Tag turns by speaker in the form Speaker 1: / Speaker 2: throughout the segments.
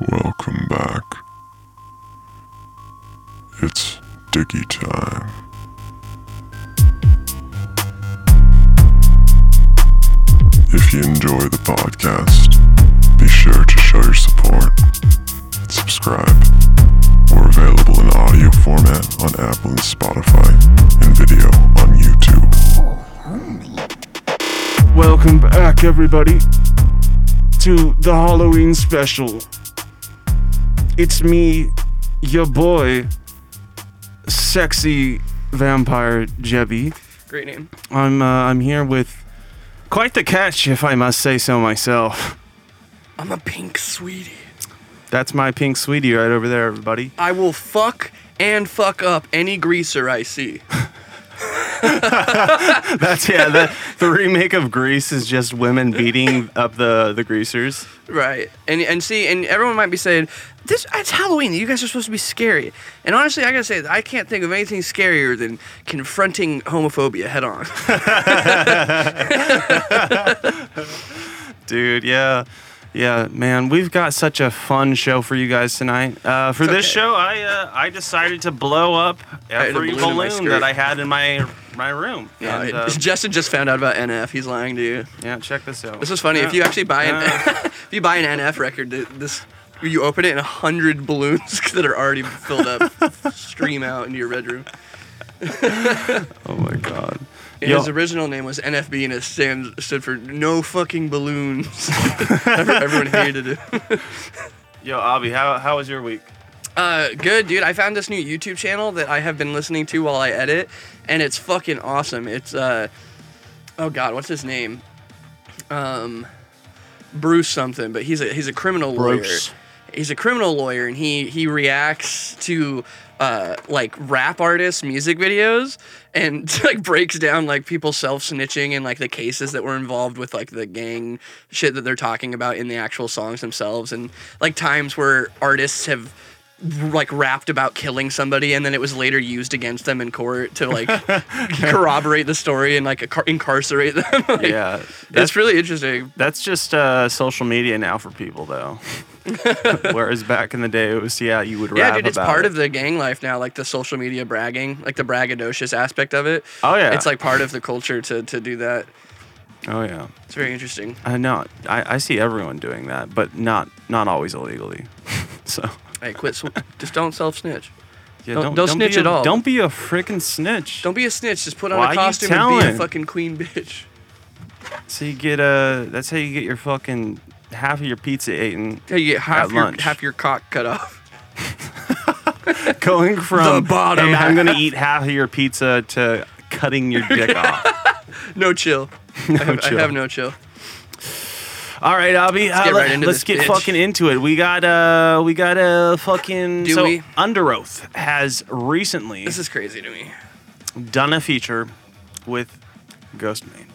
Speaker 1: Welcome back. It's Dicky time. If you enjoy the podcast, be sure to show your support. Subscribe. We're available in audio format on Apple and Spotify, and video on YouTube.
Speaker 2: Welcome back, everybody, to the Halloween special. It's me, your boy, sexy vampire Jebby.
Speaker 3: Great name.
Speaker 2: I'm uh, I'm here with quite the catch, if I must say so myself.
Speaker 3: I'm a pink sweetie.
Speaker 2: That's my pink sweetie right over there, everybody.
Speaker 3: I will fuck and fuck up any greaser I see.
Speaker 2: That's yeah. The, the remake of Grease is just women beating up the the greasers.
Speaker 3: Right. And and see, and everyone might be saying, this it's Halloween. You guys are supposed to be scary. And honestly, I gotta say, I can't think of anything scarier than confronting homophobia head on.
Speaker 2: dude. Yeah, yeah, man. We've got such a fun show for you guys tonight. Uh, for this
Speaker 3: okay.
Speaker 2: show, I uh, I decided to blow up
Speaker 3: had a
Speaker 2: every
Speaker 3: balloon in my
Speaker 2: balloon,
Speaker 3: skirt.
Speaker 2: that I had in my my room.
Speaker 3: Uh,
Speaker 2: and, uh,
Speaker 3: Justin just found out about NF. He's lying to you.
Speaker 2: yeah, check this out.
Speaker 3: This is funny. If
Speaker 2: Yeah.
Speaker 3: you actually buy an
Speaker 2: Yeah.
Speaker 3: if you buy an NF record, th- this you open it and a hundred balloons that are already filled up stream out into your bedroom.
Speaker 2: oh my god.
Speaker 3: And
Speaker 2: Yo,
Speaker 3: His original name was NFB, and it stand, stood for No Fucking Balloons. Every- Everyone hated it.
Speaker 2: yo, Abby, how how was your week?
Speaker 3: Uh, good, dude. I found this new YouTube channel that I have been listening to while I edit, and it's fucking awesome. It's uh, oh god, what's his name? Um, Bruce something, but he's a he's a criminal
Speaker 2: Bruce.
Speaker 3: lawyer. He's a criminal lawyer, and he he reacts to uh like rap artists' music videos, and like breaks down like people self snitching and like the cases that were involved with like the gang shit that they're talking about in the actual songs themselves, and like times where artists have like rapped about killing somebody and then it was later used against them in court to like corroborate the story and like incar- incarcerate them Like,
Speaker 2: Yeah, that's
Speaker 3: it's really interesting
Speaker 2: that's just uh, social media now for people though. Whereas back in the day, it was yeah, you would rap
Speaker 3: yeah dude it's
Speaker 2: about
Speaker 3: part
Speaker 2: it.
Speaker 3: of the gang life now like the social media bragging like the braggadocious aspect of it
Speaker 2: Oh, yeah.
Speaker 3: it's like part of the culture to to do that
Speaker 2: oh yeah.
Speaker 3: it's very interesting
Speaker 2: I know. I, I see everyone doing that, but not not always illegally. so
Speaker 3: hey quit sw- just don't self snitch
Speaker 2: yeah,
Speaker 3: Don't- don't snitch
Speaker 2: be a-
Speaker 3: at all.
Speaker 2: Don't be a freaking snitch.
Speaker 3: don't be a snitch just put on
Speaker 2: Why you
Speaker 3: a costume and be a
Speaker 2: telling?
Speaker 3: fucking queen bitch
Speaker 2: So you get a. That's how you get your fucking half of your pizza eaten.
Speaker 3: yeah you get half
Speaker 2: At
Speaker 3: your
Speaker 2: lunch.
Speaker 3: half your cock cut off
Speaker 2: Going from
Speaker 3: The bottom
Speaker 2: "Hey, I'm gonna
Speaker 3: half."
Speaker 2: eat half of your pizza to cutting your dick off.
Speaker 3: no chill I, have,
Speaker 2: chill.
Speaker 3: I have no chill
Speaker 2: All right, Abby. Let's
Speaker 3: get right into
Speaker 2: let's
Speaker 3: this
Speaker 2: get
Speaker 3: bitch.
Speaker 2: fucking into it. We got uh we got a fucking
Speaker 3: Do
Speaker 2: so
Speaker 3: we?
Speaker 2: Under Oath has recently
Speaker 3: this is crazy to me
Speaker 2: done a feature with Ghostman.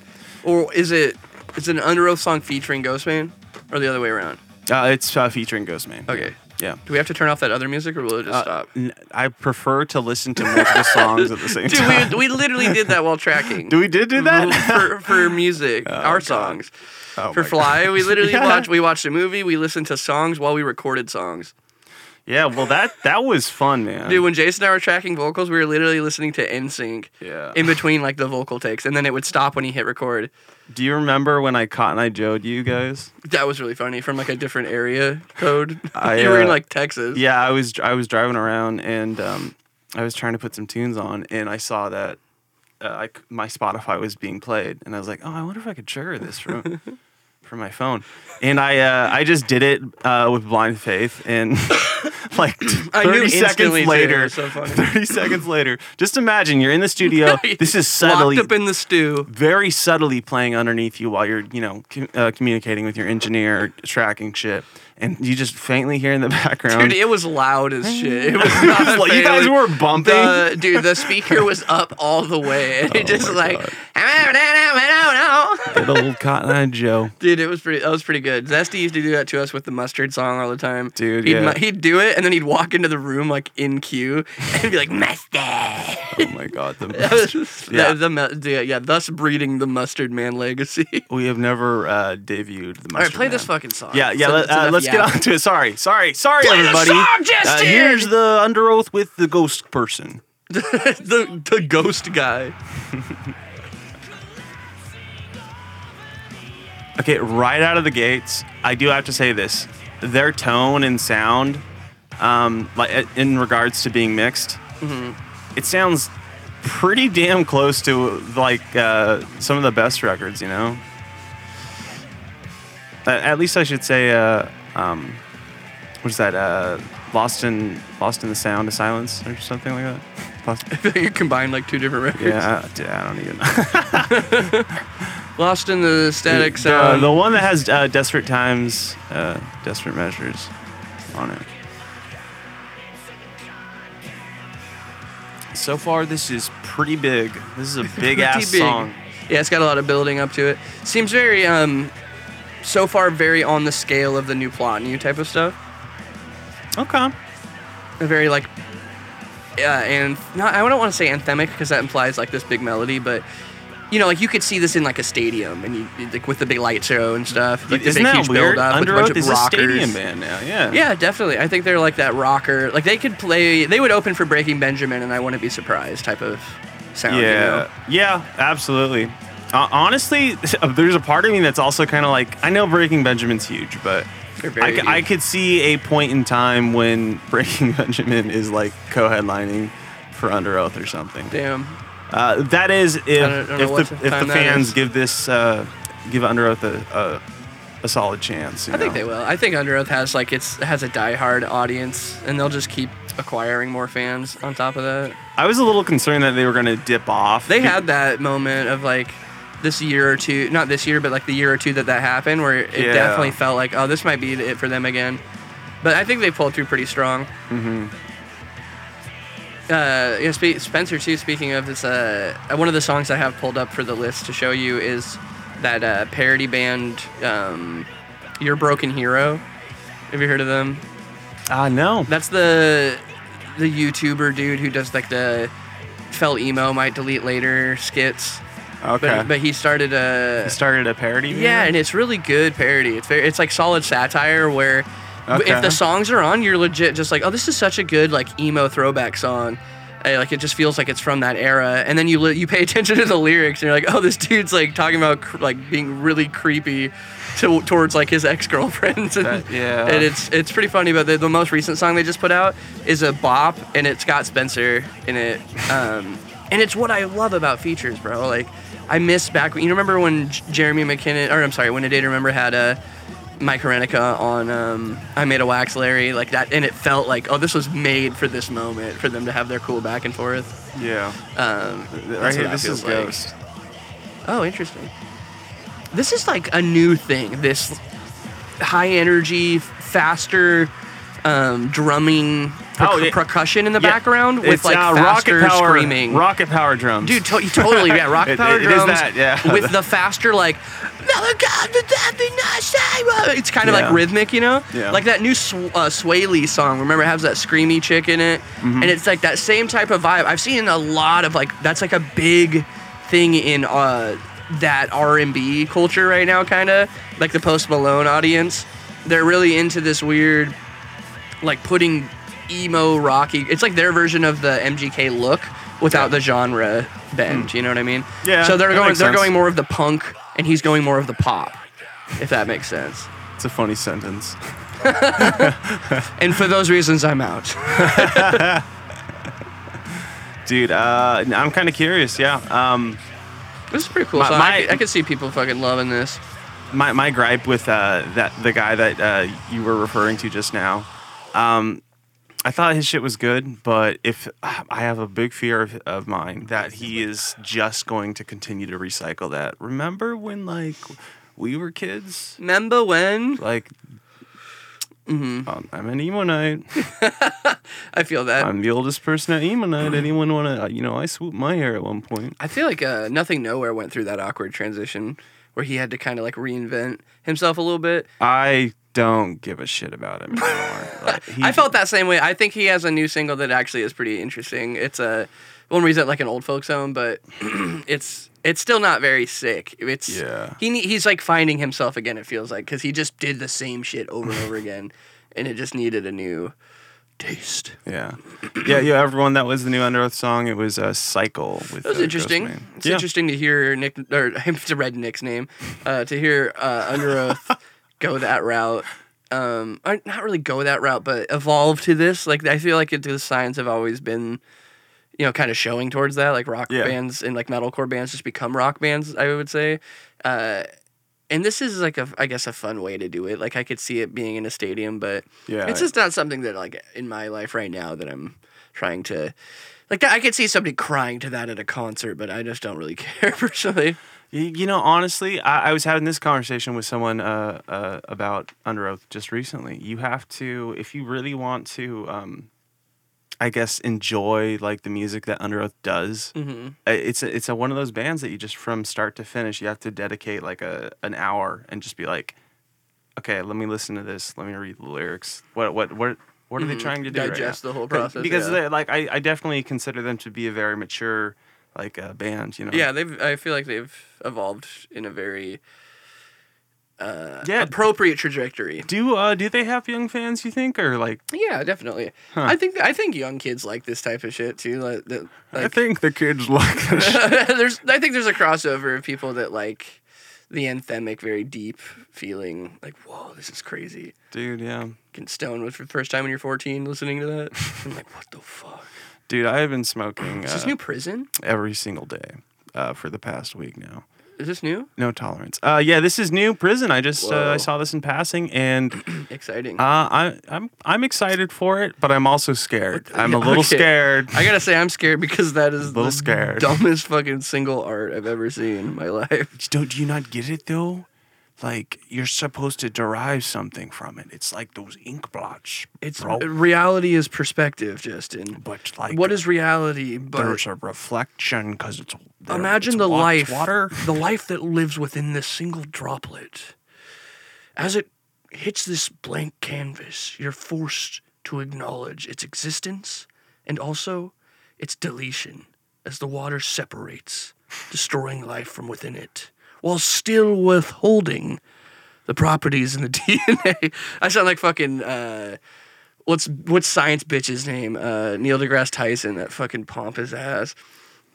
Speaker 3: Or is it it's an under oath song featuring Ghostman? Or the other way around?
Speaker 2: Uh, it's uh, featuring Ghostman.
Speaker 3: Okay.
Speaker 2: Yeah.
Speaker 3: Do we have to turn off that other music or will it just
Speaker 2: Uh,
Speaker 3: stop?
Speaker 2: n- I prefer to listen to multiple songs at the same time.
Speaker 3: Dude, we, we literally did that while tracking.
Speaker 2: Do we did do that?
Speaker 3: for, for music, our songs.
Speaker 2: Oh
Speaker 3: Mm-hmm. for
Speaker 2: my
Speaker 3: Fly, we literally
Speaker 2: Yeah.
Speaker 3: watched we watched a movie, we listened to songs while we recorded songs.
Speaker 2: yeah, well that that was fun, man.
Speaker 3: Dude, when Jason and I were tracking vocals, we were literally listening to NSYNC
Speaker 2: Yeah.
Speaker 3: in between like the vocal takes, and then it would stop when he hit record.
Speaker 2: Do you remember when I Cotton Eye Joe'd you guys?
Speaker 3: That was really funny from like a different area code.
Speaker 2: I,
Speaker 3: you were in
Speaker 2: uh,
Speaker 3: like Texas.
Speaker 2: Yeah, I was I was driving around and um, I was trying to put some tunes on and I saw that uh, I c my Spotify was being played and I was like, oh, I wonder if I could trigger this from from my phone. And I uh, I just did it uh, with blind faith and like
Speaker 3: I knew
Speaker 2: thirty
Speaker 3: instantly,
Speaker 2: seconds
Speaker 3: too. It
Speaker 2: later,
Speaker 3: was so funny.
Speaker 2: thirty seconds later, just imagine you're in the studio. This is subtly.
Speaker 3: Locked up in the stew.
Speaker 2: very subtly playing underneath you while you're, you know, com- uh, communicating with your engineer, tracking shit, and you just faintly hear in the background.
Speaker 3: Dude, it was loud as shit. It was not
Speaker 2: It's like, you guys
Speaker 3: failing.
Speaker 2: were bumping. Oh
Speaker 3: The, dude, the speaker was up all the way, and it just like, song.
Speaker 2: Good old Cotton Eye Joe.
Speaker 3: Dude, it was pretty. That was pretty good. Zesty used to do that to us with the mustard song all the time.
Speaker 2: Dude,
Speaker 3: he'd,
Speaker 2: yeah.
Speaker 3: mu- he'd do it, and then he'd walk into the room like in queue and be like mustard.
Speaker 2: Oh my God, the
Speaker 3: That was-
Speaker 2: best.
Speaker 3: that- the mu- yeah, yeah, thus breeding the mustard man legacy.
Speaker 2: We have never uh, debuted the Mustard
Speaker 3: all right, play
Speaker 2: Man.
Speaker 3: this fucking song.
Speaker 2: Yeah, yeah.
Speaker 3: So
Speaker 2: let,
Speaker 3: that's enough
Speaker 2: us get
Speaker 3: yapping.
Speaker 2: on to it. Sorry, sorry, sorry,
Speaker 3: Play the
Speaker 2: everybody. Uh,
Speaker 3: song, Justin!
Speaker 2: here's the under oath with the ghost person.
Speaker 3: the the ghost guy.
Speaker 2: Okay, right out of the gates, I do have to say this: their tone and sound, um, like in regards to being mixed, it sounds pretty damn close to like uh, some of the best records, you know. Uh, at least I should say, uh, um, what's that? Uh, lost in Lost in the Sound of Silence or something like that. Lost,
Speaker 3: you combine like two different records.
Speaker 2: yeah, I, dude, I don't even. know.
Speaker 3: Lost in the um, static
Speaker 2: The-
Speaker 3: sound.
Speaker 2: The, one that has uh, Desperate Times, uh, Desperate Measures on it. So far, this is pretty big. This is a big ass
Speaker 3: pretty big.
Speaker 2: song.
Speaker 3: Yeah, it's got a lot of building up to it. Seems very um so far very on the scale of the new plot new type of stuff.
Speaker 2: Okay.
Speaker 3: A very like yeah, and not I don't want to say anthemic because that implies like this big melody, but you know, like you could see this in like a stadium and you like with the big light show and stuff. Like this
Speaker 2: Isn't
Speaker 3: big
Speaker 2: that
Speaker 3: huge
Speaker 2: weird?
Speaker 3: build up
Speaker 2: Under Oath
Speaker 3: with a bunch of
Speaker 2: is
Speaker 3: rockers.
Speaker 2: a stadium band now. Yeah.
Speaker 3: Yeah, definitely. I think they're like that rocker. Like they could play. They would open for Breaking Benjamin, and I wouldn't be surprised. Type of sound. you know?
Speaker 2: Yeah. Yeah. Absolutely. Uh, honestly, there's a part of me that's also kind of like I know Breaking Benjamin's huge, but
Speaker 3: They're very
Speaker 2: I, c- I could see a point in time when Breaking Benjamin is like co-headlining for Under Oath or something.
Speaker 3: damn.
Speaker 2: Uh, that is if
Speaker 3: don't- don't know what
Speaker 2: if the, if
Speaker 3: time
Speaker 2: the
Speaker 3: that
Speaker 2: fans
Speaker 3: is.
Speaker 2: give this uh, give Under Oath a, a, a solid chance. you
Speaker 3: I think
Speaker 2: know?
Speaker 3: they will. I think Under Oath has like it's has a diehard audience, and they'll just keep acquiring more fans. On top of that,
Speaker 2: I was a little concerned that they were going to dip off.
Speaker 3: they had that moment of like this year or two, not this year, but like the year or two that that happened, where it
Speaker 2: Yeah.
Speaker 3: definitely felt like oh, this might be it for them again. But I think they pulled through pretty strong.
Speaker 2: Mm-hmm.
Speaker 3: uh, yeah, spe- Spencer too. Speaking of, it's uh, one of the songs I have pulled up for the list to show you is that uh, parody band, um, "Your Broken Hero." Have you heard of them?
Speaker 2: Ah, no.
Speaker 3: That's the the YouTuber dude who does like the fell emo might delete later skits. But,
Speaker 2: Okay.
Speaker 3: but he started a
Speaker 2: They started a parody. video?
Speaker 3: yeah, and it's really good parody. It's very, it's like solid satire where w-
Speaker 2: Okay.
Speaker 3: if the songs are on, you're legit just like, oh, this is such a good like emo throwback song. Uh, like it just feels like it's from that era, and then you li- you pay attention to the lyrics, and you're like, oh, this dude's like talking about cr- like being really creepy to- towards like his ex girlfriends, and,
Speaker 2: That- yeah.
Speaker 3: and it's it's pretty funny. But the, the most recent song they just put out is a bop, and it's got Spencer in it, um, and it's what I love about features, bro. Like I miss back. You remember when J- Jeremy McKinnon, or I'm sorry, when A Day to Remember had a Mike Herenica on um, I Made a Wax Larry, like that, and it felt like, oh, this was made for this moment for them to have their cool back and forth.
Speaker 2: Yeah.
Speaker 3: Um,
Speaker 2: right
Speaker 3: that's
Speaker 2: here,
Speaker 3: what that
Speaker 2: this is
Speaker 3: feels like.
Speaker 2: Ghost.
Speaker 3: Oh, interesting. This is like a new thing. This high energy, faster um, drumming, per-
Speaker 2: Oh, yeah.
Speaker 3: percussion in the
Speaker 2: Yeah.
Speaker 3: background with
Speaker 2: It's,
Speaker 3: like
Speaker 2: uh,
Speaker 3: faster
Speaker 2: rocket power,
Speaker 3: screaming.
Speaker 2: Rocket power drums.
Speaker 3: Dude, to- totally, yeah, rock
Speaker 2: It-
Speaker 3: power
Speaker 2: it is
Speaker 3: drums
Speaker 2: that, yeah.
Speaker 3: with the faster like. "Never got the death in my sight." It's kind of
Speaker 2: Yeah.
Speaker 3: like rhythmic, you know.
Speaker 2: Yeah.
Speaker 3: Like that new sw- uh, Sway Lee song. Remember, it has that screamy chick in it,
Speaker 2: Mm-hmm.
Speaker 3: and it's like that same type of vibe. I've seen a lot of like that's like a big thing in uh, that R and B culture right now, kind of like the Post Malone audience. They're really into this weird like putting emo rocky. It's like their version of the MGK look without the genre bend. You know what I mean?
Speaker 2: Hmm. Yeah,
Speaker 3: So they're
Speaker 2: that
Speaker 3: going
Speaker 2: makes
Speaker 3: they're
Speaker 2: sense.
Speaker 3: going more of the punk, and he's going more of the pop, if that makes sense.
Speaker 2: it's a funny sentence.
Speaker 3: And for those reasons, I'm out.
Speaker 2: Dude, uh, I'm kind of curious. Yeah. Um,
Speaker 3: this is pretty cool.
Speaker 2: My-
Speaker 3: song.
Speaker 2: my-
Speaker 3: I, could, I could see people fucking loving this.
Speaker 2: my, my gripe with uh, that the guy that uh, you were referring to just now, um, I thought his shit was good, but if I have a big fear of, of mine that he is just going to continue to recycle that. Remember when like we were kids,
Speaker 3: Remember when?
Speaker 2: like
Speaker 3: Mm-hmm.
Speaker 2: um, I'm an emo night.
Speaker 3: I feel that. i
Speaker 2: I'm the oldest person at emo night. Anyone uh, want to? You know, I swooped my hair at one point.
Speaker 3: feel like uh, Nothing Nowhere went through that awkward transition where he had to kind of like reinvent himself a little bit.
Speaker 2: I don't give a shit about him anymore. Like, he-
Speaker 3: I felt that same way. I think he has a new single that actually is pretty interesting. It's a one reason like an old folks home, but it's it's still not very sick. It's
Speaker 2: Yeah.
Speaker 3: He nee- he's like finding himself again. It feels like because he just did the same shit over and over again, and it just needed a new taste.
Speaker 2: Yeah, yeah, yeah. Everyone, that was the new Under Oath song. It was a cycle. With
Speaker 3: That was
Speaker 2: uh,
Speaker 3: interesting.
Speaker 2: Ghostman.
Speaker 3: It's interesting to hear Nick or him to read Nick's name, uh, to hear uh, Under Oath go that route. Um, or not really go that route, but evolve to this. Like I feel like it, the signs have always been, you know, kind of showing towards that. Like rock
Speaker 2: Yeah.
Speaker 3: bands and like metalcore bands just become rock bands. I would say. Uh, and this is like a, I guess, a fun way to do it. Like I could see it being in a stadium, but
Speaker 2: Yeah,
Speaker 3: it's just not something that like in my life right now that I'm trying to like I could see somebody crying to that at a concert, but I just don't really care personally.
Speaker 2: Y- You know, honestly, I, I was having this conversation with someone uh, uh, about Under Oath just recently. You have to, if you really want to, um, I guess, enjoy like the music that Under Oath does.
Speaker 3: Mm-hmm.
Speaker 2: uh, It's a, it's a, one of those bands that you just from start to finish, you have to dedicate like a an hour and just be like, okay, let me listen to this. Let me read the lyrics. What what what what are they trying to do? right now?"
Speaker 3: Mm-hmm. Digest the whole
Speaker 2: But-
Speaker 3: process,
Speaker 2: because
Speaker 3: yeah.
Speaker 2: they're, like I, I definitely consider them to be a very mature like uh, band. You know.
Speaker 3: Yeah, they've. I feel like they've evolved in a very
Speaker 2: Yeah.
Speaker 3: appropriate trajectory.
Speaker 2: Do uh do they have young fans? You think or like?
Speaker 3: Yeah, definitely. I think I think young kids like this type of shit too. Like, that-
Speaker 2: I
Speaker 3: like-
Speaker 2: think the kids like this. shit.
Speaker 3: there's I think there's a crossover of people that like the anthemic, very deep feeling. Like, whoa, this is crazy.
Speaker 2: dude. Yeah,
Speaker 3: Getting stoned was for the first time when you're 14, listening to that. I'm like, what the fuck?
Speaker 2: dude. I have been smoking
Speaker 3: Is
Speaker 2: uh,
Speaker 3: this new prison?
Speaker 2: every single day uh, for the past week now.
Speaker 3: Is this new?
Speaker 2: No tolerance. Uh, yeah, this is new prison. I just uh,
Speaker 3: Whoa.
Speaker 2: I saw this in passing, and uh,
Speaker 3: Exciting.
Speaker 2: I I'm I'm excited for it, but I'm also scared. I'm a little
Speaker 3: Okay.
Speaker 2: scared.
Speaker 3: I gotta say, I'm scared because that is
Speaker 2: Little
Speaker 3: the
Speaker 2: scared.
Speaker 3: dumbest fucking single art I've ever seen in my life.
Speaker 2: Don't do you not get it though? Like you're supposed to derive something from it. It's like those ink blots.
Speaker 3: It's
Speaker 2: bro.
Speaker 3: reality is perspective, Justin.
Speaker 2: but like
Speaker 3: what is reality?
Speaker 2: there's
Speaker 3: But
Speaker 2: a reflection because it's there-
Speaker 3: imagine
Speaker 2: it's
Speaker 3: the
Speaker 2: wa- it's
Speaker 3: life,
Speaker 2: water.
Speaker 3: the life that lives within this single droplet. As it hits this blank canvas, you're forced to acknowledge its existence and also its deletion as the water separates, destroying life from within it, while still withholding the properties in the DNA. I sound like fucking uh, what's what's science bitch's name? Uh, Neil deGrasse Tyson, that fucking pompous ass.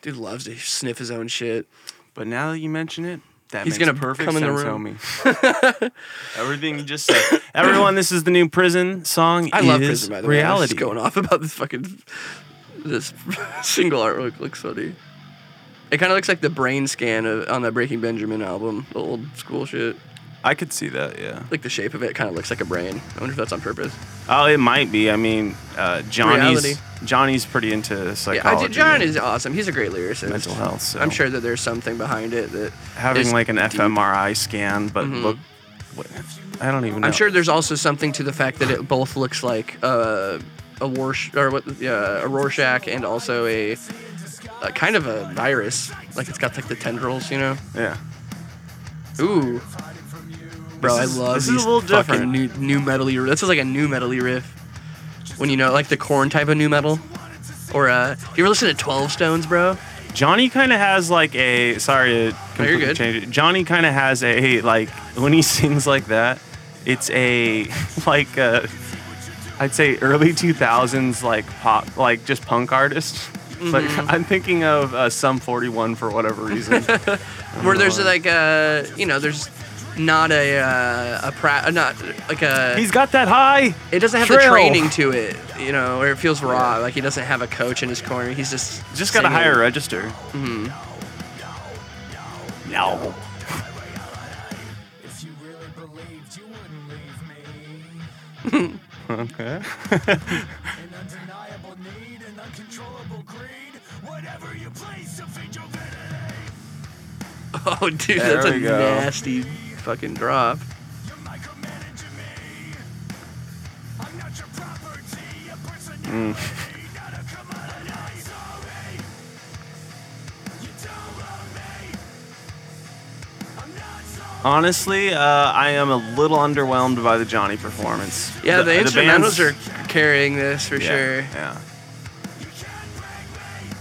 Speaker 3: Dude loves to sniff his own shit.
Speaker 2: But now that you mention it, that
Speaker 3: He's
Speaker 2: makes
Speaker 3: gonna
Speaker 2: perfect
Speaker 3: come in
Speaker 2: sense,
Speaker 3: the
Speaker 2: homie. Everything you just said. Everyone, this is the new prison song.
Speaker 3: I love
Speaker 2: is
Speaker 3: Prison, by the way. I'm
Speaker 2: reality.
Speaker 3: just going off about this fucking this single artwork looks funny. It kind of looks like the brain scan of, on the Breaking Benjamin album, the old school shit.
Speaker 2: I could see that. Yeah.
Speaker 3: Like the shape of it kind of looks like a brain. I wonder if that's on purpose.
Speaker 2: Oh, it might be. I mean, uh, Johnny's
Speaker 3: Reality.
Speaker 2: Johnny's pretty into
Speaker 3: Yeah, I
Speaker 2: psychology.
Speaker 3: did, John
Speaker 2: and
Speaker 3: is awesome. He's a great lyricist.
Speaker 2: mental health. So
Speaker 3: I'm sure that there's something behind it that
Speaker 2: having
Speaker 3: is
Speaker 2: like an
Speaker 3: deep.
Speaker 2: fMRI scan, but
Speaker 3: Mhm.
Speaker 2: look, what, I don't even. know.
Speaker 3: I'm sure there's also something to the fact that it both looks like uh, a war or what uh, a Rorschach and also a, a kind of a virus. Like it's got like the tendrils, you know.
Speaker 2: Yeah.
Speaker 3: Ooh, bro,
Speaker 2: This is-
Speaker 3: I love
Speaker 2: this is a
Speaker 3: these
Speaker 2: little
Speaker 3: fucking
Speaker 2: different.
Speaker 3: new new metally. This is like a new metally riff. When you know like the corn type of new metal, or uh, do you ever listen to Twelve Stones, bro?
Speaker 2: Johnny kind of has like a sorry to completely
Speaker 3: good.
Speaker 2: change it. Johnny kind of has a like when he sings like that, it's a like uh I'd say early 2000s like pop like just punk artist. Like
Speaker 3: Mm-hmm.
Speaker 2: I'm thinking of uh, some 41 for whatever reason.
Speaker 3: Where there's like a you know there's not a uh, a pra- not like a
Speaker 2: He's got that high.
Speaker 3: It doesn't have the
Speaker 2: Trill.
Speaker 3: training to it, you know, or it feels raw. Like he doesn't have a coach in his corner. He's just
Speaker 2: Just got a
Speaker 3: singing.
Speaker 2: higher register.
Speaker 3: Mm-hmm.
Speaker 2: No.
Speaker 4: If you really believed, you wouldn't leave me.
Speaker 2: Okay.
Speaker 4: An undeniable need, an uncontrollable greed. Whatever you please to feed your vanity.
Speaker 3: Oh, dude,
Speaker 2: There
Speaker 3: that's a
Speaker 2: we go.
Speaker 3: nasty fucking drop.
Speaker 4: You're micromanaging me. I'm not your property, a personality, not a commodity. Sorry. You don't love me. I'm not
Speaker 2: Honestly, uh, I am a little underwhelmed by the Johnny performance.
Speaker 3: Yeah, the, instrumentals
Speaker 2: band's-
Speaker 3: are carrying this for
Speaker 2: yeah,
Speaker 3: sure.
Speaker 2: Yeah.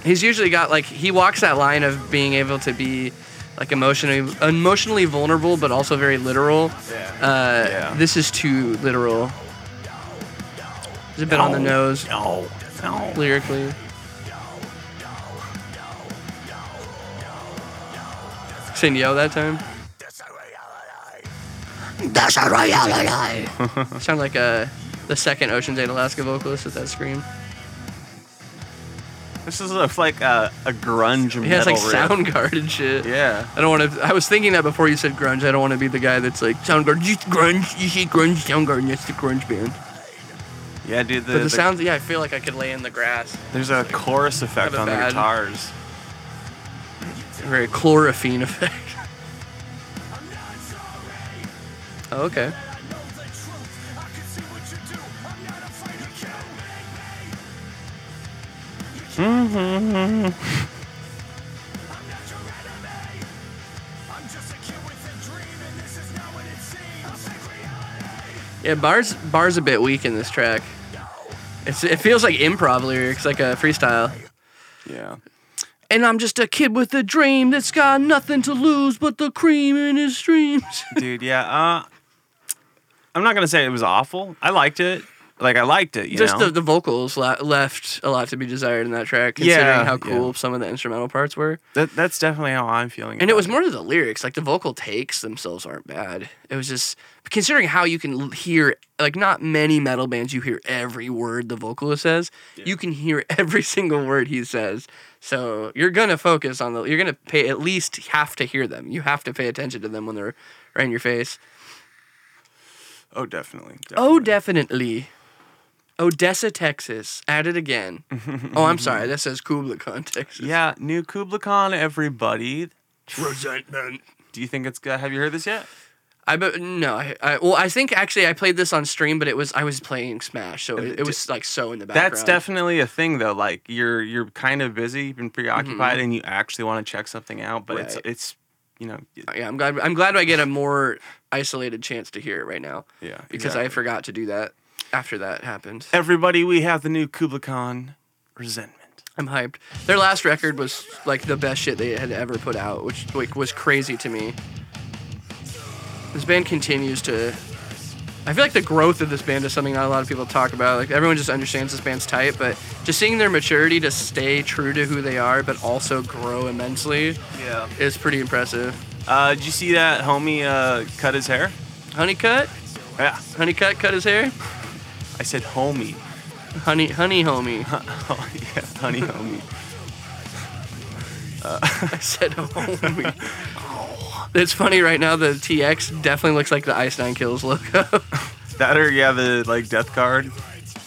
Speaker 3: He's usually got like he walks that line of being able to be like emotionally emotionally vulnerable, but also very literal.
Speaker 2: Yeah.
Speaker 3: Uh,
Speaker 2: Yeah.
Speaker 3: This is too literal. It's a bit on the nose
Speaker 2: No. No.
Speaker 3: lyrically. Saying yo that time.
Speaker 4: That's a reality.
Speaker 3: Sound like a the second Ocean's Eight Alaska vocalist with that scream.
Speaker 2: This is a, like a, a grunge
Speaker 3: He has
Speaker 2: metal
Speaker 3: like
Speaker 2: riff.
Speaker 3: Soundgard and shit.
Speaker 2: Yeah.
Speaker 3: I don't want to. I was thinking that before you said grunge. I don't want to be the guy that's like Soundgarden. You grunge. You see grunge. Soundgarden. That's the grunge band.
Speaker 2: Yeah, dude. The,
Speaker 3: But the,
Speaker 2: the-
Speaker 3: sounds. Yeah, I feel like I could lay in the grass.
Speaker 2: There's a chorus effect
Speaker 3: kinda
Speaker 2: on the
Speaker 3: bad.
Speaker 2: guitars.
Speaker 3: Very chlorophene effect. oh, okay. Yeah, bars bars a bit weak in this track. It's it feels like improv lyrics, like a freestyle.
Speaker 2: Yeah.
Speaker 3: And I'm just a kid with a dream that's got nothing to lose but the cream in his streams.
Speaker 2: Dude, yeah. Uh, I'm not gonna say it was awful. I liked it. Like I liked it. You
Speaker 3: just
Speaker 2: know?
Speaker 3: the, the vocals la- left a lot to be desired in that track, considering
Speaker 2: Yeah,
Speaker 3: how
Speaker 2: yeah.
Speaker 3: cool some of the instrumental parts were.
Speaker 2: that, that's definitely how I'm feeling.
Speaker 3: And it
Speaker 2: about
Speaker 3: was more to the lyrics. Like the vocal takes themselves aren't bad. It was just considering how you can l- hear like not many metal bands you hear every word the vocalist says. You can hear every single word he says. So you're gonna focus on the. You're gonna pay at least have to hear them. You have to pay attention to them when they're right in your face.
Speaker 2: Oh, definitely. definitely.
Speaker 3: Oh, definitely. Odessa, Texas. At it again. oh, I'm sorry. That says Kubla Khan, Texas.
Speaker 2: Yeah, new Kubla Khan, everybody.
Speaker 3: Resentment.
Speaker 2: Do you think it's good? Have you heard this yet?
Speaker 3: I but no, I, I well, I think actually I played this on stream, but it was I was playing Smash, so it, it was like so in the background.
Speaker 2: That's definitely a thing though. Like you're you're kind of busy, you've been preoccupied, and you actually want to check something out, but it's
Speaker 3: Mm-hmm. Right.
Speaker 2: it's you know y-
Speaker 3: Yeah, I'm glad. I'm glad I get a more isolated chance to hear it right now
Speaker 2: yeah
Speaker 3: because I forgot to do that after that happened.
Speaker 2: everybody we have the new Kubla Khan resentment.
Speaker 3: I'm hyped. Their last record was like the best shit they had ever put out, which like was crazy to me. This band continues to. I feel like the growth of this band is something not a lot of people talk about. Like everyone just understands this band's type, but just seeing their maturity to stay true to who they are, but also grow immensely,
Speaker 2: Yeah.
Speaker 3: is pretty impressive.
Speaker 2: Uh, did you see that homie uh, cut his hair?
Speaker 3: Honeycut,
Speaker 2: Yeah.
Speaker 3: Honeycut cut his hair.
Speaker 2: I said homie.
Speaker 3: Honey, honey, homie.
Speaker 2: oh yeah, honey homie.
Speaker 3: I said homie. It's funny right now. The TX definitely looks like the Ice Nine Kills logo.
Speaker 2: That or yeah, the like death card.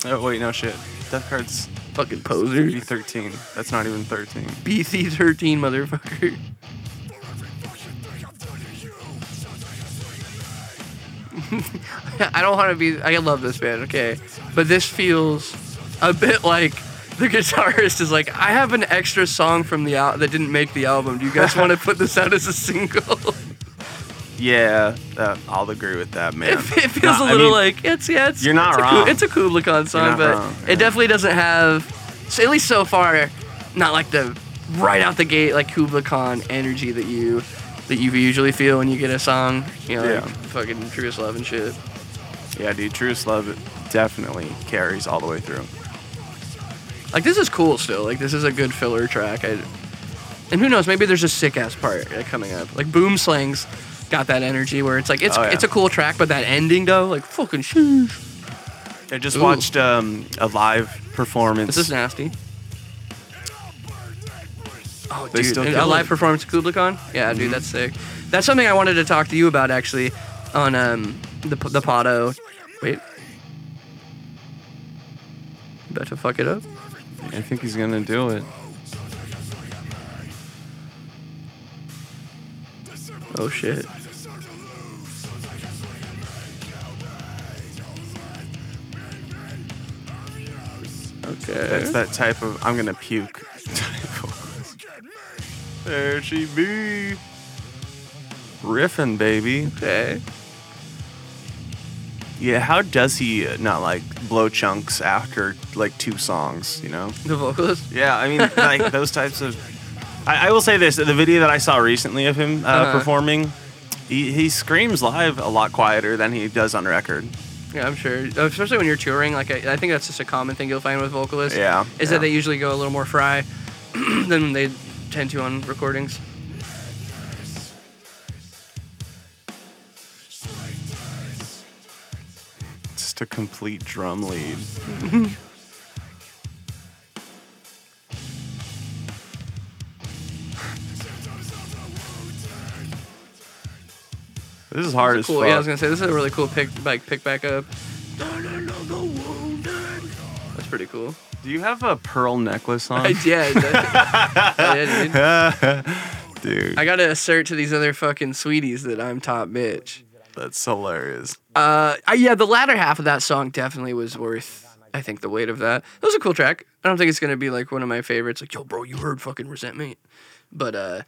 Speaker 2: Oh wait, no shit. Death card's
Speaker 3: Fucking posers.
Speaker 2: B thirteen. That's not even thirteen.
Speaker 3: BC thirteen motherfucker. I don't want to be. I love this band, okay, but this feels a bit like the guitarist is like, I have an extra song from the al- that didn't make the album. Do you guys want to put this out as a single?
Speaker 2: Yeah, uh, I'll agree with that, man.
Speaker 3: it, fe- it feels
Speaker 2: Nah,
Speaker 3: a
Speaker 2: I
Speaker 3: little
Speaker 2: mean,
Speaker 3: like it's yeah. It's,
Speaker 2: You're not
Speaker 3: it's A,
Speaker 2: wrong.
Speaker 3: Ku- it's a Kubla Khan song,
Speaker 2: not
Speaker 3: but
Speaker 2: wrong, yeah.
Speaker 3: it definitely doesn't have. So at least so far, not like the right out the gate like Kubla Khan energy that you that you usually feel when you get a song. You know, like
Speaker 2: Yeah.
Speaker 3: fucking Truest Love and shit.
Speaker 2: Yeah, dude, Truest Love definitely carries all the way through.
Speaker 3: Like this is cool still. Like this is a good filler track. I, and who knows? Maybe there's a sick ass part uh, coming up. Like Boom Slang's got that energy where it's like it's
Speaker 2: Oh, yeah.
Speaker 3: it's a cool track, but that ending though, like fucking sheesh.
Speaker 2: I just
Speaker 3: Ooh.
Speaker 2: watched um, a live performance.
Speaker 3: This is nasty.
Speaker 2: oh,
Speaker 3: dude, and a live performance at KublaCon? Yeah, dude, that's sick. That's something I wanted to talk to you about actually on um the p- the Pato. Wait, about to fuck it up.
Speaker 2: I think he's gonna do it.
Speaker 3: Oh shit.
Speaker 2: It's
Speaker 3: Okay.
Speaker 2: that type of I'm gonna puke. type of- there she be. riffing, baby.
Speaker 3: Okay.
Speaker 2: Yeah, how does he not like blow chunks after like two songs? You know?
Speaker 3: The vocalist.
Speaker 2: Yeah, I mean, like those types of. I, I will say this: the video that I saw recently of him uh,
Speaker 3: Uh-huh.
Speaker 2: performing, he, he screams live a lot quieter than he does on record.
Speaker 3: Yeah, I'm sure. Especially when you're touring, like I, I think that's just a common thing you'll find with vocalists.
Speaker 2: Yeah,
Speaker 3: Is
Speaker 2: yeah.
Speaker 3: that they usually go a little more fry than they tend to on recordings.
Speaker 2: Just a complete drum lead. this is hard as
Speaker 3: Cool.
Speaker 2: fuck.
Speaker 3: Yeah, I was gonna say this is a really cool pick, like pick back up. That's pretty cool.
Speaker 2: Do you have a pearl necklace on?
Speaker 3: I did. I, did, dude.
Speaker 2: Dude,
Speaker 3: I gotta assert to these other fucking sweeties that I'm top bitch.
Speaker 2: that's hilarious.
Speaker 3: Uh, I, yeah, the latter half of that song definitely was worth. I think the weight of that. That was a cool track. I don't think it's gonna be like one of my favorites. Like, yo, bro, you heard fucking resentment, but uh,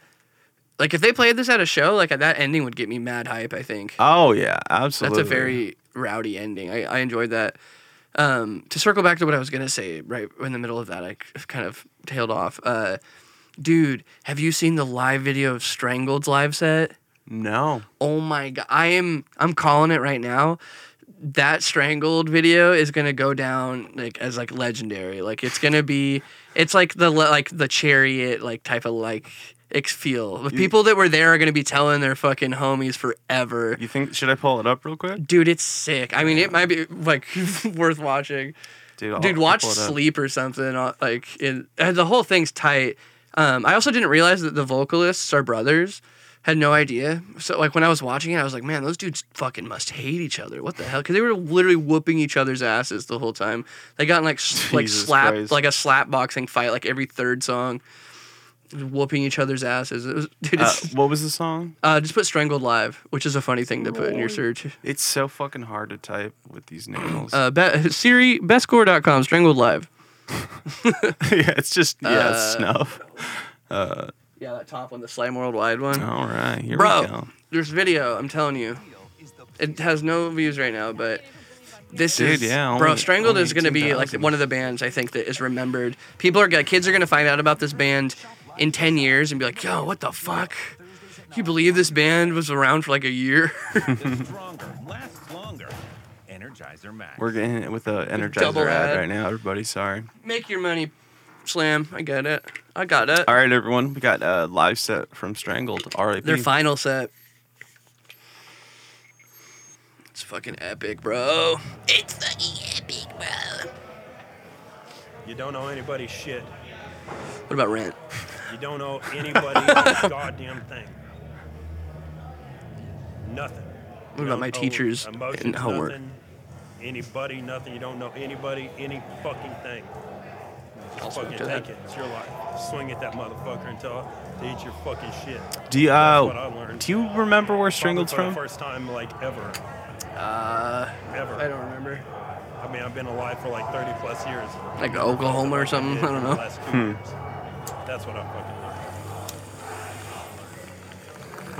Speaker 3: like if they played this at a show, like that ending would get me mad hype. I think.
Speaker 2: Oh yeah, absolutely.
Speaker 3: That's a very rowdy ending. I, I enjoyed that. Um, to circle back to what I was gonna say, right in the middle of that, I kind of tailed off. Uh, dude, have you seen the live video of Strangled's live set?
Speaker 2: no.
Speaker 3: Oh my god, I am I'm calling it right now. That Strangled video is gonna go down like as like legendary. Like it's gonna be, it's like the le- like the chariot like type of like ex feel. The people that were there are gonna be telling their fucking homies forever.
Speaker 2: You think should I pull it up real quick?
Speaker 3: Dude, it's sick. I mean, it might be like worth watching.
Speaker 2: Dude, I'll-
Speaker 3: Dude,
Speaker 2: I'll
Speaker 3: watch
Speaker 2: pull it up.
Speaker 3: Sleep or something. uh, Like it, uh, the whole thing's tight. Um, I also didn't realize that the vocalists are brothers. Had no idea. So like when I was watching it, I was like, man, those dudes fucking must hate each other. What the hell? Because they were literally whooping each other's asses the whole time. They got in like s- like
Speaker 2: Jesus
Speaker 3: slap
Speaker 2: Christ.
Speaker 3: like a slap boxing fight like every third song, whooping each other's asses. It was dude.
Speaker 2: Uh,
Speaker 3: it's-
Speaker 2: what was the song?
Speaker 3: uh, just put strangled live, which is a funny thing to put in your search.
Speaker 2: It's so fucking hard to type with these nails.
Speaker 3: Uh, be- Siri, bestcore.com, strangled live.
Speaker 2: yeah, it's just yeah,
Speaker 3: uh,
Speaker 2: it's snuff.
Speaker 3: Yeah, that top one, the Slime Worldwide one.
Speaker 2: All right, here we
Speaker 3: Bro,
Speaker 2: go.
Speaker 3: there's video, I'm telling you. It has no views right now, but this
Speaker 2: Dude,
Speaker 3: is
Speaker 2: yeah,
Speaker 3: bro
Speaker 2: only-
Speaker 3: strangled
Speaker 2: only
Speaker 3: is going to be like
Speaker 2: 18,000.
Speaker 3: one of the bands i think that is remembered people are gonna kids are going to find out about this band in 10 years and be like yo what the fuck Can you believe this band was around for like a year
Speaker 5: They're stronger, lasts longer. Energizer Max.
Speaker 2: We're getting it with the
Speaker 3: double
Speaker 2: Energizer ad
Speaker 3: ad.
Speaker 2: right now, everybody. Sorry.
Speaker 3: make your money slam i got it i got it
Speaker 2: All right, everyone, we got a live set from Strangled. R.I.P.
Speaker 3: Their final set. It's fucking epic, bro. It's fucking epic, bro.
Speaker 5: You don't know anybody's shit.
Speaker 3: What about Rent?
Speaker 5: You don't know anybody goddamn thing. Nothing.
Speaker 3: What about my teachers and homework?
Speaker 5: Nothing, anybody, nothing. You don't know anybody, any fucking thing.
Speaker 3: I'll
Speaker 5: fucking
Speaker 3: speak to
Speaker 5: take
Speaker 3: that.
Speaker 5: it. It's your life. Swing at that motherfucker until they eat your fucking shit.
Speaker 2: Do you
Speaker 5: That's what I
Speaker 2: uh,
Speaker 5: learned.
Speaker 2: do you remember where
Speaker 5: Probably
Speaker 2: Strangled's
Speaker 5: for the
Speaker 2: from?
Speaker 5: first time, like ever,
Speaker 3: Uh,
Speaker 5: ever.
Speaker 3: I don't remember.
Speaker 5: I mean, I've been alive for like 30 plus years.
Speaker 3: Like Oklahoma or something? I don't know.
Speaker 5: Last two years. That's what I fucking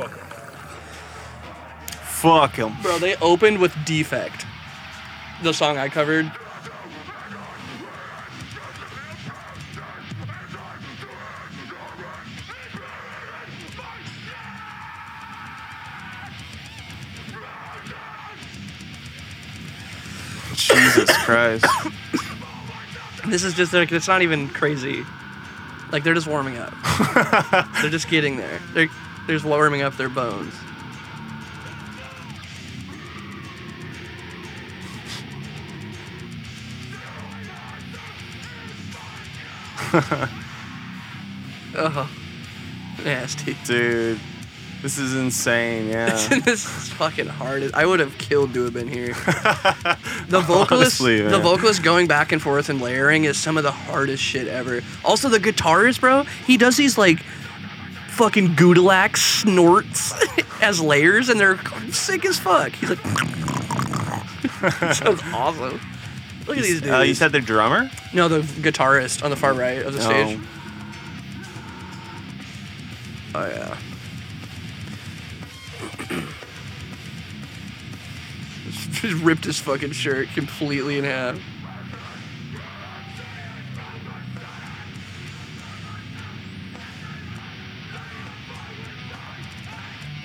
Speaker 5: learned. Fuck it.
Speaker 2: Fuck him.
Speaker 3: Bro, they opened with Defect, the song I covered.
Speaker 2: Jesus Christ.
Speaker 3: This is just like, it's not even crazy. Like, they're just warming up. they're just getting there. They're, they're just warming up their bones. oh, nasty.
Speaker 2: Dude, this is insane. Yeah.
Speaker 3: this is fucking hard. as- I would have killed to have been here. The vocalist,
Speaker 2: Honestly,
Speaker 3: the
Speaker 2: man.
Speaker 3: vocalist going back and forth and layering is some of the hardest shit ever. Also, the guitarist, bro, he does these like fucking gudalax snorts as layers, and they're sick as fuck. He's like, sounds awesome. Look at these dudes.
Speaker 2: Uh, you said the drummer?
Speaker 3: no, the guitarist on the far right of the stage.
Speaker 2: No.
Speaker 3: Oh yeah. just ripped his fucking shirt completely in half.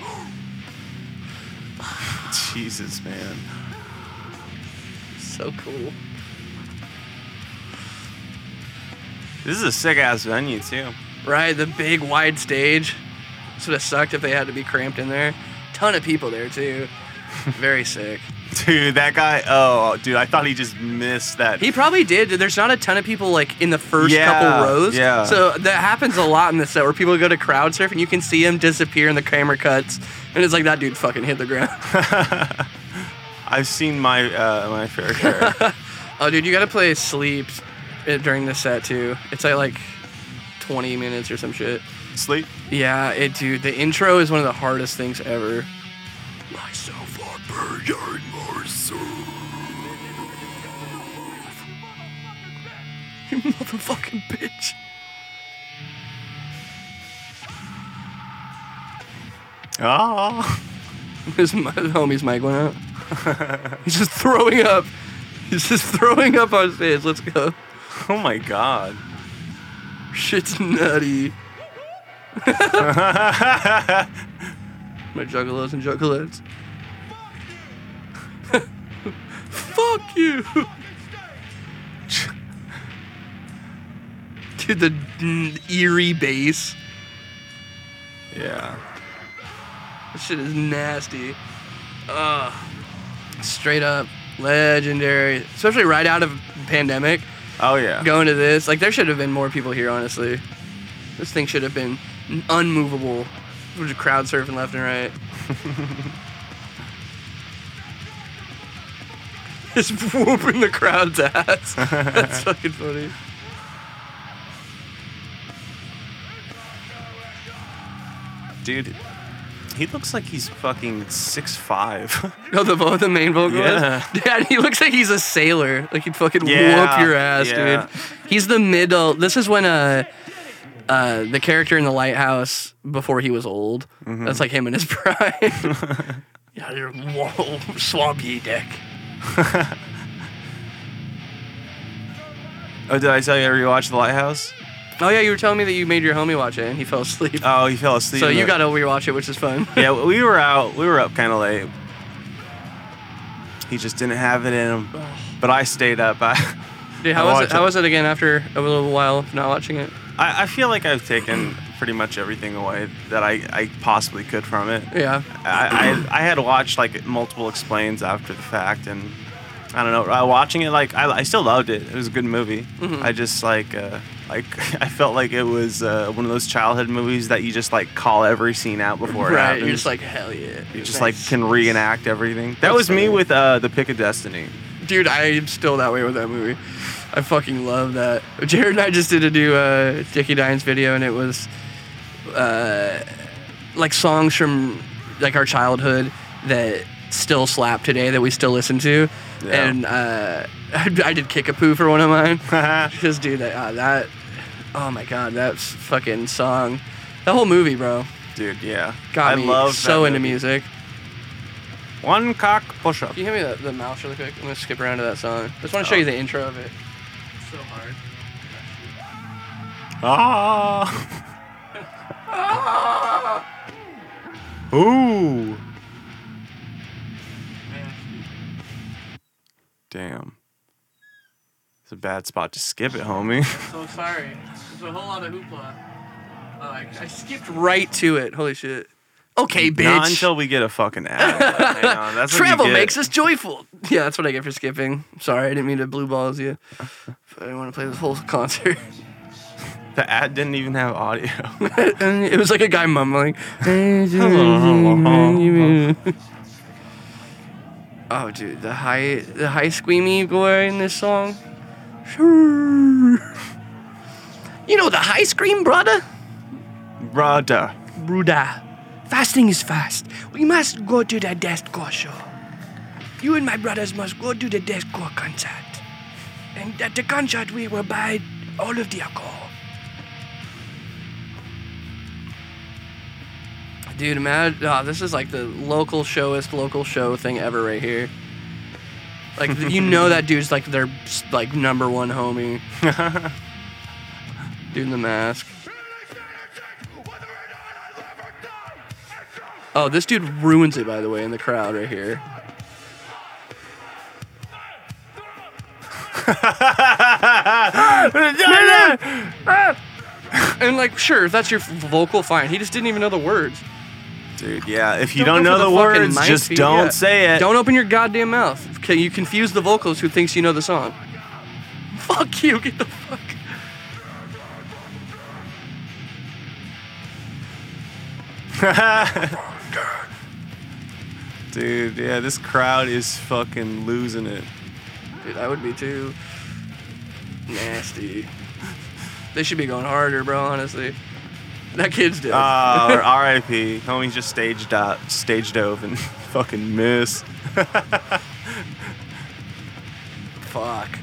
Speaker 2: Oh, Jesus, man.
Speaker 3: So cool.
Speaker 2: This is a sick ass venue too.
Speaker 3: Right, the big wide stage. This would have sucked if they had to be cramped in there. Ton of people there too. Very sick.
Speaker 2: Dude, that guy. Oh, dude, I thought he just missed that.
Speaker 3: He probably did. There's not a ton of people like in the first
Speaker 2: Yeah,
Speaker 3: couple rows.
Speaker 2: yeah.
Speaker 3: So that happens a lot in this set where people go to crowd surf and you can see him disappear and the camera cuts and it's like that dude fucking hit the ground.
Speaker 2: I've seen my uh, my fair share.
Speaker 3: oh, dude, you gotta play sleep uh, during this set too. It's at like 20 minutes or some shit.
Speaker 2: Sleep.
Speaker 3: Yeah, it, dude. The intro is one of the hardest things ever.
Speaker 4: Myself a burger myself.
Speaker 3: You motherfucking bitch.
Speaker 2: Oh.
Speaker 3: His mi- homie's mic went out. He's just throwing up. He's just throwing up on stage. Let's go.
Speaker 2: Oh my God.
Speaker 3: Shit's nutty. My juggalos and juggalettes. Fuck you! Dude, the n- eerie bass.
Speaker 2: Yeah.
Speaker 3: This shit is nasty. Ugh. Straight up legendary. Especially right out of pandemic.
Speaker 2: Oh yeah.
Speaker 3: Going to this, like there should have been more people here, honestly. This thing should have been unmovable. We're just crowd surfing left and right. just whooping the crowd's ass. That's fucking funny.
Speaker 2: Dude, he looks like he's fucking six five.
Speaker 3: No, the vo- the main vocalist.
Speaker 2: Yeah.
Speaker 3: Dad, he looks like he's a sailor. Like he'd fucking
Speaker 2: Yeah,
Speaker 3: whoop your ass,
Speaker 2: yeah.
Speaker 3: dude. He's the middle. This is when uh, uh, the character in the lighthouse before he was old.
Speaker 2: Mm-hmm.
Speaker 3: That's like him in his prime. yeah, you're whoa, swab ye dick.
Speaker 2: oh, did I tell you I rewatched The Lighthouse?
Speaker 3: Oh yeah, you were telling me that you made your homie watch it and he fell asleep.
Speaker 2: Oh, he fell asleep.
Speaker 3: so
Speaker 2: in
Speaker 3: you
Speaker 2: the-
Speaker 3: gotta rewatch it, which is fun.
Speaker 2: Yeah, we were out. We were up kind of late. He just didn't have it in him. But I stayed up. I,
Speaker 3: Dude, how
Speaker 2: I
Speaker 3: was
Speaker 2: watched
Speaker 3: it? How
Speaker 2: it.
Speaker 3: was it again after a little while of not watching it?
Speaker 2: I, I feel like I've taken pretty much everything away that I, I possibly could from it.
Speaker 3: Yeah.
Speaker 2: I, I, I had watched like multiple explains after the fact, and I don't know. I, watching it, like I, I still loved it. It was a good movie.
Speaker 3: Mm-hmm.
Speaker 2: I just like uh, like I felt like it was uh, one of those childhood movies that you just like call every scene out before it
Speaker 3: Right.
Speaker 2: happens.
Speaker 3: You're just like hell yeah.
Speaker 2: you just like
Speaker 3: Nice.
Speaker 2: can reenact everything. That
Speaker 3: That's
Speaker 2: was me
Speaker 3: funny.
Speaker 2: with uh, the Pick of Destiny.
Speaker 3: Dude, I am still that way with that movie. I fucking love that. Jared and I just did a new uh, Dickie Dines video, and it was uh, like songs from like our childhood that still slap today that we still listen to.
Speaker 2: Yeah.
Speaker 3: And uh, I, I did Kickapoo for one of mine because dude, that, ah, that oh my god, that fucking song, that whole movie, bro,
Speaker 2: Dude, yeah,
Speaker 3: got
Speaker 2: I
Speaker 3: me
Speaker 2: love
Speaker 3: so
Speaker 2: that
Speaker 3: into
Speaker 2: movie.
Speaker 3: music.
Speaker 2: One cock push up.
Speaker 3: Can you hand me the, the mouse really quick? I'm gonna skip around to that song. I just want
Speaker 2: Oh.
Speaker 3: to show you the intro of it. So hard.
Speaker 2: Ah. Ooh. Damn. It's a bad spot to skip it, homie.
Speaker 3: So sorry. There's a whole lot of hoopla. Oh, I, I skipped right to it. Holy shit. Okay, bitch.
Speaker 2: Not until we get a fucking ad. Hang on, that's what you
Speaker 3: Travel
Speaker 2: get.
Speaker 3: makes us joyful. Yeah, that's what I get for skipping. Sorry, I didn't mean to blue balls you. But I didn't want to play this whole concert.
Speaker 2: The ad didn't even have audio.
Speaker 3: and it was like a guy mumbling. Mm-hmm. oh, dude, the high, the high squeamy boy in this song. You know the high scream, brother.
Speaker 2: Brother.
Speaker 3: Bruda, fasting is fast. We must go to the Death Core show. You and my brothers must go to the Death Core concert. And at the concert, we will buy all of the alcohol. ah, Dude, imagine. Oh, this is like the local showest local show thing ever right here. Like you know that dude's like their like number one homie. Dude in the mask. Oh, this dude ruins it by the way in the crowd right here. And like, sure, if that's your f- vocal, fine. He just didn't even know the words.
Speaker 2: Dude, yeah. If you don't,
Speaker 3: go
Speaker 2: know
Speaker 3: for
Speaker 2: the,
Speaker 3: fucking
Speaker 2: words,
Speaker 3: mic
Speaker 2: just
Speaker 3: beat.
Speaker 2: don't
Speaker 3: Yeah.
Speaker 2: say it.
Speaker 3: Don't open your goddamn mouth. Okay, you confuse the vocalist who thinks you know the song. Fuck you. Get the fuck.
Speaker 2: Dude, yeah, this crowd is fucking losing it.
Speaker 3: Dude, I would be too. Nasty. They should be going harder, bro. Honestly, that kid's dead.
Speaker 2: Uh, R.I.P. Homie just stage dove, stage dove and fucking missed.
Speaker 3: Fuck.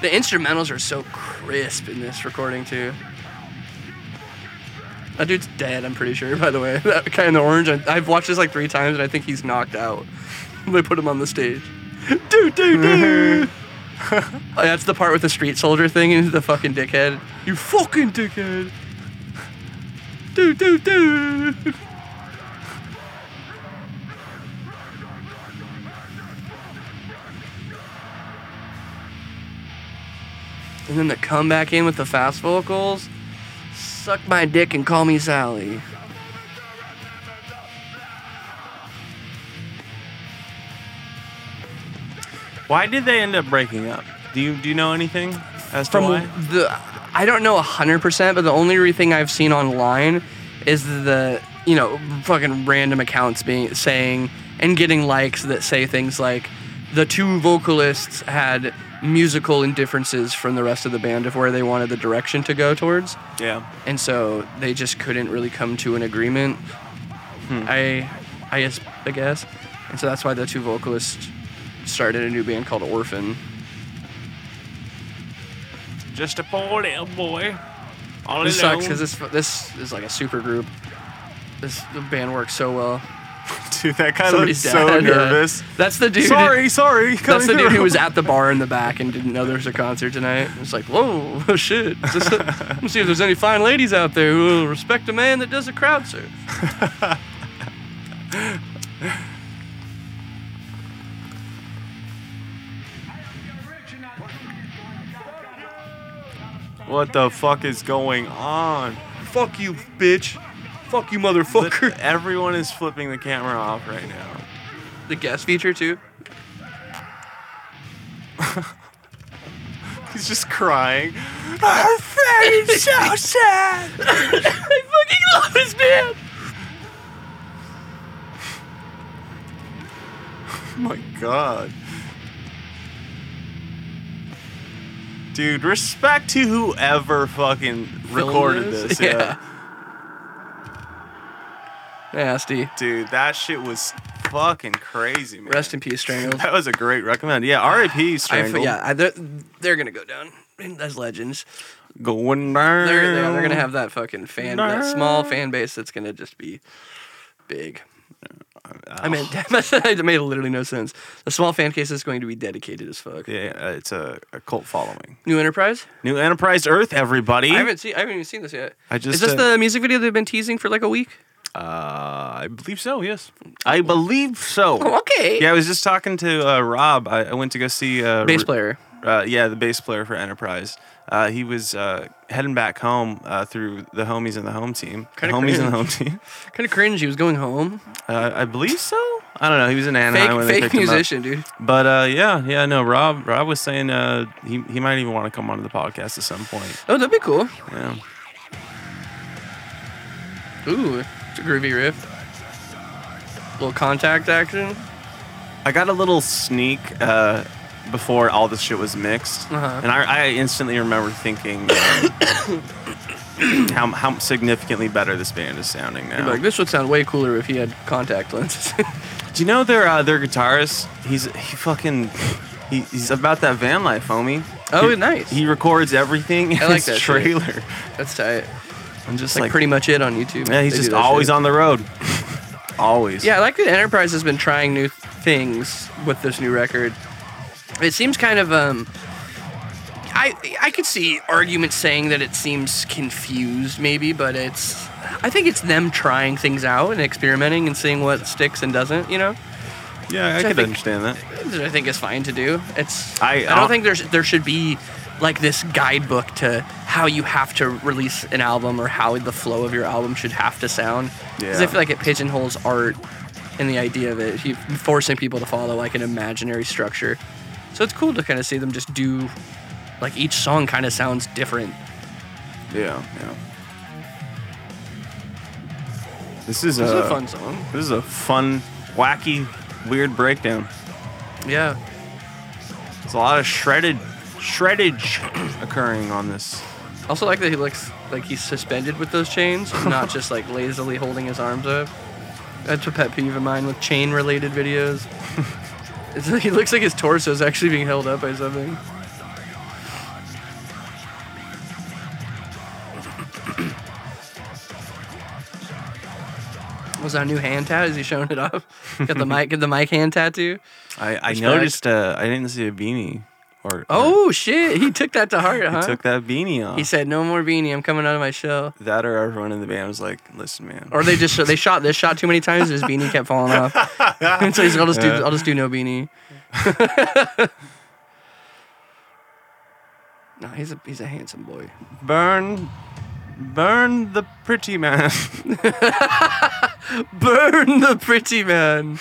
Speaker 3: The instrumentals are so crisp in this recording too. That dude's dead. I'm pretty sure. By the way, that guy in the orange. I, I've watched this like three times, and I think he's knocked out. they put him on the stage. Dude, dude, dude. oh, that's the part with the street soldier thing and the fucking dickhead. You fucking dickhead. Dude, dude, dude. And then the comeback in with the fast vocals. Suck my dick and call me Sally.
Speaker 2: Why did they end up breaking up? Do you do you know anything as to
Speaker 3: From
Speaker 2: why?
Speaker 3: the, I don't know hundred percent, but the only re- thing I've seen online is the you know fucking random accounts being saying and getting likes that say things like the two vocalists had musical indifferences from the rest of the band of where they wanted the direction to go towards.
Speaker 2: Yeah.
Speaker 3: and so they just couldn't really come to an agreement. I, I guess, I guess, and so that's why the two vocalists started a new band called Orphan.
Speaker 2: Just a poor little boy. All
Speaker 3: This sucks because this this is like a super group. This the band works so well.
Speaker 2: dude, that guy looks
Speaker 3: Somebody's
Speaker 2: so
Speaker 3: dad, yeah.
Speaker 2: nervous.
Speaker 3: That's the dude.
Speaker 2: Sorry, sorry.
Speaker 3: That's
Speaker 2: coming
Speaker 3: the dude who
Speaker 2: through.
Speaker 3: was at the bar in the back and didn't know there was a concert tonight. It's like, whoa, shit. Is this a- let me see if there's any fine ladies out there who will respect a man that does a crowd surf.
Speaker 2: What the fuck is going on?
Speaker 3: Fuck you, bitch. Fuck you,
Speaker 2: Flip-
Speaker 3: motherfucker.
Speaker 2: Everyone is flipping the camera off right now.
Speaker 3: The guest feature too.
Speaker 2: He's just crying. I'm feeling so sad.
Speaker 3: I fucking love this band.
Speaker 2: Oh my god. Dude, respect to whoever fucking recorded
Speaker 3: Filmed
Speaker 2: this. Yeah.
Speaker 3: Nasty.
Speaker 2: Dude, that shit was fucking crazy, man.
Speaker 3: Rest in peace, Strangled.
Speaker 2: That was a great recommend. Yeah, R.I.P.
Speaker 3: I f-
Speaker 2: Strangle.
Speaker 3: yeah, I, they're, they're gonna go down as legends.
Speaker 2: Going down.
Speaker 3: They're, yeah, they're gonna have that fucking fan, that small fan base that's gonna just be big. I mean,
Speaker 2: oh.
Speaker 3: that made literally no sense. The small fan case is going to be dedicated as fuck.
Speaker 2: Yeah, uh, it's a, a cult following.
Speaker 3: New Enterprise?
Speaker 2: New Enterprise Earth, everybody.
Speaker 3: I haven't seen. I haven't even seen this yet.
Speaker 2: I just,
Speaker 3: is this
Speaker 2: uh,
Speaker 3: the music video they've been teasing for like a week?
Speaker 2: Uh, I believe so. Yes, I believe so.
Speaker 3: Oh, okay.
Speaker 2: Yeah, I was just talking to uh, Rob. I, I went to go see uh,
Speaker 3: Bass
Speaker 2: Ru-
Speaker 3: player.
Speaker 2: Uh, yeah, the bass player for Enterprise. Uh, he was uh, heading back home uh, through the homies and the home team.
Speaker 3: Kinda
Speaker 2: homies and the
Speaker 3: cringe.
Speaker 2: home team.
Speaker 3: Kind of cringe. He was going home.
Speaker 2: Uh, I believe so. I don't know. He was in Anaheim
Speaker 3: Fake,
Speaker 2: when they
Speaker 3: fake
Speaker 2: picked him up.
Speaker 3: musician, dude.
Speaker 2: But uh, yeah, yeah, no. Rob, Rob was saying uh, he he might even want to come onto the podcast at some point.
Speaker 3: Oh, that'd be cool.
Speaker 2: Yeah.
Speaker 3: Ooh, it's a groovy riff. Little contact action.
Speaker 2: I got a little sneak uh, before all this shit was mixed,
Speaker 3: Uh-huh.
Speaker 2: and I, I instantly remember thinking um, how, how significantly better this band is sounding now.
Speaker 3: Like this would sound way cooler if he had contact lenses.
Speaker 2: Do you know their uh, their guitarist? He's he fucking he, he's about that van life, homie.
Speaker 3: Oh,
Speaker 2: he,
Speaker 3: nice.
Speaker 2: He records everything in
Speaker 3: like
Speaker 2: his
Speaker 3: that shit.
Speaker 2: trailer.
Speaker 3: That's tight.
Speaker 2: I'm just
Speaker 3: It's like, pretty much it on YouTube.
Speaker 2: Yeah, he's
Speaker 3: They do
Speaker 2: just
Speaker 3: that
Speaker 2: always
Speaker 3: shit.
Speaker 2: on the road. always.
Speaker 3: Yeah, I like that Enterprise has been trying new things with this new record. It seems kind of um I I could see arguments saying that it seems confused maybe, but it's I think it's them trying things out and experimenting and seeing what sticks and doesn't, you know?
Speaker 2: Yeah, I
Speaker 3: Which I
Speaker 2: could
Speaker 3: think-
Speaker 2: understand that.
Speaker 3: Which I think is fine to do. It's
Speaker 2: I-
Speaker 3: I,
Speaker 2: I'll-
Speaker 3: don't think there's there should be like this guidebook to how you have to release an album or how the flow of your album should have to sound. Because
Speaker 2: Yeah.
Speaker 3: I feel like it pigeonholes art and the idea of it, you- forcing people to follow like an imaginary structure. So it's cool to kind of see them just do like each song kind of sounds different.
Speaker 2: Yeah, yeah. This is,
Speaker 3: This
Speaker 2: a,
Speaker 3: is a fun song.
Speaker 2: This is a fun, wacky, weird breakdown.
Speaker 3: Yeah.
Speaker 2: There's a lot of shredded, shreddage occurring on this.
Speaker 3: Also like that he looks like he's suspended with those chains, not just like lazily holding his arms up. That's a pet peeve of mine with chain related videos. it's like he looks like his torso is actually being held up by something. Was that a new hand tat? Is he showing it off? Got the mic, got the mic hand tattoo.
Speaker 2: I, I
Speaker 3: Respect.
Speaker 2: noticed. Uh, I didn't see a beanie. Or or
Speaker 3: Oh shit! He took that to heart,
Speaker 2: he
Speaker 3: huh?
Speaker 2: took that beanie off.
Speaker 3: he said, "No more beanie. I'm coming out of my shell."
Speaker 2: that, or everyone in the band was like, "Listen, man."
Speaker 3: Or they just they shot this shot too many times and his beanie kept falling off. and so he's like, I'll just do I'll just do no beanie. no, he's a he's a handsome boy.
Speaker 2: burn, burn the pretty man.
Speaker 3: Burn the pretty man.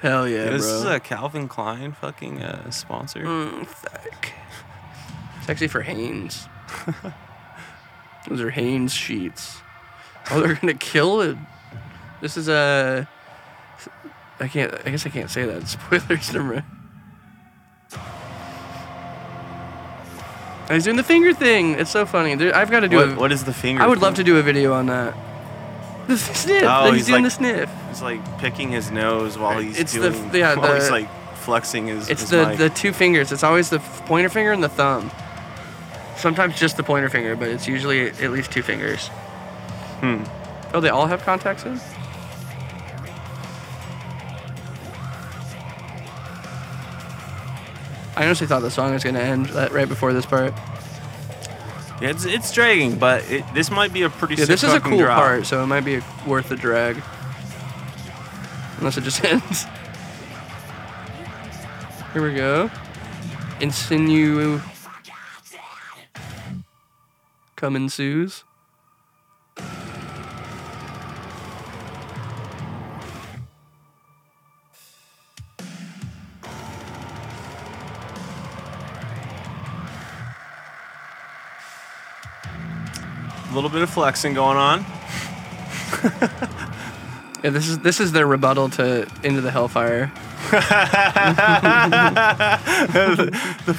Speaker 3: Hell yeah,
Speaker 2: this is
Speaker 3: bro.
Speaker 2: a Calvin Klein fucking uh, sponsor.
Speaker 3: Mm, fuck. It's actually for Hanes. Those are Hanes sheets. Oh, they're gonna kill it. This is a. I can't. I guess I can't say that. Spoilers, never mind. I was doing the finger thing. It's so funny. There- I've got to do
Speaker 2: What,
Speaker 3: a-
Speaker 2: what is the finger?
Speaker 3: I would love to do a video on that. The sniff.
Speaker 2: Oh,
Speaker 3: he's,
Speaker 2: he's
Speaker 3: doing
Speaker 2: like-
Speaker 3: the sniff.
Speaker 2: He's like picking his nose while he's
Speaker 3: It's the-
Speaker 2: doing.
Speaker 3: yeah,
Speaker 2: while
Speaker 3: the-
Speaker 2: he's like flexing his.
Speaker 3: It's
Speaker 2: his
Speaker 3: the,
Speaker 2: mic.
Speaker 3: the two fingers. It's always the f- pointer finger and the thumb. Sometimes just the pointer finger, but it's usually at least two fingers. Hmm. Oh, they all have contacts in? I honestly thought the song was going to end that right before this part.
Speaker 2: Yeah, it's it's dragging, but it, this might be a pretty.
Speaker 3: Yeah,
Speaker 2: sick
Speaker 3: this is a
Speaker 2: fucking
Speaker 3: cool
Speaker 2: drop.
Speaker 3: part, so it might be worth the drag. Unless it just ends. Here we go. Insinu. Come ensues.
Speaker 2: A little bit of flexing going on.
Speaker 3: Yeah, this is this is their rebuttal to Into the Hellfire.
Speaker 2: The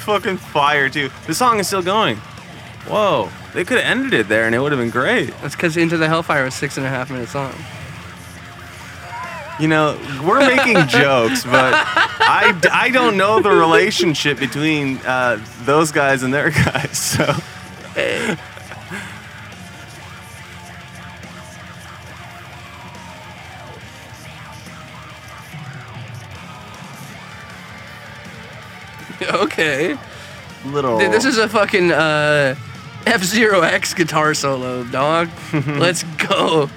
Speaker 2: fucking fire too. The song is still going. Whoa! They could have ended it there, and it would have been great.
Speaker 3: That's because Into the Hellfire was six and a half minutes long.
Speaker 2: You know, we're making jokes, but I, I don't know the relationship between uh, those guys and their guys. So
Speaker 3: okay.
Speaker 2: little.
Speaker 3: Dude, this is a fucking uh, F Zero X guitar solo, dog. Let's go.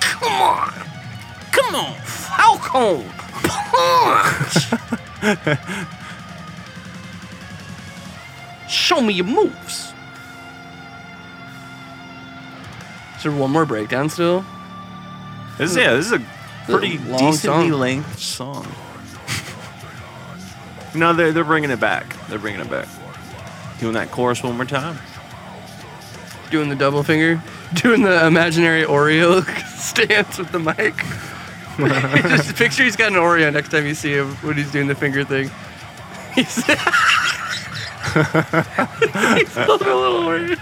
Speaker 3: Come on. Come on. Falcon. Punch. Show me your moves. Is there one more breakdown still?
Speaker 2: this is yeah. This is a pretty
Speaker 3: long
Speaker 2: decently
Speaker 3: song.
Speaker 2: length song. no, they're they're bringing it back. They're bringing it back. Doing that chorus one more time.
Speaker 3: doing the double finger, doing the imaginary Oreo stance with the mic. Just picture he's got an Oreo next time you see him when he's doing the finger thing. He's, he's holding a little Oreo.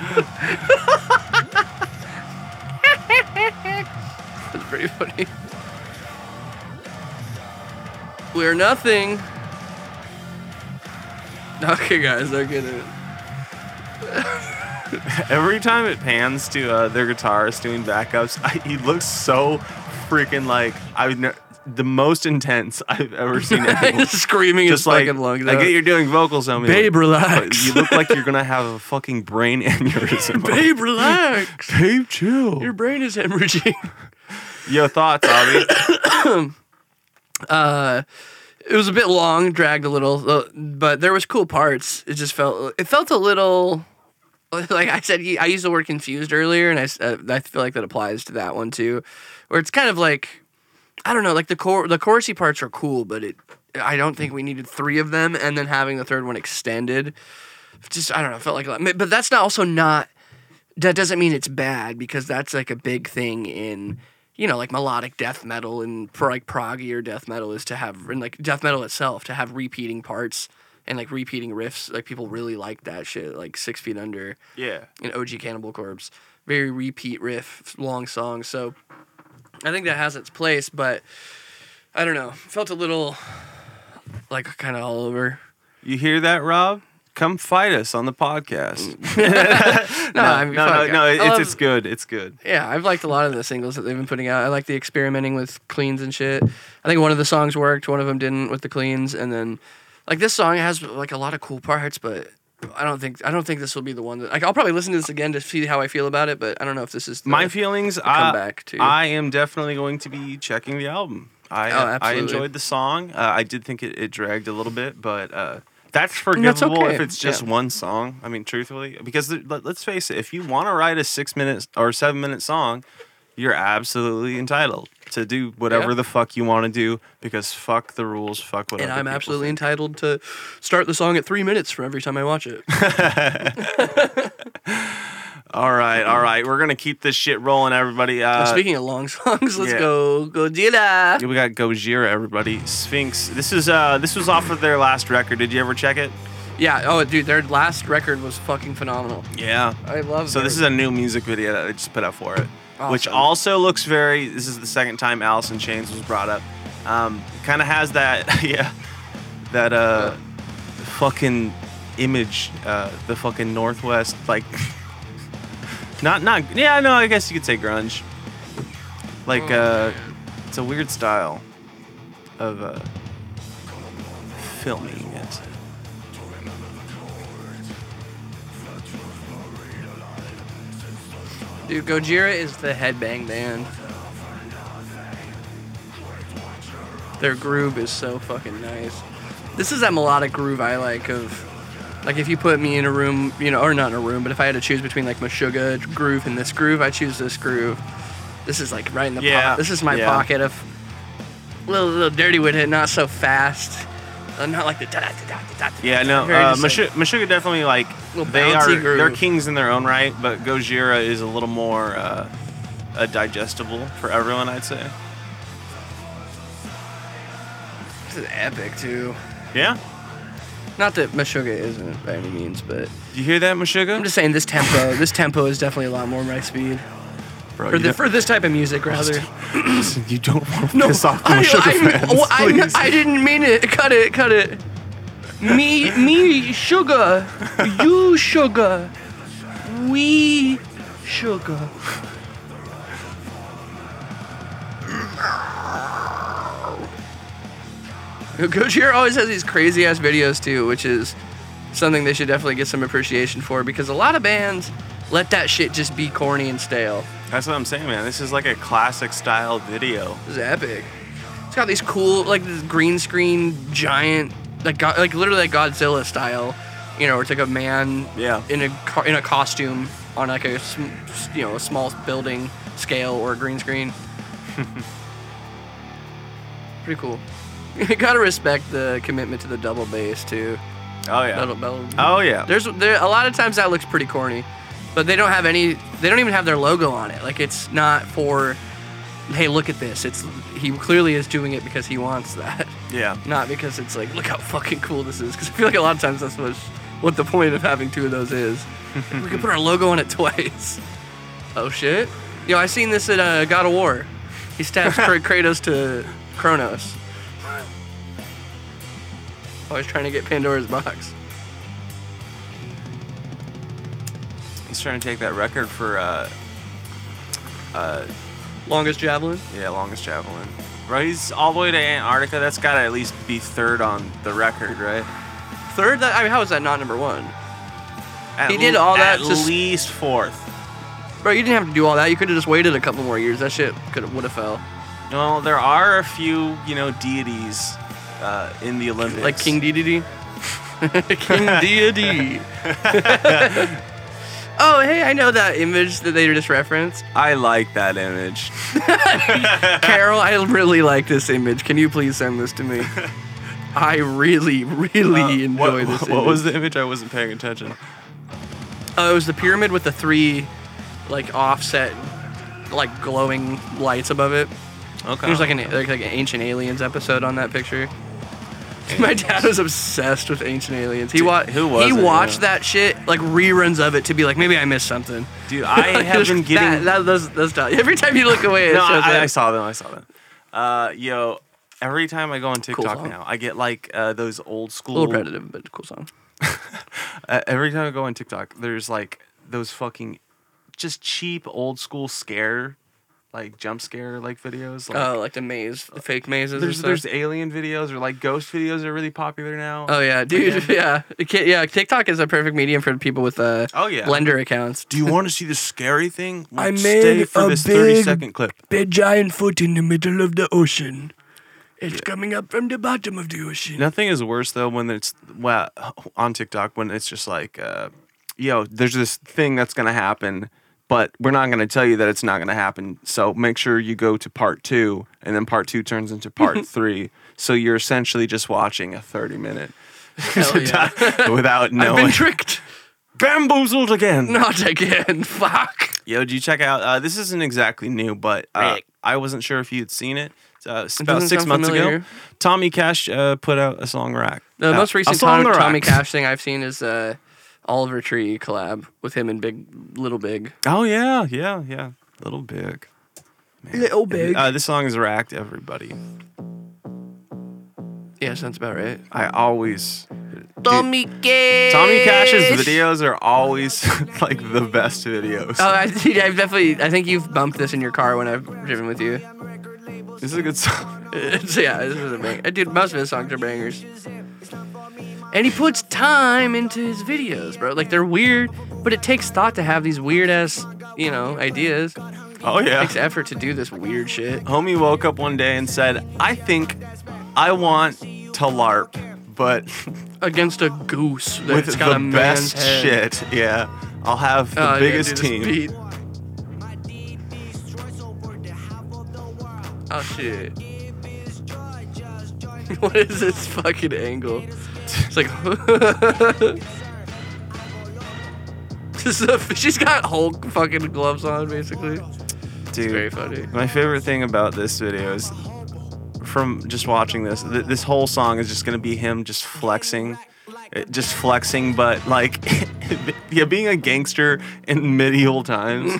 Speaker 3: That's pretty funny. We're nothing. Okay, guys, I get it.
Speaker 2: Every time it pans to uh, their guitarist doing backups, I, he looks so freaking like I would ne- the most intense I've ever seen. anyone.
Speaker 3: screaming
Speaker 2: Just
Speaker 3: his
Speaker 2: like
Speaker 3: fucking lungs
Speaker 2: I
Speaker 3: out.
Speaker 2: get you're doing vocals on me.
Speaker 3: Babe,
Speaker 2: like,
Speaker 3: relax.
Speaker 2: but You look like you're gonna have a fucking brain aneurysm.
Speaker 3: Babe, relax.
Speaker 2: babe, chill.
Speaker 3: Your brain is hemorrhaging.
Speaker 2: Your thoughts, Avi?
Speaker 3: It was a bit long, dragged a little, uh, but there was cool parts. It just felt it felt a little like I said. I used the word confused earlier, and I s- uh, I feel like that applies to that one too, where it's kind of like I don't know, like the core the chorusy parts are cool, but it I don't think we needed three of them, and then having the third one extended. Just I don't know, felt like a lot. But that's not also not that doesn't mean it's bad because that's like a big thing in you know like melodic death metal and pro, like proggier death metal is to have and like death metal itself to have repeating parts and like repeating riffs like people really like that shit like six feet under
Speaker 2: yeah.
Speaker 3: and OG Cannibal Corpse very repeat riff long songs so I think that has its place but I don't know felt a little like kind of all over
Speaker 2: You hear that, Rob? Come fight us on the podcast.
Speaker 3: no I'm
Speaker 2: no, no,
Speaker 3: fuck, Um,
Speaker 2: no.
Speaker 3: I
Speaker 2: It's
Speaker 3: love-
Speaker 2: it's good. It's good.
Speaker 3: Yeah, I've liked a lot of the singles that they've been putting out. I like the experimenting with cleans and shit. I think one of the songs worked, one of them didn't with the cleans, and then like this song has like a lot of cool parts, but I don't think I don't think this will be the one that like I'll probably listen to this again to see how I feel about it, but I don't know if this is the,
Speaker 2: My feelings. I,
Speaker 3: comeback, too.
Speaker 2: I am definitely going to be checking the album. I I
Speaker 3: Oh, absolutely.
Speaker 2: enjoyed the song. Uh, I did think it, it dragged a little bit, but uh, that's
Speaker 3: that's
Speaker 2: forgivable if
Speaker 3: okay,
Speaker 2: it's just
Speaker 3: yeah.
Speaker 2: one song. I mean, truthfully, because th- let, let's face it, if you want to write a six minute or seven minute song, you're absolutely entitled to do whatever
Speaker 3: Yeah.
Speaker 2: the fuck you want to do because fuck the rules, fuck what.
Speaker 3: and
Speaker 2: other
Speaker 3: I'm
Speaker 2: people
Speaker 3: absolutely
Speaker 2: think.
Speaker 3: entitled to start the song at three minutes for every time I watch it.
Speaker 2: Uh, All right, all right. We're gonna keep this shit rolling, everybody. Uh,
Speaker 3: Speaking of long songs, let's
Speaker 2: yeah.
Speaker 3: go Godzilla.
Speaker 2: Yeah, we got Gojira, everybody. Sphinx. This is uh, this was off of their last record. Did you ever check it?
Speaker 3: Yeah. Oh, dude, their last record was fucking phenomenal.
Speaker 2: Yeah.
Speaker 3: I love.
Speaker 2: So this is
Speaker 3: their-
Speaker 2: a new music video that they just put out for it, which
Speaker 3: Awesome.
Speaker 2: also looks very. This is the second time Alice in Chains was brought up. Um, kind of has that, yeah, that uh, fucking image, uh, the fucking Northwest, like, not not. Yeah, no, I guess you could say grunge.
Speaker 3: Oh,
Speaker 2: Like, uh, it's a weird style of uh, filming it.
Speaker 3: dude. Gojira is the headbang band. Their groove is so fucking nice. This is that melodic groove I like of. Like if you put me in a room, you know, or not in a room, but if I had to choose between like Meshuggah groove and this groove, I choose this groove. This is like right in the pocket.
Speaker 2: Yeah,
Speaker 3: This is my
Speaker 2: yeah.
Speaker 3: pocket of little little dirty with it, not so fast, uh, not like the da da da da da.
Speaker 2: Yeah, no.
Speaker 3: Very
Speaker 2: Uh,
Speaker 3: just, like-
Speaker 2: Meshuggah definitely like
Speaker 3: Little
Speaker 2: they are
Speaker 3: bouncy groove.
Speaker 2: they're kings in their own right, but Gojira is a little more uh, uh, digestible for everyone, I'd say.
Speaker 3: This is epic too.
Speaker 2: Yeah,
Speaker 3: Not that Meshuggah isn't by any means, but
Speaker 2: you hear that, Meshuggah?
Speaker 3: I'm just saying this tempo. this tempo is definitely a lot more my speed
Speaker 2: Bro,
Speaker 3: for,
Speaker 2: you
Speaker 3: the,
Speaker 2: don't-
Speaker 3: for this type of music, rather.
Speaker 2: listen, you don't want to piss off the
Speaker 3: I,
Speaker 2: Meshuggah
Speaker 3: I-
Speaker 2: fans,
Speaker 3: well, I-
Speaker 2: please.
Speaker 3: I didn't mean it. Cut it. Cut it. Me, me, sugar. You, sugar. We, sugar. Gojira always has these crazy ass videos too, which is something they should definitely get some appreciation for because a lot of bands let that shit just be corny and stale.
Speaker 2: That's what I'm saying, man. This is like a classic style video.
Speaker 3: This is epic. It's got these cool, like this green screen giant, like go- like literally like Godzilla style, you know, where it's like a man
Speaker 2: Yeah.
Speaker 3: in a co- in a costume on like a sm- s- you know a small building scale or a green screen. Pretty cool. You gotta respect the commitment to the double bass too.
Speaker 2: Oh yeah.
Speaker 3: That'll- that'll-
Speaker 2: Oh yeah.
Speaker 3: There's there a lot of times that looks pretty corny, but they don't have any. They don't even have their logo on it. Like it's not for. Hey, look at this. It's he clearly is doing it because he wants that,
Speaker 2: yeah.
Speaker 3: not because it's like look how fucking cool this is. Because I feel like a lot of times that's what what the point of having two of those is. we could put our logo on it twice. Oh shit! Yo, I seen this at uh, God of War. He stabs Kra- Kratos to Kronos. Always trying to get Pandora's box.
Speaker 2: He's trying to take that record for uh, uh,
Speaker 3: Longest javelin.
Speaker 2: Yeah, longest javelin. Bro, he's all the way to Antarctica. That's gotta at least be third on the record, right?
Speaker 3: Third. That I mean, how is that not number one?
Speaker 2: At
Speaker 3: He did all that
Speaker 2: At
Speaker 3: to s-
Speaker 2: least fourth.
Speaker 3: Bro, you didn't have to do all that. You could have just waited a couple more years. That shit could would have fell.
Speaker 2: No, there are a few, you know, deities uh, in the Olympics.
Speaker 3: Like King DDD. King DDD. oh, hey, I know that image that they just referenced.
Speaker 2: I like that image.
Speaker 3: Carol, I really like this image. Can you please send this to me? I really, really
Speaker 2: Uh,
Speaker 3: enjoy
Speaker 2: what,
Speaker 3: this.
Speaker 2: What
Speaker 3: image.
Speaker 2: was the image? I wasn't paying attention.
Speaker 3: Oh, it was the pyramid with the three, like offset, like glowing lights above it.
Speaker 2: Okay.
Speaker 3: There's like an like, like an ancient aliens episode on that picture. My dad was obsessed with ancient aliens. He
Speaker 2: Dude,
Speaker 3: watched.
Speaker 2: who was
Speaker 3: He
Speaker 2: it,
Speaker 3: watched
Speaker 2: yeah?
Speaker 3: that shit like reruns of it to be like maybe I missed something.
Speaker 2: dude. I
Speaker 3: Like,
Speaker 2: have
Speaker 3: just
Speaker 2: been getting.
Speaker 3: that, that, those, those times. Every time you look away, it
Speaker 2: no,
Speaker 3: shows
Speaker 2: I, I
Speaker 3: that.
Speaker 2: saw them. I saw them. Uh, yo, every time I go on TikTok
Speaker 3: song.
Speaker 2: now, I get like uh, those old
Speaker 3: a
Speaker 2: school.
Speaker 3: little repetitive, but cool song.
Speaker 2: Uh, every time I go on TikTok, there's like those fucking just cheap old school scare, like jump scare like videos. Like,
Speaker 3: Oh, like the maze, the fake mazes.
Speaker 2: there's
Speaker 3: and
Speaker 2: there's
Speaker 3: stuff.
Speaker 2: alien videos or like ghost videos are really popular now.
Speaker 3: Oh yeah, dude.
Speaker 2: Again.
Speaker 3: Yeah, It ca- yeah. TikTok is a perfect medium for people with uh
Speaker 2: Oh, yeah.
Speaker 3: Blender accounts.
Speaker 2: Do you want to see the scary thing? Well,
Speaker 3: I
Speaker 2: Stay
Speaker 3: made
Speaker 2: for
Speaker 3: a
Speaker 2: this
Speaker 3: big-
Speaker 2: second clip.
Speaker 3: Big giant foot in the middle of the ocean. It's coming up from the bottom of the ocean.
Speaker 2: Nothing is worse though when it's well on TikTok when it's just like, uh, yo, there's this thing that's gonna happen, but we're not gonna tell you that it's not gonna happen. So make sure you go to part two, and then part two turns into part three. So you're essentially just watching a 30 minute
Speaker 3: Hell yeah.
Speaker 2: without
Speaker 3: I've been
Speaker 2: knowing.
Speaker 3: tricked.
Speaker 2: Bamboozled again.
Speaker 3: Not again. Fuck.
Speaker 2: Yo, did you check out? Uh, this isn't exactly new, but uh,
Speaker 3: Rick.
Speaker 2: I wasn't sure if you'd seen it. It's, Uh, it's about
Speaker 3: doesn't
Speaker 2: six
Speaker 3: sound
Speaker 2: months
Speaker 3: familiar.
Speaker 2: ago, Tommy Cash uh, put out a song rack.
Speaker 3: The
Speaker 2: Uh,
Speaker 3: most
Speaker 2: a
Speaker 3: recent
Speaker 2: song
Speaker 3: Tom,
Speaker 2: rack.
Speaker 3: Tommy Cash thing I've seen is uh, Oliver Tree collab with him and Big Little Big.
Speaker 2: Oh yeah, yeah, yeah. Little big.
Speaker 3: Little
Speaker 2: Uh, this song is racked, everybody.
Speaker 3: yeah, sounds about right.
Speaker 2: I always. dude,
Speaker 3: Cash.
Speaker 2: Tommy Cash's videos are always like the best videos.
Speaker 3: Oh, I, dude, I've definitely. I think you've bumped this in your car when I've driven with you.
Speaker 2: this is a good song.
Speaker 3: so yeah, this is a banger. Uh, Dude, most of his songs are bangers. And he puts time into his videos, bro. Like they're weird, but it takes thought to have these weird ass, you know, ideas. It
Speaker 2: Oh yeah.
Speaker 3: takes effort to do this weird shit.
Speaker 2: Homie woke up one day and said, "I think I want to LARP, but
Speaker 3: Against a goose that's
Speaker 2: with
Speaker 3: got
Speaker 2: the
Speaker 3: a man's
Speaker 2: best
Speaker 3: head.
Speaker 2: shit. Yeah, I'll have the
Speaker 3: Oh, yeah,
Speaker 2: biggest
Speaker 3: dude, this
Speaker 2: team."
Speaker 3: beat. Oh shit. what is this fucking angle? It's like This is a- she's got Hulk fucking gloves on basically.
Speaker 2: Dude,
Speaker 3: Very funny.
Speaker 2: My favorite thing about this video is from just watching this, th- this whole song is just gonna be him just flexing, uh, just flexing, but like, yeah, being a gangster in medieval times.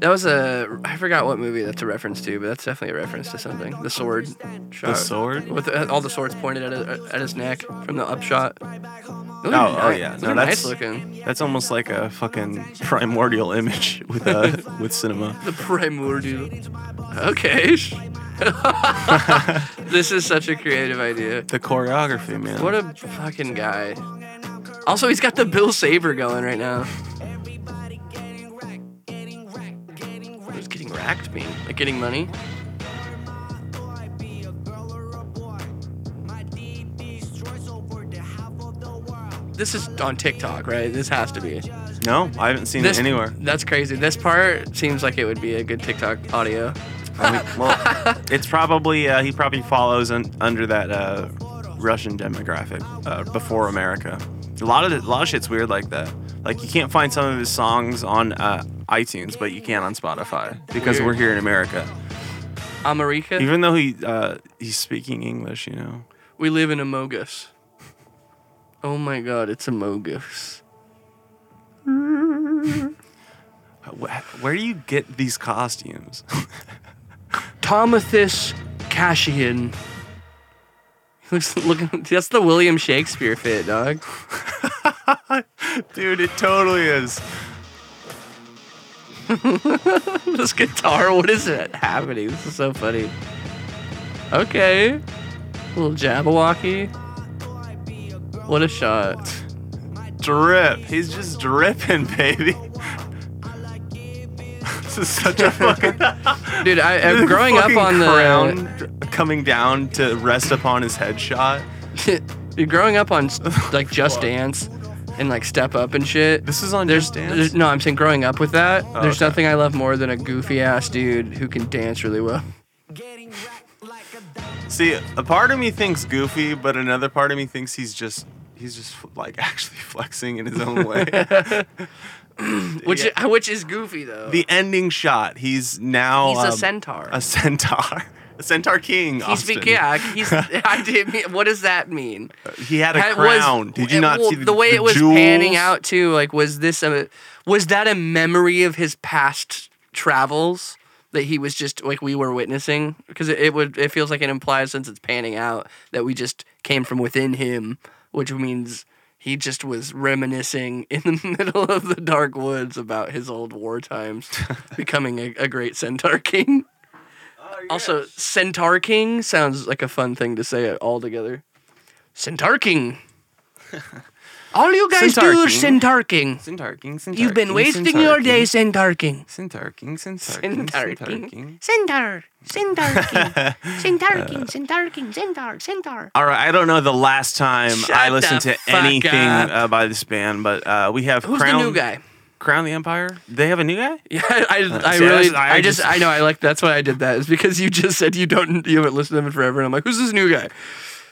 Speaker 3: That was a I forgot what movie that's a reference to, but that's definitely a reference to something. The sword. Shot.
Speaker 2: sword?
Speaker 3: With uh, all the swords pointed at, his- at his neck from the upshot. Oh,
Speaker 2: Oh, oh, yeah. No, that's-
Speaker 3: nice looking.
Speaker 2: That's almost like a fucking primordial image with uh, with cinema.
Speaker 3: The primordial. Okay. this is such a creative idea.
Speaker 2: The choreography, man.
Speaker 3: What a fucking guy. Also, he's got the Bill Saber going right now. Who's getting racked mean? Like getting money? This is on TikTok, right? This has to be.
Speaker 2: no, I haven't seen
Speaker 3: This,
Speaker 2: it anywhere.
Speaker 3: That's crazy. This part seems like it would be a good TikTok audio.
Speaker 2: I mean, well, it's probably uh, he probably follows un- under that uh, Russian demographic uh, before America. A lot of the, a lot of shit's weird like that. Like you can't find some of his songs on uh, iTunes, but you can on Spotify because
Speaker 3: Weird.
Speaker 2: we're here in America.
Speaker 3: America,
Speaker 2: Even though he uh, he's speaking English, you know.
Speaker 3: we live in Amogus. Oh my god, it's Amogus.
Speaker 2: Wh- Where do you get these costumes?
Speaker 3: Tomathus Cashian. He looks looking. That's the William Shakespeare fit, dog.
Speaker 2: Dude, it totally is.
Speaker 3: this guitar, what is it happening? This is so funny. Okay. little Jabberwocky. What a shot.
Speaker 2: Drip. He's just dripping, baby. this is such a fucking.
Speaker 3: Dude, I, I growing up
Speaker 2: fucking
Speaker 3: on the
Speaker 2: crown dr- coming down to rest upon his headshot.
Speaker 3: Dude, growing up on s- like Just Dance and like Step Up and shit.
Speaker 2: This is on
Speaker 3: there's,
Speaker 2: Just Dance? Oh,
Speaker 3: there's- no, I'm saying growing up with that, there's
Speaker 2: okay.
Speaker 3: nothing I love more than a goofy ass dude who can dance really well.
Speaker 2: See, a part of me thinks goofy, but another part of me thinks he's just he's just like actually flexing in his own way.
Speaker 3: Which
Speaker 2: Yeah.
Speaker 3: which is goofy though.
Speaker 2: the ending shot, he's now
Speaker 3: He's a
Speaker 2: um,
Speaker 3: centaur.
Speaker 2: A centaur. A centaur king.
Speaker 3: he's
Speaker 2: Austin. Uh,
Speaker 3: yeah. He's I did. mean- What does that mean?
Speaker 2: He had a
Speaker 3: It was-
Speaker 2: crown. Did you
Speaker 3: it-
Speaker 2: not
Speaker 3: well,
Speaker 2: see the,
Speaker 3: the way
Speaker 2: the
Speaker 3: it was
Speaker 2: jewels?
Speaker 3: panning out too? Like, was this a was that a memory of his past travels that he was just like we were witnessing? Because it, it would it feels like it implies since it's panning out that we just came from within him, which means he just was reminiscing in the middle of the dark woods about his old war times, becoming a, a great centaur king. Also, Centaur King sounds like a fun thing to say all together. Centaur King. all you guys
Speaker 2: Centaur
Speaker 3: do
Speaker 2: King.
Speaker 3: is Centaur King.
Speaker 2: Centaur king. Centaur
Speaker 3: You've been
Speaker 2: king,
Speaker 3: wasting
Speaker 2: centaur
Speaker 3: your
Speaker 2: king.
Speaker 3: days, Centaur King.
Speaker 2: Centaur king. Centaur king.
Speaker 3: Centaur
Speaker 2: Centaur
Speaker 3: King.
Speaker 2: king.
Speaker 6: Centaur, Centaur King, Centaur King, Centaur King, Centaur, Centaur.
Speaker 2: All right, I don't know the last time
Speaker 3: Shut
Speaker 2: I listened
Speaker 3: the
Speaker 2: to
Speaker 3: fuck
Speaker 2: anything
Speaker 3: up.
Speaker 2: uh, by this band, but uh, we have
Speaker 3: Who's
Speaker 2: Crown
Speaker 3: the new guy?
Speaker 2: Crown the Empire. They have a new guy.
Speaker 3: Yeah, I, I,
Speaker 2: see,
Speaker 3: really,
Speaker 2: that's- I
Speaker 3: I, just,
Speaker 2: just-
Speaker 3: I know, I like. That's why I did that. Is because you just said you don't, you haven't listened to them in forever, and I'm like, who's this new guy?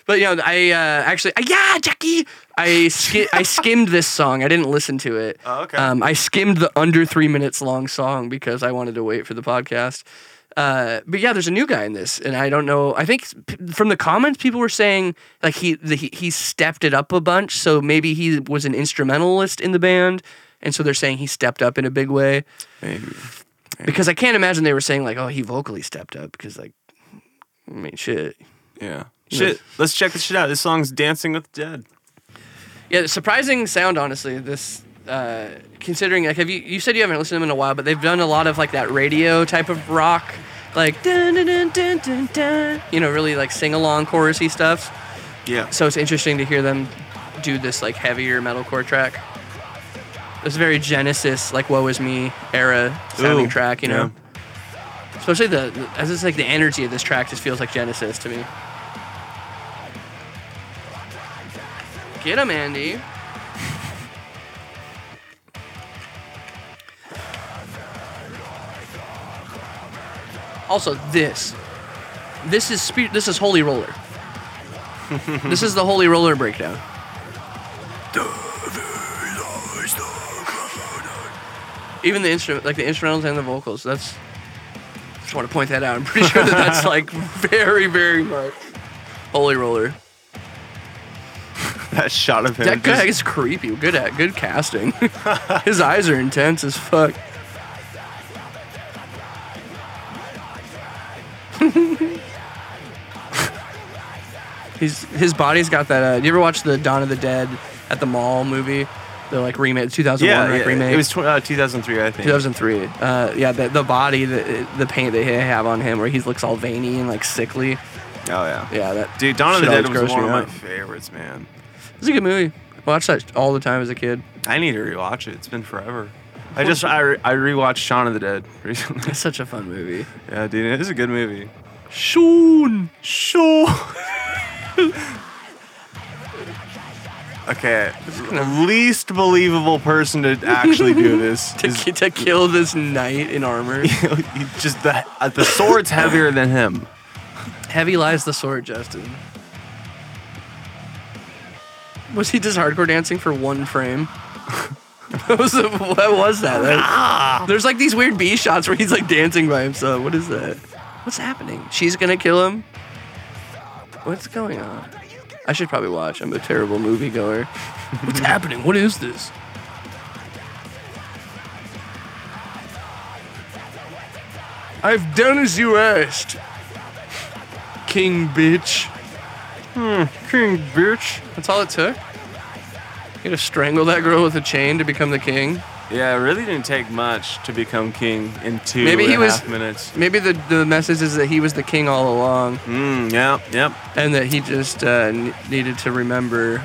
Speaker 3: But you know, I uh, actually, uh, yeah, Jackie, I ski- I skimmed this song. I didn't listen to it.
Speaker 2: Oh, okay.
Speaker 3: Um, I skimmed the under three minutes long song because I wanted to wait for the podcast. Uh, but yeah, there's a new guy in this, and I don't know. I think p- from the comments, people were saying like he the, he he stepped it up a bunch, so maybe he was an instrumentalist in the band, and so they're saying he stepped up in a big way
Speaker 2: Maybe.
Speaker 3: because I can't imagine they were saying like, "Oh, he vocally stepped up," because like, I mean, shit.
Speaker 2: Yeah. Shit. Let's check this shit out. This song's "Dancing with the Dead."
Speaker 3: Yeah, surprising sound, honestly. This uh, considering like, have you you said you haven't listened to them in a while, but they've done a lot of like that radio type of rock, like dun, dun, dun, dun, dun, dun, you know, really like sing along chorusy stuff.
Speaker 2: Yeah.
Speaker 3: So it's interesting to hear them do this like heavier metalcore track. It's very Genesis, like "Woe Is Me" era sounding
Speaker 2: Ooh,
Speaker 3: track, you know.
Speaker 2: yeah.
Speaker 3: Especially the, the as it's like the energy of this track just feels like Genesis to me. Get him, Andy. Also, this, this is spe- this is Holy Roller. this is the Holy Roller breakdown. Even the instrument, like the instrumentals and the vocals. That's just want to point that out. I'm pretty sure that that's like very, very much Holy Roller.
Speaker 2: That shot of him.
Speaker 3: That
Speaker 2: just-
Speaker 3: guy is creepy. Good at good casting. His eyes are intense as fuck. He's his body's got that. Uh, you ever watch the Dawn of the Dead at the mall movie? The like remake, 2001
Speaker 2: yeah,
Speaker 3: like,
Speaker 2: yeah,
Speaker 3: remake.
Speaker 2: It was tw- uh, 2003, I think.
Speaker 3: 2003. Uh, yeah, the, the body, the, the paint they have on him, where he looks all veiny and like sickly.
Speaker 2: Oh yeah.
Speaker 3: Yeah, that
Speaker 2: Dude, Dawn of
Speaker 3: shit
Speaker 2: the Dead
Speaker 3: always
Speaker 2: was
Speaker 3: grossed
Speaker 2: one of
Speaker 3: me
Speaker 2: my
Speaker 3: out.
Speaker 2: favorites, man.
Speaker 3: It's a good movie. Watch that all the time as a kid.
Speaker 2: I need to rewatch it. It's been forever. I just I, re- I rewatched Shaun of the Dead recently.
Speaker 3: It's such a fun movie.
Speaker 2: yeah, dude, it is a good movie.
Speaker 3: Sean.
Speaker 2: Sure. okay, the least believable person to actually do this
Speaker 3: To,
Speaker 2: is
Speaker 3: ki- to kill this knight in armor.
Speaker 2: you- just the uh, the sword's heavier than him.
Speaker 3: Heavy lies the sword, Justin. Was he just hardcore dancing for one frame? what, was the, what was that? That- There's like these weird B shots where he's like dancing by himself. What is that? What's happening? She's gonna kill him? What's going on? I should probably watch. I'm a terrible moviegoer. What's happening? What is this? I've done as you asked. King bitch.
Speaker 2: King bitch.
Speaker 3: That's all it took? You gotta strangle that girl with a chain to become the king?
Speaker 2: Yeah, it really didn't take much to become king in two
Speaker 3: Maybe he
Speaker 2: and a
Speaker 3: was-
Speaker 2: half minutes.
Speaker 3: Maybe the, the message is that he was the king all along
Speaker 2: Mm, yep, yep.
Speaker 3: and that he just uh, n- needed to remember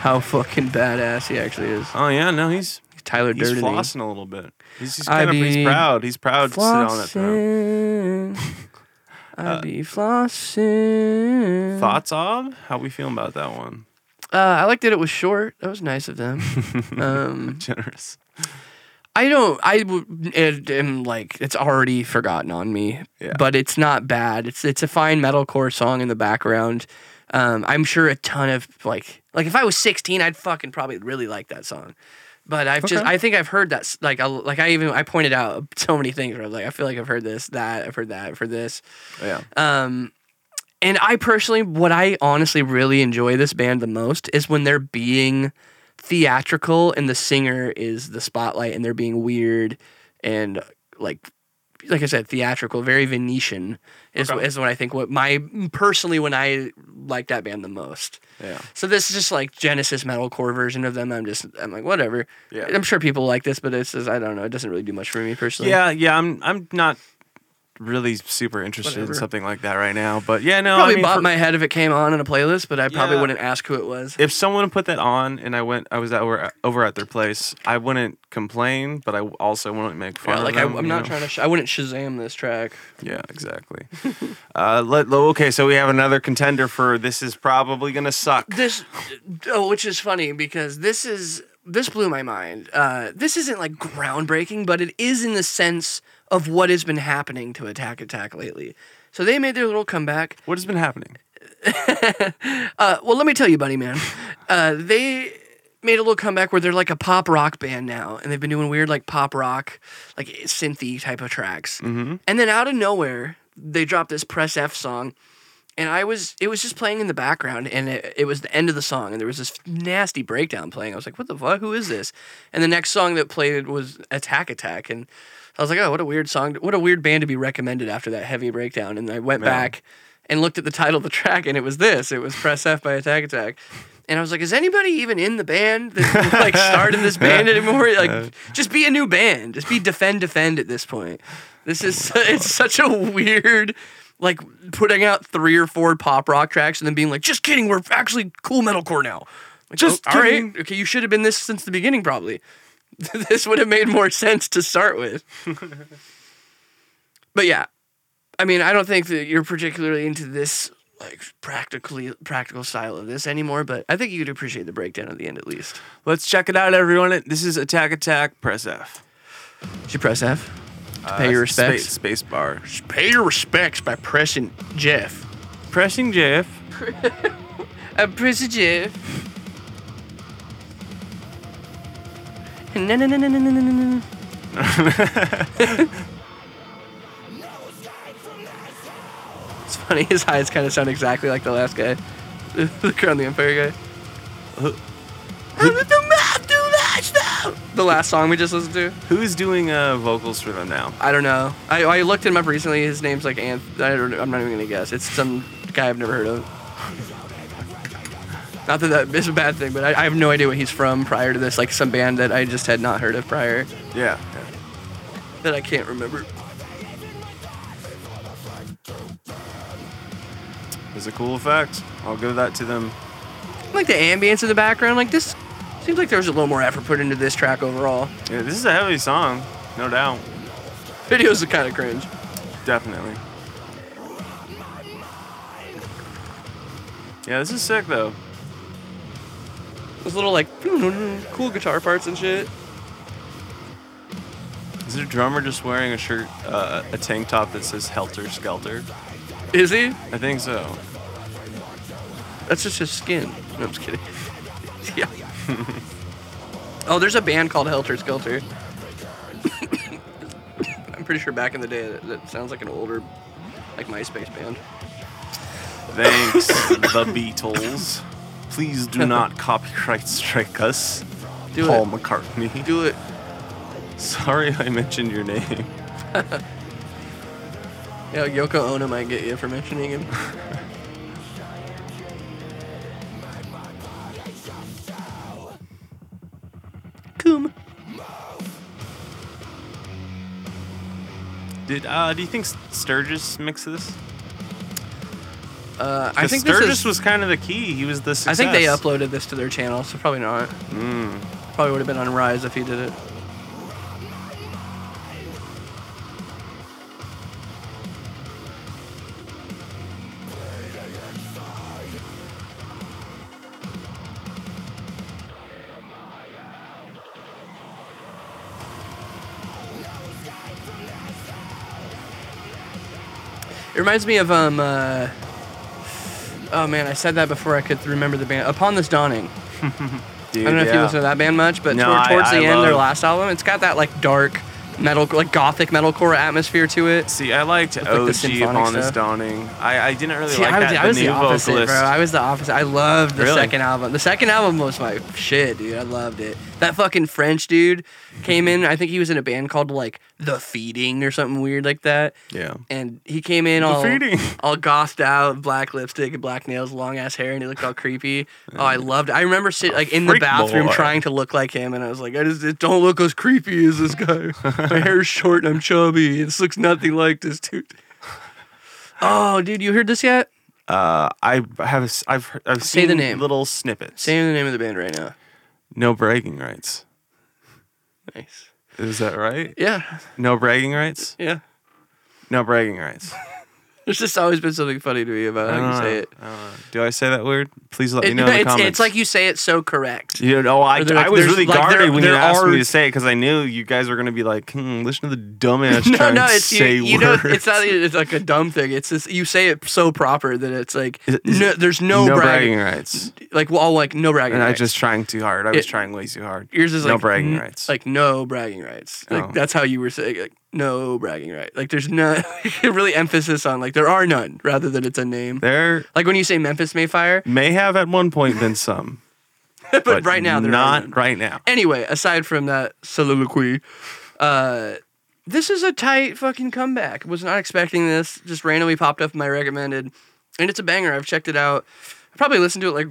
Speaker 3: how fucking badass he actually is.
Speaker 2: Oh yeah, no, he's
Speaker 3: Tyler
Speaker 2: he's
Speaker 3: Durden.
Speaker 2: flossing a little bit. He's, he's
Speaker 3: I
Speaker 2: kind of he's
Speaker 3: be
Speaker 2: proud. He's proud to sit on that throne.
Speaker 3: flossing. I be flossing.
Speaker 2: Thoughts, Ob? How we feeling about that one?
Speaker 3: Uh, I liked that it was short. That was nice of them.
Speaker 2: Mm-hmm.
Speaker 3: um,
Speaker 2: Generous.
Speaker 3: I don't. I w- it- am like it's already forgotten on me.
Speaker 2: Yeah.
Speaker 3: But it's not bad. It's it's a fine metalcore song in the background. Um, I'm sure a ton of like like if I was 16, I'd fucking probably really like that song. But I've just
Speaker 2: Okay.
Speaker 3: I think I've heard that s- like I, like I even I pointed out so many things where I was like I feel like I've heard this that I've heard that I've heard this.
Speaker 2: Yeah.
Speaker 3: Um, and I personally, what I honestly really enjoy this band the most is when they're being theatrical and the singer is the spotlight and they're being weird and like, like I said, theatrical, very Venetian is,
Speaker 2: Okay.
Speaker 3: is what I think what my personally when I like that band the most.
Speaker 2: Yeah.
Speaker 3: So this is just like Genesis metalcore version of them. I'm just I'm like whatever.
Speaker 2: Yeah.
Speaker 3: I'm sure people like this, but it's just I don't know. It doesn't really do much for me personally.
Speaker 2: Yeah, yeah. I'm I'm not really super interested
Speaker 3: Whatever.
Speaker 2: in something like that right now. But yeah, no.
Speaker 3: probably
Speaker 2: I mean,
Speaker 3: bought
Speaker 2: for-
Speaker 3: my head if it came on in a playlist, but I probably
Speaker 2: Yeah.
Speaker 3: wouldn't ask who it was.
Speaker 2: If someone put that on and I went, I was over over at their place, I wouldn't complain, but I also wouldn't make fun.
Speaker 3: Yeah,
Speaker 2: of
Speaker 3: like
Speaker 2: them,
Speaker 3: I, I'm
Speaker 2: you
Speaker 3: not
Speaker 2: know?
Speaker 3: trying to. Sh- I wouldn't Shazam this track.
Speaker 2: Yeah, exactly. uh, let, lo- okay, so we have another contender for this is probably gonna suck.
Speaker 3: This, oh, which is funny because this is this blew my mind. Uh, this isn't like groundbreaking, but it is in the sense of what has been happening to Attack Attack lately. So they made their little comeback.
Speaker 2: What has been happening?
Speaker 3: Uh, well, let me tell you, buddy man. Uh, they made a little comeback where they're like a pop rock band now, and they've been doing weird like pop rock, like synthy type of tracks. Mm-hmm. And then out of nowhere, they dropped this Press F song, and I was it was just playing in the background, and it, it was the end of the song, and there was this nasty breakdown playing. I was like, "What the fuck? Who is this?" And the next song that played was Attack Attack, and I was like, "Oh, what a weird song! What a weird band to be recommended after that heavy breakdown." And I went back and looked at the title of the track, and it was this. It was Press F by Attack Attack. And I was like, is anybody even in the band that like started this band anymore? Like, just be a new band. Just be defend defend at this point. This is it's such a weird, like putting out three or four pop rock tracks and then being like, just kidding, we're actually cool metalcore now. Like,
Speaker 2: Just
Speaker 3: "Oh, all right,
Speaker 2: kidding."
Speaker 3: okay, you should have been this since the beginning probably. this would have made more sense to start with. but yeah, I mean, I don't think that you're particularly into this like practically practical style of this anymore, but I think you'd appreciate the breakdown at the end at least.
Speaker 2: Let's check it out, everyone. This is Attack Attack. Press F. Uh,
Speaker 3: Should you press F to pay your respects?
Speaker 2: Space, space bar.
Speaker 3: Uh, Pay your respects by pressing Jeff.
Speaker 2: Pressing Jeff.
Speaker 3: I'm pressing Jeff. No, no, no, no, no, no, no, no, no. It's funny, his highs kind of sound exactly like the last guy, the Crown the Empire guy. the last song we just listened to.
Speaker 2: Who's doing uh, vocals for them now?
Speaker 3: I don't know. I, I looked him up recently. His name's like Anth. I don't, I'm not even gonna guess. It's some guy I've never heard of. Not that that is a bad thing, but I, I have no idea what he's from prior to this. Like some band that I just had not heard of prior
Speaker 2: Yeah.
Speaker 3: that I can't remember.
Speaker 2: It's a cool effect. I'll give that to them.
Speaker 3: Like the ambience in the background. Like this seems like there was a little more effort put into this track overall.
Speaker 2: Yeah, this is a heavy song, no doubt.
Speaker 3: Videos are kind of cringe.
Speaker 2: Definitely. Yeah, this is sick though.
Speaker 3: Those little like cool guitar parts and shit.
Speaker 2: Is there a drummer just wearing a shirt, uh, a tank top that says Helter Skelter?
Speaker 3: Is he?
Speaker 2: I think so.
Speaker 3: That's just his skin. No, I'm just kidding. yeah. oh, there's a band called Helter Skelter. I'm pretty sure back in the day that, that sounds like an older, like MySpace band.
Speaker 2: Thanks, the Beatles. Please do not copyright strike us,
Speaker 3: Do
Speaker 2: Paul
Speaker 3: it.
Speaker 2: McCartney.
Speaker 3: Do it.
Speaker 2: Sorry I mentioned your name.
Speaker 3: Yeah, Yoko Ono might get you for mentioning him. Coom.
Speaker 2: Did uh, do you think Sturgis mixed this?
Speaker 3: Uh, I
Speaker 2: Because
Speaker 3: think
Speaker 2: Sturgis
Speaker 3: this is,
Speaker 2: was kind of the key. He was the
Speaker 3: I
Speaker 2: success.
Speaker 3: think they uploaded this to their channel, so probably not. Probably would have been on Rise if he did it. It reminds me of um. Uh, oh man, I said that before I could remember the band. Upon this dawning.
Speaker 2: Dude,
Speaker 3: I don't know if you
Speaker 2: yeah.
Speaker 3: listen to that band much, but
Speaker 2: No,
Speaker 3: toward-
Speaker 2: I-
Speaker 3: towards
Speaker 2: I
Speaker 3: the end, their
Speaker 2: love-
Speaker 3: last album, it's got that like dark metal, like gothic metalcore atmosphere to it.
Speaker 2: See, I liked
Speaker 3: the
Speaker 2: OG
Speaker 3: symphonic
Speaker 2: Upon This
Speaker 3: stuff.
Speaker 2: Dawning. I, I didn't really
Speaker 3: See,
Speaker 2: like
Speaker 3: I was,
Speaker 2: that.
Speaker 3: I was the,
Speaker 2: new
Speaker 3: opposite,
Speaker 2: vocalist.
Speaker 3: bro. I was the opposite. I loved the
Speaker 2: Really?
Speaker 3: second album. The second album was my shit, dude. I loved it. That fucking French dude came in. I think he was in a band called like The Feeding or something weird like that.
Speaker 2: yeah.
Speaker 3: And he came in all
Speaker 2: Feeding.
Speaker 3: all gothed out, black lipstick and black nails, long ass hair, and he looked all creepy. Oh, I loved. It. I remember sit like in the
Speaker 2: Freak
Speaker 3: bathroom
Speaker 2: boy.
Speaker 3: trying to look like him, and I was like, I just it don't look as creepy as this guy. My hair's short and I'm chubby. This looks nothing like this dude. Oh, dude, you heard this yet?
Speaker 2: Uh, I have a s- I've heard, I've
Speaker 3: Say
Speaker 2: seen
Speaker 3: the name.
Speaker 2: little snippets.
Speaker 3: Say the name of the band right now.
Speaker 2: No bragging rights.
Speaker 3: Nice.
Speaker 2: Is that right?
Speaker 3: Yeah,
Speaker 2: No bragging rights.
Speaker 3: yeah.
Speaker 2: No bragging rights.
Speaker 3: There's just always been something funny to me about
Speaker 2: I
Speaker 3: how you
Speaker 2: don't
Speaker 3: say
Speaker 2: know.
Speaker 3: it.
Speaker 2: I don't know. Do I say that word? Please let
Speaker 3: It-
Speaker 2: me Uh, know in the
Speaker 3: it's,
Speaker 2: comments.
Speaker 3: it's like you say it so correct.
Speaker 2: You know, I,
Speaker 3: Or they're
Speaker 2: I
Speaker 3: like,
Speaker 2: was
Speaker 3: there's-
Speaker 2: really
Speaker 3: like,
Speaker 2: guarded
Speaker 3: there-
Speaker 2: when you
Speaker 3: there
Speaker 2: asked
Speaker 3: are-
Speaker 2: me to say it because I knew you guys were gonna be like, hmm, listen to the dumbass
Speaker 3: No,
Speaker 2: try
Speaker 3: no,
Speaker 2: and
Speaker 3: it's
Speaker 2: say
Speaker 3: you, you
Speaker 2: words.
Speaker 3: don't. It's not. even- It's like a dumb thing. It's just you say it so proper that it's like
Speaker 2: Is- is
Speaker 3: no,
Speaker 2: it-
Speaker 3: there's no,
Speaker 2: no
Speaker 3: bragging.
Speaker 2: bragging rights.
Speaker 3: Like well, like no bragging.
Speaker 2: And I
Speaker 3: rights.
Speaker 2: just trying too hard. I was
Speaker 3: It-
Speaker 2: trying way too hard.
Speaker 3: yours is
Speaker 2: no
Speaker 3: like
Speaker 2: bragging
Speaker 3: n-
Speaker 2: rights.
Speaker 3: Like no bragging rights. Like
Speaker 2: Oh.
Speaker 3: that's how you were saying like no bragging rights. Like there's no really emphasis on like there are none rather than it's a name.
Speaker 2: there
Speaker 3: Like when you say Memphis Mayfire,
Speaker 2: may have at one point been some,
Speaker 3: but,
Speaker 2: but
Speaker 3: right now there are
Speaker 2: not
Speaker 3: none.
Speaker 2: right now.
Speaker 3: anyway, aside from that soliloquy, uh, this is a tight fucking comeback. Was not expecting this. Just randomly popped up in my recommended, and it's a banger. I've checked it out. I probably listened to it like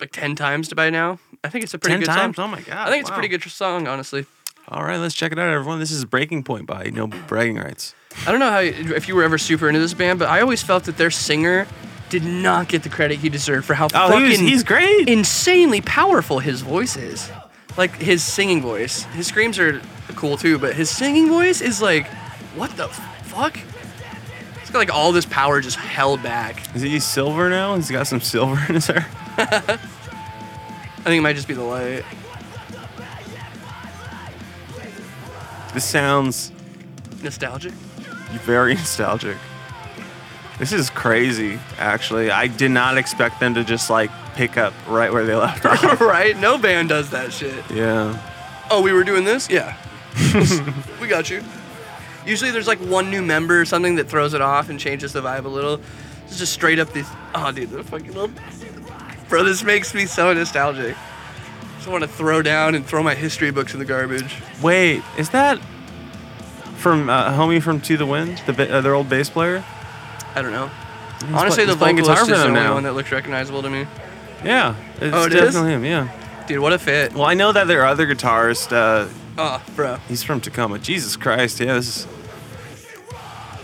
Speaker 3: like ten times by now. I think it's a pretty
Speaker 2: Ten
Speaker 3: good
Speaker 2: times.
Speaker 3: song.
Speaker 2: Oh my god!
Speaker 3: I think it's
Speaker 2: wow.
Speaker 3: a pretty good song, honestly.
Speaker 2: All right, let's check it out, everyone. This is Breaking Point by No Bragging Rights.
Speaker 3: I don't know how if you were ever super into this band, but I always felt that their singer did not get the credit he deserved for how
Speaker 2: Oh,
Speaker 3: fucking
Speaker 2: he was, he's great.
Speaker 3: insanely powerful his voice is. Like his singing voice. His screams are cool too, but his singing voice is like, what the fuck? It's got like all this power just held back.
Speaker 2: Is he silver now? He's got some silver in his hair.
Speaker 3: I think it might just be the light.
Speaker 2: This sounds
Speaker 3: Nostalgic.
Speaker 2: very nostalgic. This is crazy, actually. I did not expect them to just like pick up right where they left off.
Speaker 3: right? No band does that shit.
Speaker 2: Yeah.
Speaker 3: Oh, we were doing this? Yeah. we got you. Usually there's like one new member or something that throws it off and changes the vibe a little. It's just straight up these. Oh, dude, the fucking little. Bro, this makes me so nostalgic. Just want to throw down and throw my history books in the garbage.
Speaker 2: Wait, is that from uh, homie from To the Wind, the ba- uh, their old bass player?
Speaker 3: I don't know. Honestly,
Speaker 2: pl-
Speaker 3: the
Speaker 2: he's playing
Speaker 3: vocalist
Speaker 2: guitar
Speaker 3: is
Speaker 2: for
Speaker 3: the
Speaker 2: them
Speaker 3: only
Speaker 2: now.
Speaker 3: one that looks recognizable to me.
Speaker 2: Yeah, it's
Speaker 3: Oh, it is?
Speaker 2: definitely him. Yeah.
Speaker 3: Dude, what a fit.
Speaker 2: Well, I know that their other guitarist, uh,
Speaker 3: Oh, bro.
Speaker 2: he's from Tacoma. Jesus Christ, yeah, this is.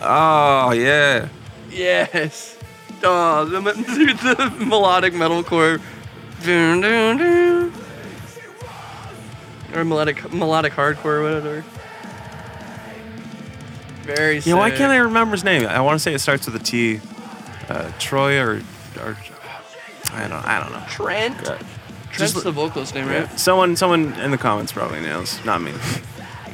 Speaker 2: Oh yeah.
Speaker 3: Yes. Oh, the, me- dude, the melodic metalcore. Dun, dun, dun. Or melodic melodic hardcore, whatever. Very sick.
Speaker 2: Yeah, why can't I remember his name? I want to say it starts with a T. Uh, Troy or, or I don't I don't know.
Speaker 3: Trent? Trent's
Speaker 2: Just-
Speaker 3: the vocalist name, right?
Speaker 2: Someone, someone in the comments probably knows, not me.
Speaker 3: Mm.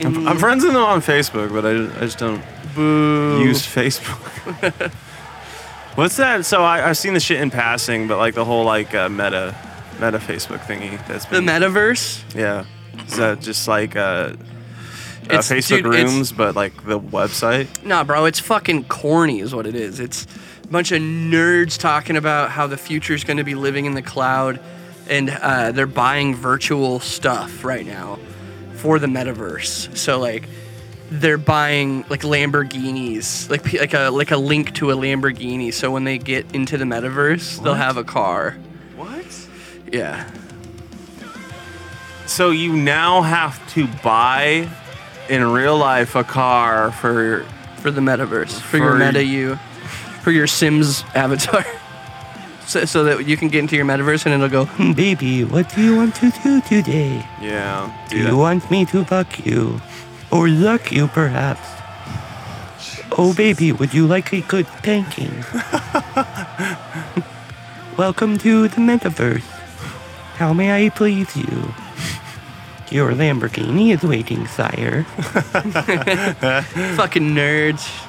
Speaker 2: I'm, I'm friends with them on Facebook, but I, ju- I just don't
Speaker 3: Boo.
Speaker 2: use Facebook. What's that? So I, I've seen the shit in passing, but like the whole like uh, meta, meta Facebook thingy that's
Speaker 3: The
Speaker 2: been
Speaker 3: metaverse?
Speaker 2: yeah. Is that just like uh, uh,
Speaker 3: It's-
Speaker 2: Facebook
Speaker 3: dude, it's-
Speaker 2: rooms, but like the website?
Speaker 3: Nah, bro, it's fucking corny, is what it is. It's a bunch of nerds talking about how the future's going to be living in the cloud, and uh, they're buying virtual stuff right now for the metaverse. So like, they're buying like Lamborghinis, like p- like a like a link to a Lamborghini. So when they get into the metaverse, they'll have a car.
Speaker 2: What?
Speaker 3: Yeah.
Speaker 2: So you now have to buy in real life a car for
Speaker 3: for the metaverse, for, your
Speaker 2: For-
Speaker 3: meta you, for your Sims avatar, so, so that you can get into your metaverse and it'll go. "Hmm,
Speaker 7: Baby, what do you want to do today?
Speaker 2: yeah.
Speaker 7: Do
Speaker 2: dude,
Speaker 7: you want me to buck you? Or luck you, perhaps? Oh, baby, would you like a good spanking? Welcome to the metaverse. How may I please you? Your Lamborghini is waiting, sire.
Speaker 3: Fucking nerds.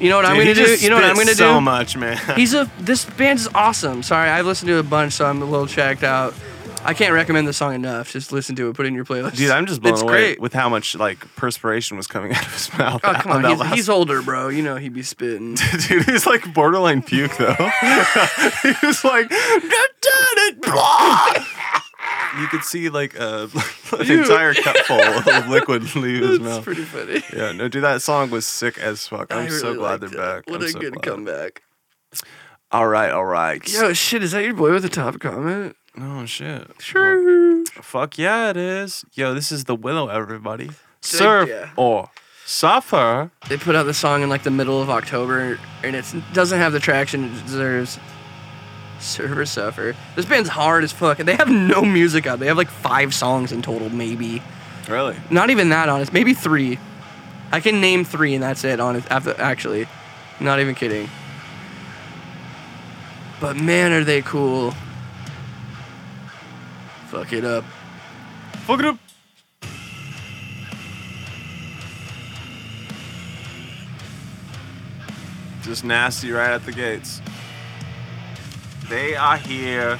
Speaker 3: You know what I'm
Speaker 2: dude, he
Speaker 3: gonna do?
Speaker 2: just
Speaker 3: You know what I'm
Speaker 2: spit
Speaker 3: gonna
Speaker 2: So
Speaker 3: do?
Speaker 2: much, man.
Speaker 3: He's a. This band is awesome. Sorry, I've listened to it a bunch, so I'm a little checked out. I can't recommend the song enough. Just listen to it. Put it in your playlist.
Speaker 2: Dude, I'm just blown
Speaker 3: it's
Speaker 2: away
Speaker 3: great.
Speaker 2: with how much like perspiration was coming out of his mouth.
Speaker 3: oh come on,
Speaker 2: that
Speaker 3: he's,
Speaker 2: last-
Speaker 3: he's older, bro. You know he'd be spitting.
Speaker 2: dude, he's like borderline puke though. he was like, you could see like a an entire cupful of liquid leave his
Speaker 3: It's
Speaker 2: mouth.
Speaker 3: pretty funny.
Speaker 2: Yeah, no, dude, that song was sick as fuck.
Speaker 3: I
Speaker 2: I'm so
Speaker 3: really
Speaker 2: glad
Speaker 3: liked
Speaker 2: they're
Speaker 3: it.
Speaker 2: back.
Speaker 3: What
Speaker 2: I'm
Speaker 3: a
Speaker 2: so
Speaker 3: good
Speaker 2: glad.
Speaker 3: comeback.
Speaker 2: All right, all right.
Speaker 3: Yo, shit, is that your boy with the top comment?
Speaker 2: Oh shit.
Speaker 3: Sure.
Speaker 2: Fuck yeah, it is. Yo, this is the Willow, everybody. Surf
Speaker 3: yeah.
Speaker 2: or suffer.
Speaker 3: They put out the song in like the middle of October, and it doesn't have the traction it deserves. Server suffer. This band's hard as fuck, and they have no music out. They have like five songs in total, maybe.
Speaker 2: Really?
Speaker 3: Not even that, honest. Maybe three. I can name three, and that's it. Honest, after, actually, not even kidding. But man, are they cool. Fuck it up.
Speaker 2: Fuck it up. Just nasty right at the gates. They are here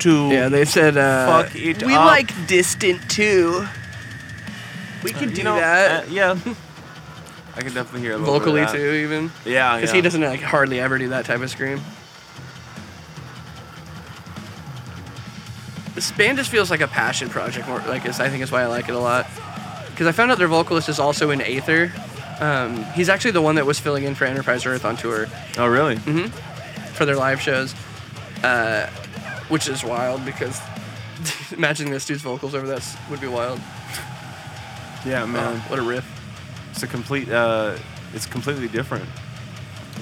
Speaker 2: to
Speaker 3: Yeah, they said. Uh,
Speaker 2: Fuck it
Speaker 3: we
Speaker 2: up.
Speaker 3: like distant too. We
Speaker 2: Uh,
Speaker 3: can
Speaker 2: you
Speaker 3: do
Speaker 2: know,
Speaker 3: that
Speaker 2: uh, yeah. I can definitely hear a little
Speaker 3: vocally
Speaker 2: bit of that.
Speaker 3: too, even
Speaker 2: Yeah,
Speaker 3: because
Speaker 2: yeah.
Speaker 3: he doesn't like hardly ever do that type of scream. This band just feels like a passion project. More, like it's, I think is why I like it a lot. Because I found out their vocalist is also in Aether. Um, he's actually the one that was filling in for Enterprise Earth on tour
Speaker 2: Oh, really?
Speaker 3: Mm-hmm. for their live shows, uh, which is wild because imagining this dude's vocals over that would be wild.
Speaker 2: Yeah, man.
Speaker 3: Man, what a riff.
Speaker 2: It's a complete. Uh, it's completely different.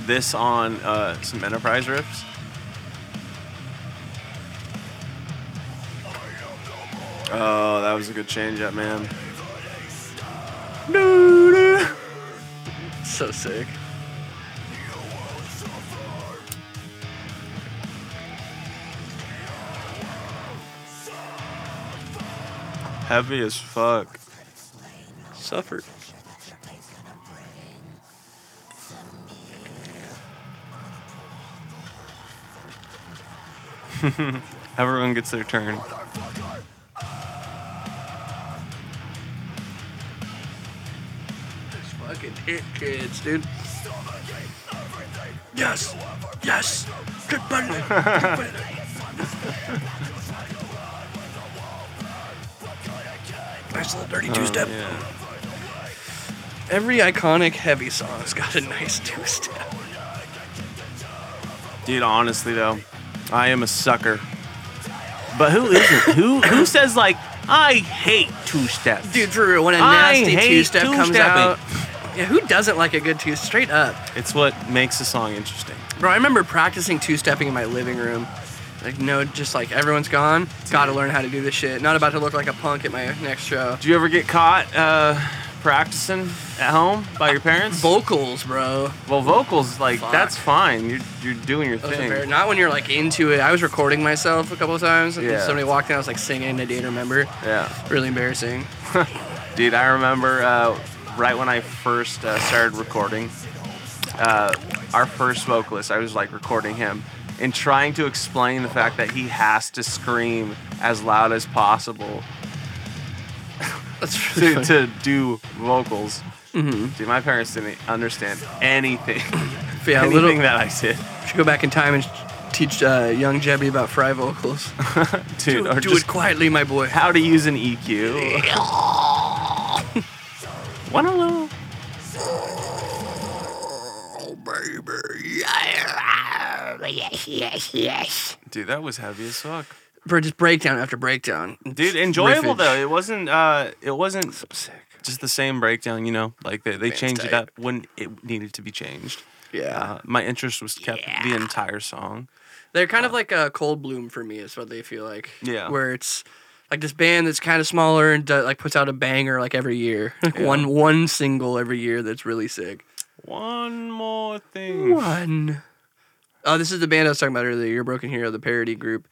Speaker 2: This on uh, some Enterprise riffs. Oh, that was a good change up, man.
Speaker 3: So sick.
Speaker 2: Heavy as fuck.
Speaker 3: Suffered.
Speaker 2: Everyone gets their turn.
Speaker 3: It's fucking hit kids, dude. Yes. Yes. Good button. Nice little dirty two step.
Speaker 2: Oh, Yeah.
Speaker 3: Every iconic heavy song's got a nice two step.
Speaker 2: Dude, honestly though, I am a sucker. But who isn't? who who says like I hate two steps?
Speaker 3: Dude, for real, when a
Speaker 2: I
Speaker 3: nasty
Speaker 2: hate
Speaker 3: two step comes
Speaker 2: two-stepping.
Speaker 3: out. Yeah, who doesn't like a good two? Straight up.
Speaker 2: it's what makes a song interesting.
Speaker 3: Bro, I remember practicing two stepping in my living room. Like, no, just like everyone's gone. Gotta learn how to do this shit. Not about to look like a punk at my next show.
Speaker 2: Do you ever get caught uh, practicing at home by your parents?
Speaker 3: Vocals, bro.
Speaker 2: Well, vocals like
Speaker 3: Fuck.
Speaker 2: that's fine. You're you're doing your
Speaker 3: Those are
Speaker 2: thing.
Speaker 3: very- Not when you're like into it. I was recording myself a couple of times. And
Speaker 2: Yeah.
Speaker 3: Somebody walked in, I was like singing, and I didn't remember.
Speaker 2: yeah,
Speaker 3: Really embarrassing.
Speaker 2: dude. I remember uh, right when I first uh, started recording, uh, our first vocalist. I was like recording him and trying to explain the fact that he has to scream as loud as possible
Speaker 3: That's really
Speaker 2: to,
Speaker 3: funny.
Speaker 2: to do vocals. Dude, my parents didn't understand anything,
Speaker 3: Mm-hmm. yeah, a
Speaker 2: anything
Speaker 3: little.
Speaker 2: that I did,
Speaker 3: Should go back in time and teach uh, young Jebby about fry vocals.
Speaker 2: dude.
Speaker 3: do
Speaker 2: or
Speaker 3: do
Speaker 2: just
Speaker 3: it quietly, my boy.
Speaker 2: how to use an E EQ. One hello.
Speaker 6: Yes, yes, yes.
Speaker 2: Dude, that was heavy as fuck.
Speaker 3: br- just breakdown after breakdown. It's
Speaker 2: dude enjoyable
Speaker 3: riffage.
Speaker 2: though it wasn't uh it wasn't just the same breakdown you know like they, they
Speaker 3: Man's
Speaker 2: changed it
Speaker 3: tight.
Speaker 2: up when it needed to be changed
Speaker 3: Yeah.
Speaker 2: uh, my interest was kept the entire song
Speaker 3: They're kind of like a cold bloom for me, is what they feel like.
Speaker 2: Yeah.
Speaker 3: Where it's like this band that's kind of smaller and do, like puts out a banger like every year, like one one single every year that's really sick.
Speaker 2: one more thing
Speaker 3: One. Oh, this is the band I was talking about earlier. Your Broken Hero, the parody group.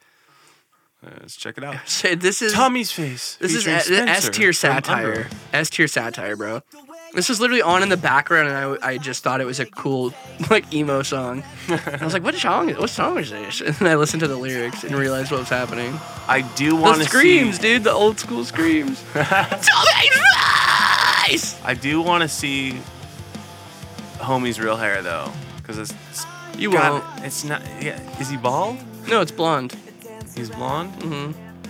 Speaker 2: let's check it out
Speaker 3: So this is
Speaker 2: tommy's face
Speaker 3: this is
Speaker 2: featuring Spencer
Speaker 3: S tier
Speaker 2: from Under
Speaker 3: satire.
Speaker 2: It.
Speaker 3: S tier satire, bro. This was literally on in the background, and I, w- I just thought it was a cool like emo song. I was like, what song? What song is this? And then I listened to the lyrics and realized what was happening.
Speaker 2: i do
Speaker 3: The
Speaker 2: want to
Speaker 3: screams,
Speaker 2: see,
Speaker 3: dude. The old school screams. Tommy's face!
Speaker 2: i do want to see homie's real hair though because it's, it's
Speaker 3: You
Speaker 2: God,
Speaker 3: won't.
Speaker 2: it's not yeah is he bald
Speaker 3: No, it's blonde.
Speaker 2: he's blonde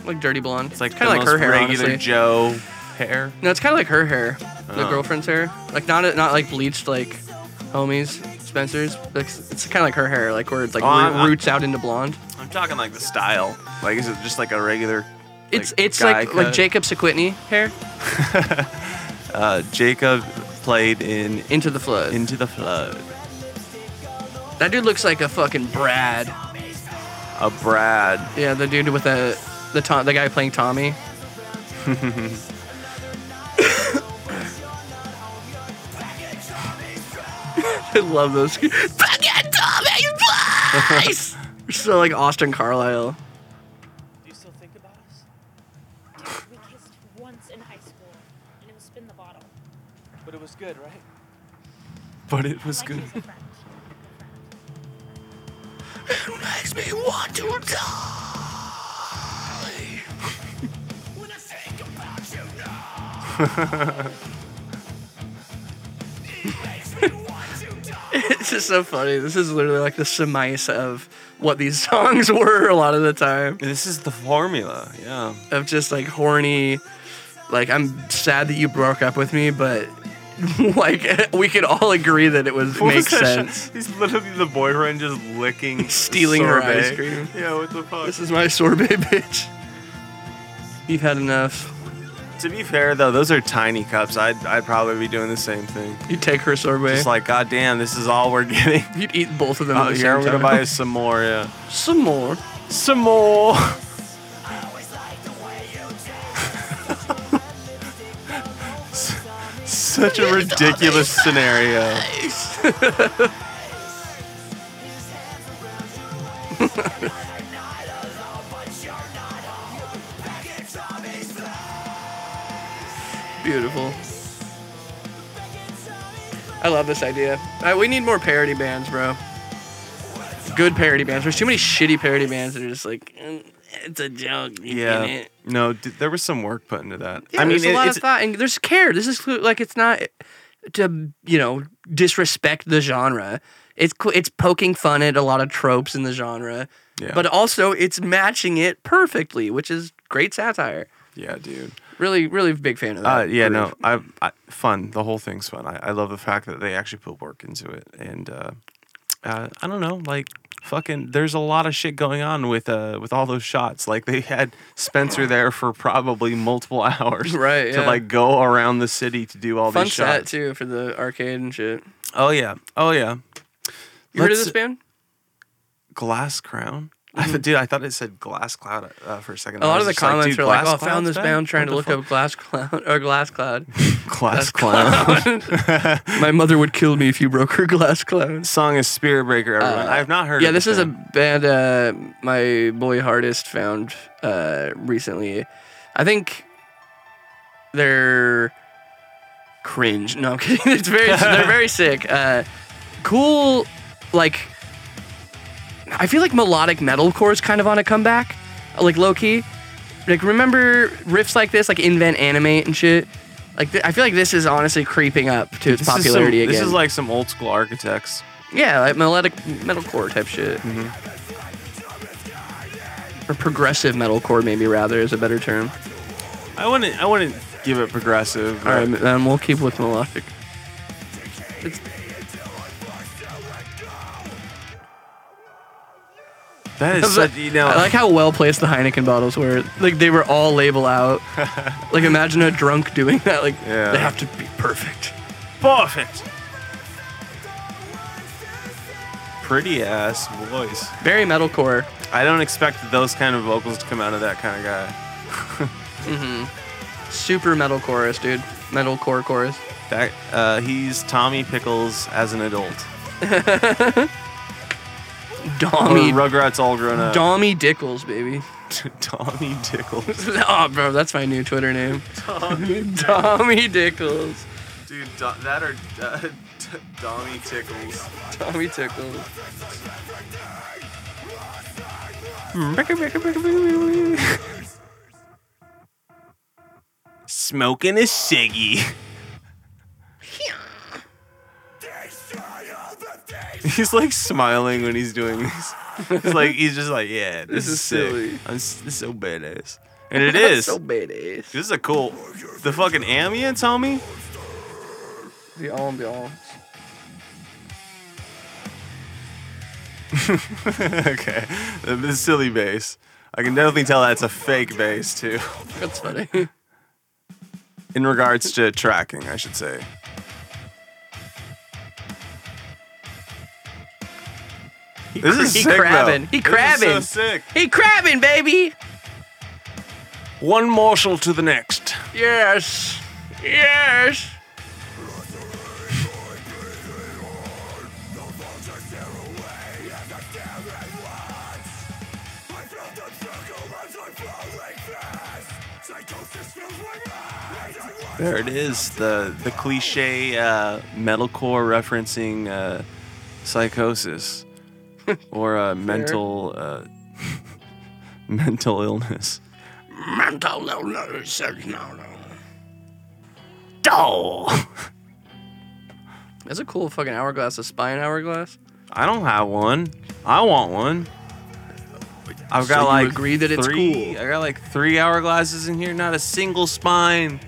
Speaker 3: Like dirty blonde.
Speaker 2: it's like
Speaker 3: kind
Speaker 2: the
Speaker 3: of Mm, like
Speaker 2: most
Speaker 3: her hair,
Speaker 2: regular
Speaker 3: honestly.
Speaker 2: joe hair
Speaker 3: no, it's kind of like her hair. The
Speaker 2: Oh.
Speaker 3: girlfriend's hair. Like not not like bleached like homies Spencer's. Like, it's kind of like her hair, like where it's like
Speaker 2: Oh,
Speaker 3: ro-
Speaker 2: I'm- I'm-
Speaker 3: roots out into blonde.
Speaker 2: I'm talking like the style. Like is it just like a regular?
Speaker 3: It's
Speaker 2: like,
Speaker 3: it's like
Speaker 2: guy
Speaker 3: like
Speaker 2: cut?
Speaker 3: Jacob Sequitney hair.
Speaker 2: Uh, Jacob played in
Speaker 3: Into the flood.
Speaker 2: Into the Flood.
Speaker 3: that dude looks like a fucking Brad.
Speaker 2: A Brad.
Speaker 3: Yeah, the dude with the the to- the guy playing Tommy. I love those. Fucking Tommy, please. We're so like Austin Carlisle.
Speaker 8: Do you still think about us?
Speaker 9: We kissed once in high school, and it was spin the bottle.
Speaker 8: But it was good, right?
Speaker 2: But it was
Speaker 9: Like
Speaker 2: good.
Speaker 9: he was a friend.
Speaker 3: Makes me want to die. It's just so funny. This is literally like the surmise of what these songs were a lot of the time.
Speaker 2: This is the formula. Yeah.
Speaker 3: Of just like horny, like I'm sad that you broke up with me, but like we could all agree that it was makes sense.
Speaker 2: He's literally the boyfriend just licking,
Speaker 3: Stealing her ice cream.
Speaker 2: Yeah. What the fuck?
Speaker 3: This is my sorbet, bitch. You've had enough.
Speaker 2: to be fair though, those are tiny cups. I'd I'd probably be doing the same thing.
Speaker 3: You take her sorbet.
Speaker 2: Just like, goddamn, this is all we're getting.
Speaker 3: You'd eat both of them.
Speaker 2: Oh,
Speaker 3: at the
Speaker 2: here
Speaker 3: same
Speaker 2: I'm gonna
Speaker 3: time.
Speaker 2: buy us some more. Yeah.
Speaker 3: some more.
Speaker 2: Some more. Such a ridiculous scenario.
Speaker 3: Beautiful. I love this idea. Uh, we need more parody bands, bro. Good parody bands. There's too many shitty parody bands that are just like, "Mm, it's a joke. you get
Speaker 2: Yeah.
Speaker 3: it."
Speaker 2: No, d- there was some work put into that.
Speaker 3: Yeah,
Speaker 2: I mean,
Speaker 3: there's a
Speaker 2: it-
Speaker 3: lot
Speaker 2: it's,
Speaker 3: of thought and there's care. This is clu- like it's not to you know disrespect the genre. It's cl- it's poking fun at a lot of tropes in the genre,
Speaker 2: Yeah.
Speaker 3: but also it's matching it perfectly, which is great satire.
Speaker 2: yeah, dude.
Speaker 3: Really, really big fan of that.
Speaker 2: Uh, yeah,
Speaker 3: group.
Speaker 2: no, I, I fun. The whole thing's fun. I, I love the fact that they actually put work into it, and uh, uh, I don't know, like fucking. There's a lot of shit going on with uh with all those shots. Like they had Spencer there for probably multiple hours,
Speaker 3: Right,
Speaker 2: To
Speaker 3: yeah.
Speaker 2: like go around the city to do all
Speaker 3: Fun
Speaker 2: these
Speaker 3: set
Speaker 2: shots.
Speaker 3: too for the arcade and shit.
Speaker 2: Oh yeah, oh yeah.
Speaker 3: You heard of
Speaker 2: Let's-
Speaker 3: this band?
Speaker 2: Glass Crown. I th- dude, I thought it said Glass Cloud uh, for a second.
Speaker 3: Mm-hmm. A
Speaker 2: I
Speaker 3: lot
Speaker 2: was
Speaker 3: of the
Speaker 2: just like,
Speaker 3: comments
Speaker 2: dude,
Speaker 3: are like,
Speaker 2: Glass
Speaker 3: "Oh, I found
Speaker 2: Cloud's
Speaker 3: this
Speaker 2: back?
Speaker 3: band trying
Speaker 2: What
Speaker 3: to
Speaker 2: the
Speaker 3: look
Speaker 2: fuck?"
Speaker 3: up Glass Cloud or Glass Cloud."
Speaker 2: Glass Cloud."
Speaker 3: My mother would kill me if you broke her glass cloud.
Speaker 2: Song is Spirit Breaker. Everyone, I've not heard.
Speaker 3: Uh, Yeah,
Speaker 2: of
Speaker 3: this is a
Speaker 2: band.
Speaker 3: band uh, my boy Hardest found uh, recently. I think they're cringe. No, I'm kidding. It's very they're very sick. Uh, cool, like I feel like melodic metalcore is kind of on a comeback, like low key. Like remember riffs like this, like invent animate and shit. Like th- I feel like this is honestly creeping up to its
Speaker 2: This is some-
Speaker 3: popularity again.
Speaker 2: This is like some old school architects.
Speaker 3: Yeah, like melodic metalcore type shit. Or progressive metalcore, maybe rather is a better term.
Speaker 2: I wouldn't. I wouldn't give it progressive.
Speaker 3: All right,
Speaker 2: but-
Speaker 3: then Um, we'll keep with melodic. It's- uh,
Speaker 2: That is such, you know.
Speaker 3: I like how well placed the Heineken bottles were. Like they were all label out. like imagine a drunk doing that. Like
Speaker 2: Yeah.
Speaker 3: they have to be perfect.
Speaker 2: perfect. Pretty ass voice.
Speaker 3: Very metalcore.
Speaker 2: I don't expect those kind of vocals to come out of that kind of guy.
Speaker 3: Super metal chorus, dude. Metalcore chorus.
Speaker 2: That uh, he's Tommy Pickles as an adult. Or
Speaker 3: Dommy.
Speaker 2: Rugrats all grown up.
Speaker 3: Dommy Dickles, baby.
Speaker 2: Tommy Tickles.
Speaker 3: oh, bro, that's my new Twitter name. Dommy Dickles.
Speaker 2: Dude, do- that or uh, Tommy Tickles.
Speaker 3: Tommy Tickles.
Speaker 2: Smoking a ciggy. He's like smiling when he's doing this. He's like he's just like, yeah, this,
Speaker 3: is
Speaker 2: is, sick.
Speaker 3: silly.
Speaker 2: I'm s- this is so badass, and it is.
Speaker 3: so badass.
Speaker 2: This is a cool. The fucking ambience, homie.
Speaker 3: The ambiance.
Speaker 2: okay, the, the silly bass. I can definitely tell that's a fake bass too.
Speaker 3: That's funny.
Speaker 2: In regards to tracking, I should say. This is
Speaker 3: he
Speaker 2: sick, though.
Speaker 3: crabbing. He
Speaker 2: This is so
Speaker 3: crabbing.
Speaker 2: sick.
Speaker 3: He crabbing, baby.
Speaker 2: One morsel to the next.
Speaker 3: Yes. Yes.
Speaker 2: There it is. The the cliche uh, metalcore referencing uh, psychosis or uh, mental uh, mental illness.
Speaker 3: Mental illness is no no.
Speaker 2: Oh.
Speaker 3: That's a cool fucking hourglass, a spine hourglass.
Speaker 2: I don't have one. I want one. I've
Speaker 3: So
Speaker 2: got
Speaker 3: you
Speaker 2: like
Speaker 3: agree that it's
Speaker 2: three,
Speaker 3: cool.
Speaker 2: I got like three hourglasses in here. Not a single spine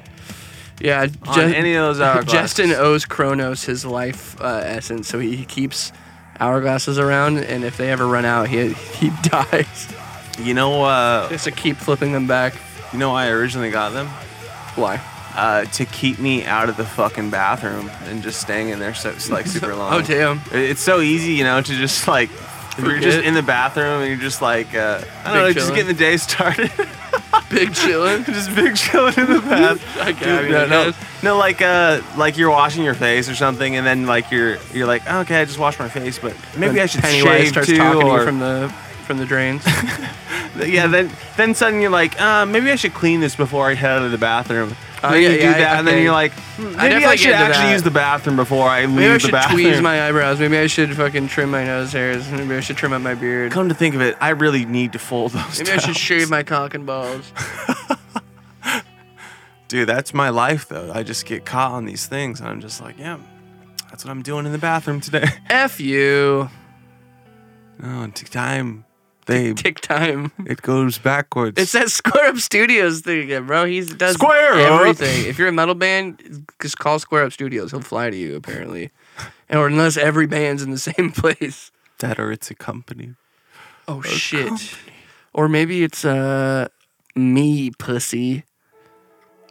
Speaker 3: Yeah,
Speaker 2: on any of those hourglasses.
Speaker 3: Justin owes Kronos his life uh, essence, so he, he keeps hourglasses around, and if they ever run out, he he dies.
Speaker 2: you know, uh,
Speaker 3: Just to keep flipping them back.
Speaker 2: you know, why I originally got them
Speaker 3: Why?
Speaker 2: uh, to keep me out of the fucking bathroom and just staying in there so like super long.
Speaker 3: Oh damn!
Speaker 2: It- It's so easy, you know, to just like you're just
Speaker 3: it.
Speaker 2: in the bathroom and you're just like uh, I don't know,
Speaker 3: Big
Speaker 2: just
Speaker 3: chillin'.
Speaker 2: getting the day started.
Speaker 3: Big chillin'.
Speaker 2: just big chilling in the bath.
Speaker 3: I
Speaker 2: Dude,
Speaker 3: got it,
Speaker 2: no, no,
Speaker 3: guys.
Speaker 2: no, like uh, like you're washing your face or something, and then like you're you're like, "Oh, okay, I just washed my face, but maybe
Speaker 3: When
Speaker 2: I should
Speaker 3: Pennywise
Speaker 2: shave
Speaker 3: starts
Speaker 2: too,
Speaker 3: talking to
Speaker 2: or
Speaker 3: you from the from the drains.
Speaker 2: yeah. Then then suddenly you're like, uh, maybe I should clean this before I head out of the bathroom.
Speaker 3: Oh,
Speaker 2: then
Speaker 3: yeah,
Speaker 2: you do
Speaker 3: yeah, I-
Speaker 2: that, and then
Speaker 3: okay.
Speaker 2: you're like, "Hmm, maybe
Speaker 3: definitely
Speaker 2: I,
Speaker 3: get
Speaker 2: should
Speaker 3: into
Speaker 2: actually
Speaker 3: that.
Speaker 2: use the bathroom before I leave
Speaker 3: Maybe I
Speaker 2: the
Speaker 3: should
Speaker 2: bathroom.
Speaker 3: tweeze my eyebrows. Maybe I should fucking trim my nose hairs. Maybe I should trim up my beard.
Speaker 2: Come to think of it, I really need to fold those.
Speaker 3: Maybe I should
Speaker 2: towels.
Speaker 3: shave my cock and balls.
Speaker 2: Dude, that's my life though. I just get caught on these things, and I'm just like, yeah, that's what I'm doing in the bathroom today.
Speaker 3: F you.
Speaker 2: No, it took time. They
Speaker 3: Tick time.
Speaker 2: it goes backwards.
Speaker 3: It's that Square Up Studios thing again, bro. He does
Speaker 2: Square Up.
Speaker 3: everything. If you're a metal band, just call Square Up Studios. He'll fly to you, apparently. Or unless every band's in the same place.
Speaker 2: that or it's a company.
Speaker 3: Oh, shit. Or maybe it's uh, me, pussy.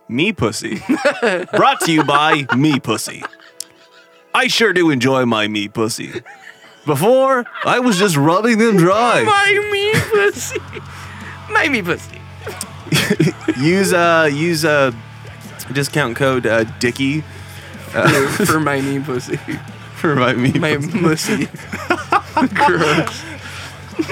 Speaker 2: Me pussy. Brought to you by Me Pussy. I sure do enjoy my me pussy. Before, I was just rubbing them dry.
Speaker 3: My me, pussy. My me, pussy.
Speaker 2: Use uh use uh discount code uh Dicky
Speaker 3: For my me, pussy.
Speaker 2: for my me
Speaker 3: My
Speaker 2: pussy.
Speaker 3: mussy. Gross.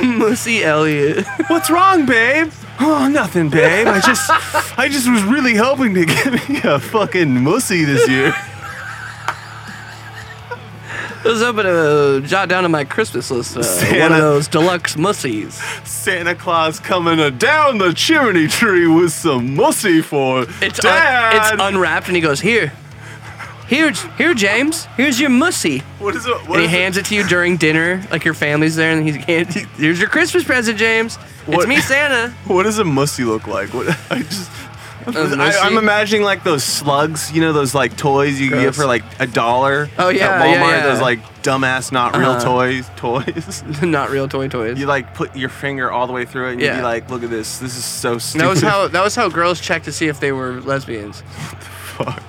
Speaker 3: Mussy Elliot.
Speaker 2: What's wrong, babe? Oh, nothing, babe. I just I just was really hoping to get me a fucking mussy this year.
Speaker 3: I was hoping to jot down on my Christmas list uh, one
Speaker 2: Santa.
Speaker 3: of those deluxe mussies.
Speaker 2: Santa Claus coming uh, down the chimney tree with some mussy for
Speaker 3: It's un-
Speaker 2: Dad.
Speaker 3: it's unwrapped, and he goes here. Here, J- here, James. Here's your mussy.
Speaker 2: what is it? What
Speaker 3: And he
Speaker 2: is it?
Speaker 3: hands it to you during dinner, like your family's there, and he's hands, here's your Christmas present, James.
Speaker 2: What-
Speaker 3: It's me, Santa.
Speaker 2: What does a mussy look like? What I just I, I'm imagining like those slugs, you know, those like toys you get
Speaker 3: Gross.
Speaker 2: for like a dollar
Speaker 3: Oh,
Speaker 2: at
Speaker 3: yeah,
Speaker 2: Walmart.
Speaker 3: yeah, yeah.
Speaker 2: Those like dumbass, not real
Speaker 3: Uh-huh.
Speaker 2: toys. Toys.
Speaker 3: Not real toy toys.
Speaker 2: you like put your finger all the way through it and you'd
Speaker 3: Yeah.
Speaker 2: be like, "Look at this. This is so
Speaker 3: And
Speaker 2: stupid."
Speaker 3: that was how that was how girls checked to see if they were lesbians.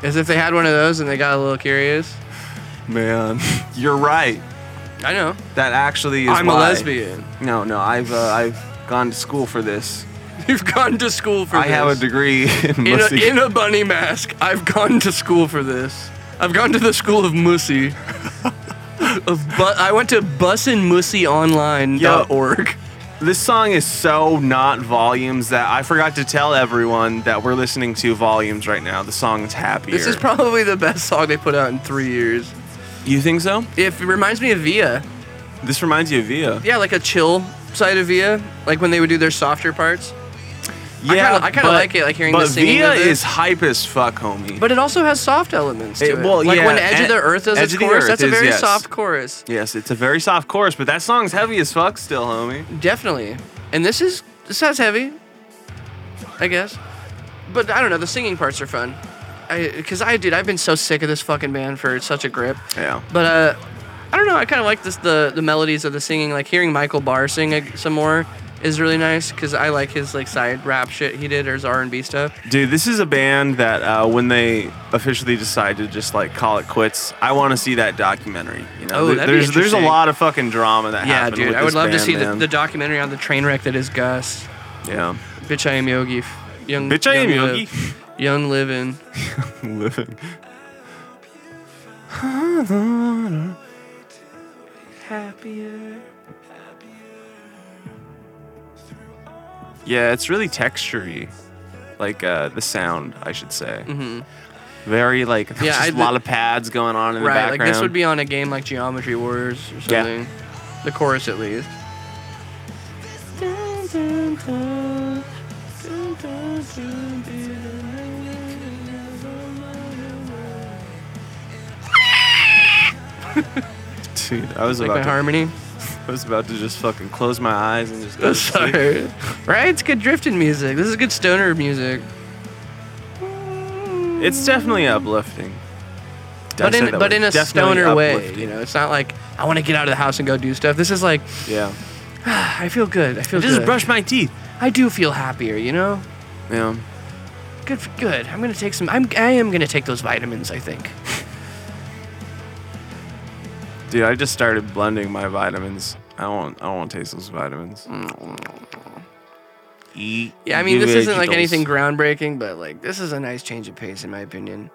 Speaker 3: As if they had one of those and they got a little curious.
Speaker 2: Man, you're right.
Speaker 3: I know.
Speaker 2: That actually is.
Speaker 3: I'm
Speaker 2: why.
Speaker 3: a lesbian.
Speaker 2: No, no, I've uh, I've gone to school for this.
Speaker 3: You've gone to school for
Speaker 2: I
Speaker 3: this.
Speaker 2: have a degree in,
Speaker 3: in a,
Speaker 2: musty-
Speaker 3: in a bunny mask. I've gone to school for this. I've gone to the school of Mussy. of bu- I went to bussinmussyonline.org.
Speaker 2: This song is so not volumes that I forgot to tell everyone that we're listening to volumes right now. The song's happier.
Speaker 3: This is probably the best song they put out in three years.
Speaker 2: you think so?
Speaker 3: If it reminds me of Via.
Speaker 2: This reminds you of Via.
Speaker 3: Yeah, like a chill side of Via, like when they would do their softer parts. kinda- I kinda
Speaker 2: but-
Speaker 3: like it, like hearing the
Speaker 2: but
Speaker 3: singing
Speaker 2: Via
Speaker 3: of it.
Speaker 2: is hype as fuck, homie.
Speaker 3: But it also has soft elements to
Speaker 2: It-
Speaker 3: it.
Speaker 2: well,
Speaker 3: like
Speaker 2: yeah,
Speaker 3: when Edge
Speaker 2: Ed-
Speaker 3: of the Earth does
Speaker 2: Edge
Speaker 3: its
Speaker 2: of the
Speaker 3: chorus,
Speaker 2: Earth
Speaker 3: that's a
Speaker 2: is-
Speaker 3: very
Speaker 2: yes.
Speaker 3: soft chorus.
Speaker 2: yes, it's a very soft chorus, but that song's heavy as fuck still, homie.
Speaker 3: Definitely. And this is this sounds heavy, I guess. But I don't know. The singing parts are fun. I because I dude, I've been so sick of this fucking band for such a grip.
Speaker 2: Yeah.
Speaker 3: But uh, I don't know. I kind of like this the the melodies of the singing. Like hearing Michael Barr sing a, some more is really nice because I like his like side rap shit he did or his R and B stuff.
Speaker 2: Dude, this is a band that uh, when they officially decide to just like call it quits, I want to see that documentary. You know,
Speaker 3: Oh,
Speaker 2: There-
Speaker 3: that'd be
Speaker 2: there's there's a
Speaker 3: interesting.
Speaker 2: lot of fucking drama that
Speaker 3: Yeah,
Speaker 2: happened.
Speaker 3: dude.
Speaker 2: with
Speaker 3: I would
Speaker 2: this
Speaker 3: love to
Speaker 2: band,
Speaker 3: see the,
Speaker 2: man.
Speaker 3: the documentary on the train wreck that is Gus.
Speaker 2: yeah.
Speaker 3: Bitch, I am Yogi. f- Young,
Speaker 2: Bitch, I am
Speaker 3: young
Speaker 2: Yogi.
Speaker 3: Liv- young living.
Speaker 2: living. Yeah, it's really textury, like uh, the sound, I should say. Mm-hmm. Very like there's
Speaker 3: Yeah,
Speaker 2: just
Speaker 3: I-
Speaker 2: a lot of pads going on in the
Speaker 3: Right,
Speaker 2: background.
Speaker 3: like this would be on a game like Geometry Wars or
Speaker 2: Yeah.
Speaker 3: something. The chorus at least.
Speaker 2: Dude, I was
Speaker 3: Like
Speaker 2: about
Speaker 3: my
Speaker 2: to,
Speaker 3: harmony.
Speaker 2: I was about to just fucking close my eyes and just. Go to sleep.
Speaker 3: Sorry. Right? It's good drifting music. This is good stoner music.
Speaker 2: It's definitely uplifting. Did I
Speaker 3: But
Speaker 2: say
Speaker 3: in
Speaker 2: that
Speaker 3: but
Speaker 2: word?
Speaker 3: in a
Speaker 2: Definitely
Speaker 3: stoner way.
Speaker 2: uplifting.
Speaker 3: You know, it's not like I want to get out of the house and go do stuff. This is like
Speaker 2: Yeah.
Speaker 3: I feel good. I feel
Speaker 2: Just
Speaker 3: good.
Speaker 2: brush my teeth.
Speaker 3: I do feel happier, you know?
Speaker 2: Yeah.
Speaker 3: Good for good. I'm gonna take some I'm I am gonna take those vitamins, I think.
Speaker 2: Dude, I just started blending my vitamins. I won't. I won't taste those vitamins. Eat.
Speaker 3: Yeah, I mean, this
Speaker 2: your
Speaker 3: isn't like
Speaker 2: vegetables.
Speaker 3: anything groundbreaking, but like this is a nice change of pace in my opinion.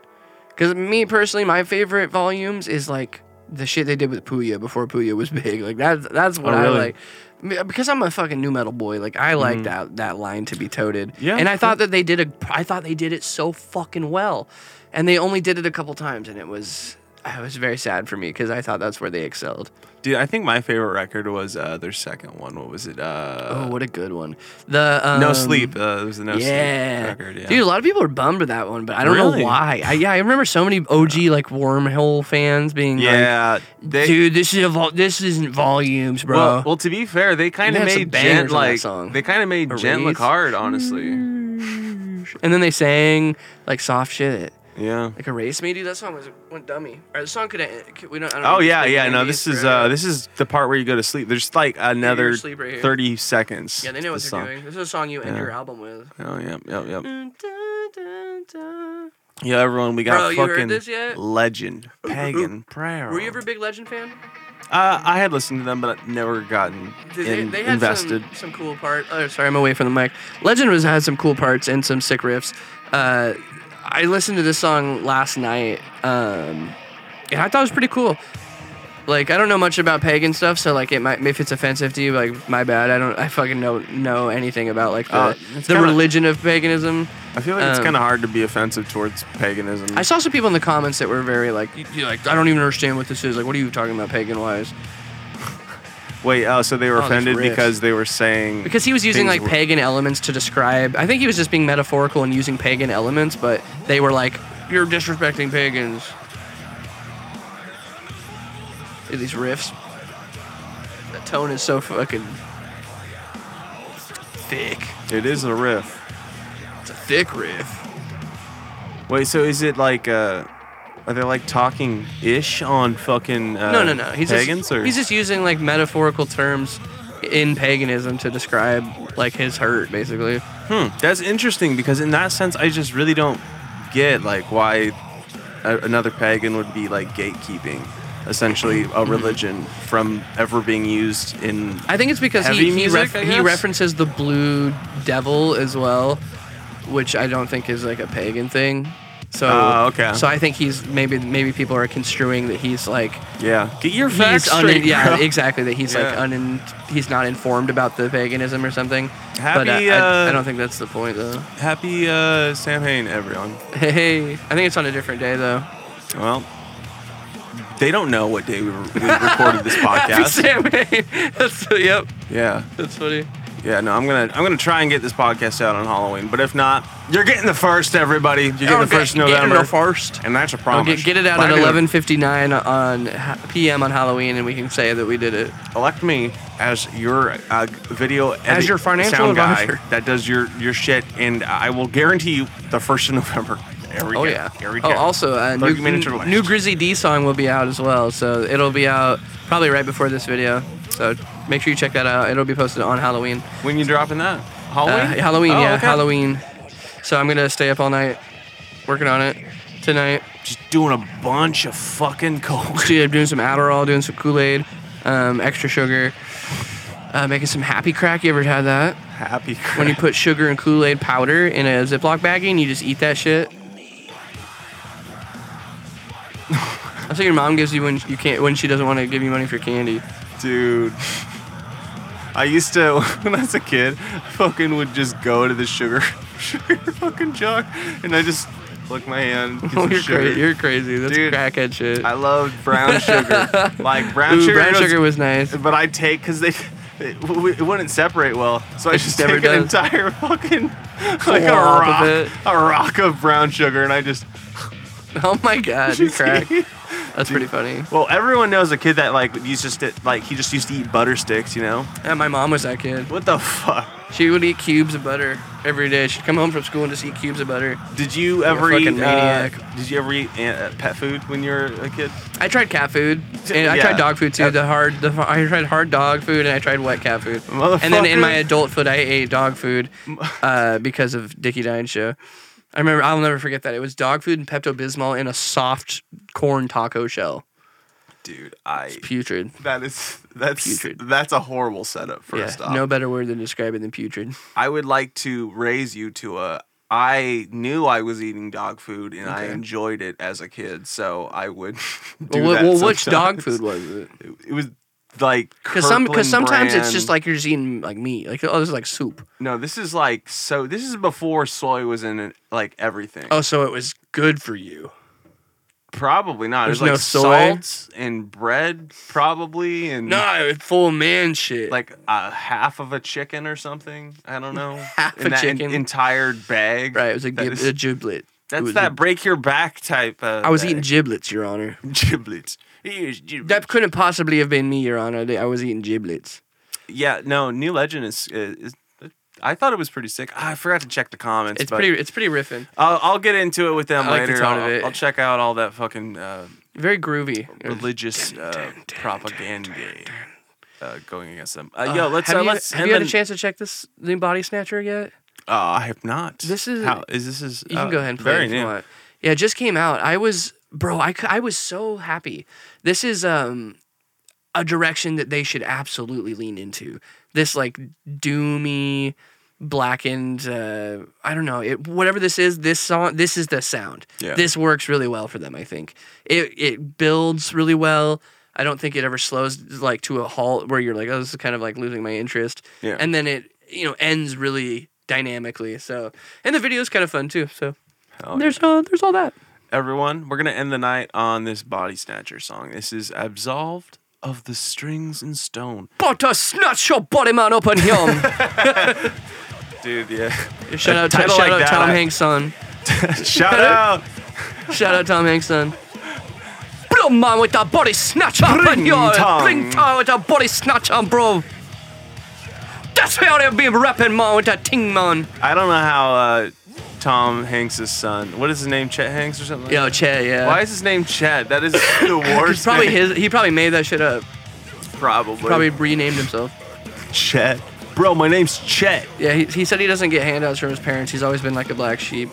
Speaker 3: Because me personally, my favorite volumes is like the shit they did with Puya before Puya was big. Like that's that's what
Speaker 2: Oh, really? Mm-hmm.
Speaker 3: I like. M- uh, Because I'm a fucking new metal boy, like I like that that line to be toted.
Speaker 2: Yeah,
Speaker 3: and I
Speaker 2: cool.
Speaker 3: thought that they did a, I thought they did it so fucking well, and they only did it a couple times, and it was, it was very sad for me because I thought that's where they excelled.
Speaker 2: Dude, I think my favorite record was uh, their second one. What was it? Uh,
Speaker 3: oh, what a good one! The um,
Speaker 2: no sleep. Uh, it was the no
Speaker 3: yeah.
Speaker 2: sleep record. Yeah.
Speaker 3: Dude, a lot of people are bummed with that one, but I don't
Speaker 2: Really?
Speaker 3: know why. I, yeah, I remember so many OG like Wormhole fans being
Speaker 2: yeah.
Speaker 3: like,
Speaker 2: They,
Speaker 3: "Dude, this is a vol- this isn't volumes, bro."
Speaker 2: Well, well, to be fair, they kind of
Speaker 3: had some
Speaker 2: made
Speaker 3: bangers on
Speaker 2: Gent
Speaker 3: that
Speaker 2: like
Speaker 3: song.
Speaker 2: they kind of made Gent look
Speaker 3: Erase.
Speaker 2: hard, honestly.
Speaker 3: and then they sang like soft shit,
Speaker 2: Yeah.
Speaker 3: like "Erase Me," dude. That song was went dummy. Or the song could we don't. I don't
Speaker 2: Oh
Speaker 3: know,
Speaker 2: yeah,
Speaker 3: like,
Speaker 2: yeah.
Speaker 3: maybe
Speaker 2: No,
Speaker 3: it's
Speaker 2: this is
Speaker 3: forever.
Speaker 2: uh, this is the part where you go to sleep. There's like another
Speaker 3: sleep right here.
Speaker 2: thirty seconds.
Speaker 3: Yeah, they know what
Speaker 2: to
Speaker 3: they're
Speaker 2: the song.
Speaker 3: doing. This is a song you end
Speaker 2: Yeah.
Speaker 3: your album with.
Speaker 2: Oh yeah, yeah, yeah.
Speaker 3: Dun, dun, dun, dun.
Speaker 2: Yeah, everyone, we got
Speaker 3: Bro, you
Speaker 2: fucking
Speaker 3: heard this yet?
Speaker 2: legend, pagan prayer.
Speaker 3: Were you ever a big Legend fan?
Speaker 2: Uh, I had listened to them, but never gotten
Speaker 3: They- they,
Speaker 2: in-
Speaker 3: they had
Speaker 2: invested.
Speaker 3: Some, some cool part. Oh, sorry, I'm away from the mic. Legend was had some cool parts and some sick riffs. Uh, I listened to this song last night, um, and I thought it was pretty cool. Like I don't know much about pagan stuff, so like it might if it's offensive to you, like my bad. I don't. I fucking don't know anything about like the,
Speaker 2: Uh, it's
Speaker 3: the
Speaker 2: kinda-
Speaker 3: religion of paganism.
Speaker 2: I feel like it's
Speaker 3: um,
Speaker 2: kind of hard to be offensive towards paganism.
Speaker 3: I saw some people in the comments that were very like, you, you like I don't even understand what this is. Like, what are you talking about pagan wise?
Speaker 2: Wait, oh, so they were
Speaker 3: Oh, this
Speaker 2: offended
Speaker 3: riff.
Speaker 2: because they were saying
Speaker 3: because he was using
Speaker 2: things
Speaker 3: like
Speaker 2: were-
Speaker 3: pagan elements to describe i think he was just being metaphorical and using pagan elements but they were like you're disrespecting pagans Dude, these riffs that tone is so fucking thick
Speaker 2: It is a riff.
Speaker 3: it's a thick riff
Speaker 2: Wait, so is it like uh are they like talking ish on fucking uh,
Speaker 3: no, no, no. He's
Speaker 2: pagans
Speaker 3: just,
Speaker 2: or
Speaker 3: he's just using like metaphorical terms in paganism to describe like his hurt, basically.
Speaker 2: Hmm, that's interesting because in that sense, I just really don't get like why a, another pagan would be like gatekeeping, essentially a
Speaker 3: Mm-hmm.
Speaker 2: religion from ever being used in.
Speaker 3: I think it's because
Speaker 2: Heavy
Speaker 3: he he,
Speaker 2: music,
Speaker 3: ref-
Speaker 2: I
Speaker 3: he
Speaker 2: guess?
Speaker 3: references the blue devil as well, which I don't think is like a pagan thing. So
Speaker 2: Ah, okay.
Speaker 3: So I think he's maybe maybe people are construing that he's like
Speaker 2: Yeah, get your facts
Speaker 3: he's un-
Speaker 2: straight.
Speaker 3: yeah
Speaker 2: bro.
Speaker 3: exactly that he's like
Speaker 2: Yeah.
Speaker 3: un- he's not informed about the paganism or something. but I,
Speaker 2: Happy,
Speaker 3: I-
Speaker 2: uh,
Speaker 3: I don't think that's the point though.
Speaker 2: Happy uh, Samhain, everyone.
Speaker 3: Hey, I think it's on a different day though.
Speaker 2: Well, they don't know what day we, re- we recorded this
Speaker 3: Happy
Speaker 2: podcast.
Speaker 3: Samhain. That's yep.
Speaker 2: Yeah,
Speaker 3: That's funny.
Speaker 2: yeah. No, I'm gonna I'm gonna try and get this podcast out on Halloween, but if not, you're getting the first, everybody. You're getting the first November.
Speaker 3: Get it first.
Speaker 2: And that's a
Speaker 3: I'll
Speaker 2: promise.
Speaker 3: get, get it out at
Speaker 2: Buy me a-
Speaker 3: 11:59 on ha- p.m. on Halloween, and we can say that we did it.
Speaker 2: elect me as your uh, video edit,
Speaker 3: your financial
Speaker 2: sound
Speaker 3: advisor.
Speaker 2: guy that does your your shit, and I will guarantee you the first of November. There we
Speaker 3: Oh
Speaker 2: go.
Speaker 3: yeah.
Speaker 2: There we
Speaker 3: Oh,
Speaker 2: go.
Speaker 3: also, uh, new,
Speaker 2: 30 minutes or less.
Speaker 3: new Grizzly D song will be out as well, so it'll be out probably right before this video. So make sure you check that out. It'll be posted on Halloween.
Speaker 2: when you dropping that
Speaker 3: Uh,
Speaker 2: Halloween.
Speaker 3: Halloween,
Speaker 2: Oh,
Speaker 3: yeah,
Speaker 2: okay.
Speaker 3: Halloween. So I'm gonna stay up all night working on it tonight.
Speaker 2: Just doing a bunch of fucking coke.
Speaker 3: Dude, I'm doing some Adderall, doing some Kool Aid, um, extra sugar, uh, making some happy crack. You ever had that?
Speaker 2: Happy
Speaker 3: When you put sugar and Kool Aid powder in a Ziploc baggie and you just eat that shit. That's what your mom gives you when you can't when she doesn't want to give you money for candy.
Speaker 2: dude. I used to when I was a kid, I fucking would just go to the sugar sugar fucking jug, and I just lick my hand. Get
Speaker 3: Oh,
Speaker 2: some
Speaker 3: you're
Speaker 2: sugar.
Speaker 3: crazy. You're crazy. That's
Speaker 2: Dude,
Speaker 3: crackhead shit.
Speaker 2: I loved brown sugar, like brown
Speaker 3: Ooh,
Speaker 2: sugar.
Speaker 3: brown
Speaker 2: was-
Speaker 3: sugar was nice.
Speaker 2: but I take because they it, w- it wouldn't separate well, so I
Speaker 3: It
Speaker 2: just
Speaker 3: never
Speaker 2: take an
Speaker 3: does.
Speaker 2: entire fucking like a
Speaker 3: Whop of
Speaker 2: rock,
Speaker 3: it.
Speaker 2: a rock of brown sugar, and I just
Speaker 3: Oh my god, you crack. That's pretty funny.
Speaker 2: well, everyone knows a kid that like used just to, like he just used to eat butter sticks, you know?
Speaker 3: Yeah, my mom was that kid.
Speaker 2: What the fuck?
Speaker 3: She would eat cubes of butter every day. She'd come home from school and just eat cubes of butter.
Speaker 2: Did you ever
Speaker 3: fucking
Speaker 2: eat?
Speaker 3: maniac.
Speaker 2: Uh, did you ever eat uh, pet food when you were a kid?
Speaker 3: I tried cat food and I
Speaker 2: Yeah.
Speaker 3: tried dog food too.
Speaker 2: Yep.
Speaker 3: The hard, the I tried hard dog food and I tried wet cat food. And then in my
Speaker 2: Motherfucker.
Speaker 3: adult food, I ate dog food uh, because of Dickie Dine show. I remember, I'll never forget that. It was dog food and Pepto Bismol in a soft corn taco shell.
Speaker 2: Dude, I
Speaker 3: Putrid.
Speaker 2: that is that's
Speaker 3: Putrid.
Speaker 2: that's a horrible setup. First
Speaker 3: yeah,
Speaker 2: off,
Speaker 3: no better word than describe it than putrid.
Speaker 2: I would like to raise you to a. I knew I was eating dog food and I enjoyed it as a kid, so I would. Do
Speaker 3: Well, wh-
Speaker 2: that
Speaker 3: well which dog
Speaker 2: sometimes.
Speaker 3: food was it?
Speaker 2: It- It was like
Speaker 3: Because some,
Speaker 2: Kirkland
Speaker 3: cause sometimes it's just
Speaker 2: brand-
Speaker 3: like you're just eating like meat. Like oh, this is like soup.
Speaker 2: no. This is like so. This is before soy was in it, like everything.
Speaker 3: Oh, so it was good for you.
Speaker 2: probably not. There's, like
Speaker 3: there's no soy?
Speaker 2: salts and bread, probably, and
Speaker 3: No, it's full of man shit.
Speaker 2: Mm. like a half of a chicken or something. I don't know.
Speaker 3: Half a
Speaker 2: And that en-
Speaker 3: chicken.
Speaker 2: entire bag.
Speaker 3: right, it was a,
Speaker 2: That
Speaker 3: gib-
Speaker 2: is-
Speaker 3: a giblet. It
Speaker 2: That's
Speaker 3: was a-
Speaker 2: that break your back type. Uh,
Speaker 3: I was
Speaker 2: bag.
Speaker 3: eating giblets, Your Honor.
Speaker 2: giblets. Here's giblets.
Speaker 3: That couldn't possibly have been me, Your Honor. I was eating giblets.
Speaker 2: Yeah, no, New Legend is. is, is I thought it was pretty sick. Ah, I forgot to check the comments.
Speaker 3: It's
Speaker 2: but
Speaker 3: pretty. It's pretty riffing.
Speaker 2: I'll, I'll get into it with them
Speaker 3: I like the
Speaker 2: later.
Speaker 3: tone
Speaker 2: I'll,
Speaker 3: of it.
Speaker 2: I'll check out all that fucking uh,
Speaker 3: Very groovy.
Speaker 2: religious uh, propaganda uh, going against them. Uh, yo, let's
Speaker 3: have
Speaker 2: uh,
Speaker 3: you,
Speaker 2: let's.
Speaker 3: have
Speaker 2: and
Speaker 3: you had a
Speaker 2: then-
Speaker 3: chance to check this new Body Snatcher yet?
Speaker 2: Uh, I have not.
Speaker 3: This is-
Speaker 2: How, is this is.
Speaker 3: You
Speaker 2: uh,
Speaker 3: can go ahead and play
Speaker 2: very
Speaker 3: it if
Speaker 2: new.
Speaker 3: you want. Yeah, it just came out. I was bro, I, cou- I was so happy. This is um a direction that they should absolutely lean into. This like doomy blackened uh I don't know, it whatever this is, this song this is the sound.
Speaker 2: Yeah.
Speaker 3: This works really well for them, I think. It it builds really well. I don't think it ever slows like to a halt where you're like, oh, this is kind of like losing my interest.
Speaker 2: Yeah.
Speaker 3: And then it, you know, ends really dynamically. So, and the video's kind of fun too. So,
Speaker 2: Hell
Speaker 3: there's uh, there's all that.
Speaker 2: everyone. We're gonna end the night on this Body Snatcher song. This is absolved of the strings and stone,
Speaker 3: But uh, snatch your body man up and him.
Speaker 2: dude. Yeah.
Speaker 3: shout out,
Speaker 2: Title
Speaker 3: shout
Speaker 2: like
Speaker 3: out
Speaker 2: that,
Speaker 3: Tom
Speaker 2: I-
Speaker 3: Hanks' son.
Speaker 2: Shout out.
Speaker 3: Shout out Tom Hanks' son. Blow man with that body snatch up
Speaker 2: Bring
Speaker 3: and yo,
Speaker 2: tongue.
Speaker 3: bring time with that body snatch up, bro. That's how they be rapping man with that ting man.
Speaker 2: I don't know how uh, Tom Hanks' son. What is his name? Chet Hanks or something? like
Speaker 3: Yo,
Speaker 2: that?
Speaker 3: Che, yeah.
Speaker 2: Why is his name Chet? That is the
Speaker 3: It's
Speaker 2: worst.
Speaker 3: probably
Speaker 2: name.
Speaker 3: his. He probably made that shit up.
Speaker 2: Probably.
Speaker 3: Probably renamed himself.
Speaker 2: Chet. Bro, my name's Chet.
Speaker 3: Yeah, he, he said he doesn't get handouts from his parents. He's always been like a black sheep.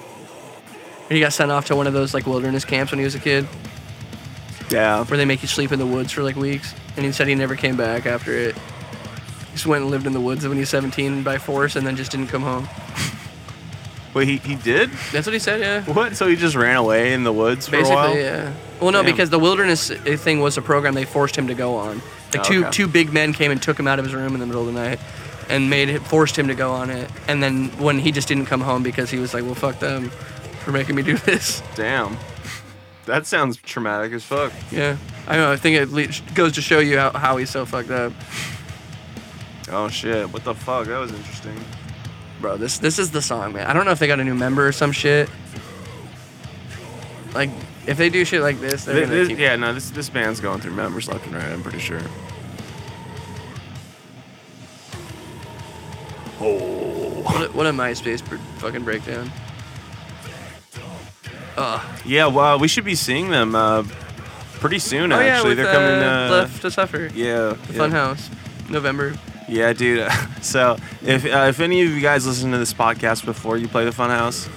Speaker 3: He got sent off to one of those like wilderness camps when he was a kid,
Speaker 2: Yeah.
Speaker 3: where they make you sleep in the woods for like weeks. And he said he never came back after it. He just went and lived in the woods when he was 17 by force, and then just didn't come home.
Speaker 2: Wait, he, he did?
Speaker 3: That's what he said. Yeah.
Speaker 2: What? So he just ran away in the woods for a while?
Speaker 3: Basically, yeah. Well, no,
Speaker 2: Damn.
Speaker 3: because the wilderness uh, thing was a program they forced him to go on. Like
Speaker 2: Oh,
Speaker 3: two
Speaker 2: okay.
Speaker 3: two big men came and took him out of his room in the middle of the night, and made it, forced him to go on it. And then when he just didn't come home because he was like, well, fuck them for making me do this.
Speaker 2: Damn. That sounds traumatic as fuck.
Speaker 3: Yeah. I don't know. I think it le- goes to show you how, how he's so fucked up,
Speaker 2: Oh shit. What the fuck? That was interesting.
Speaker 3: bro. This this is the song, man. I don't know if they got a new member or some shit. Like, if they do shit like this, they're
Speaker 2: Th-
Speaker 3: gonna
Speaker 2: this-
Speaker 3: keep-
Speaker 2: yeah, no, this this band's going through members left and right, I'm pretty sure.
Speaker 3: What a, what a MySpace pr- fucking breakdown.
Speaker 2: Yeah, well, we should be seeing them uh, pretty soon,
Speaker 3: oh
Speaker 2: actually.
Speaker 3: yeah, with,
Speaker 2: They're
Speaker 3: uh,
Speaker 2: coming. Uh,
Speaker 3: Left to suffer.
Speaker 2: Yeah.
Speaker 3: The
Speaker 2: yeah.
Speaker 3: Funhouse, November.
Speaker 2: Yeah, dude. So if uh, if any of you guys listen to this podcast before you play the Funhouse,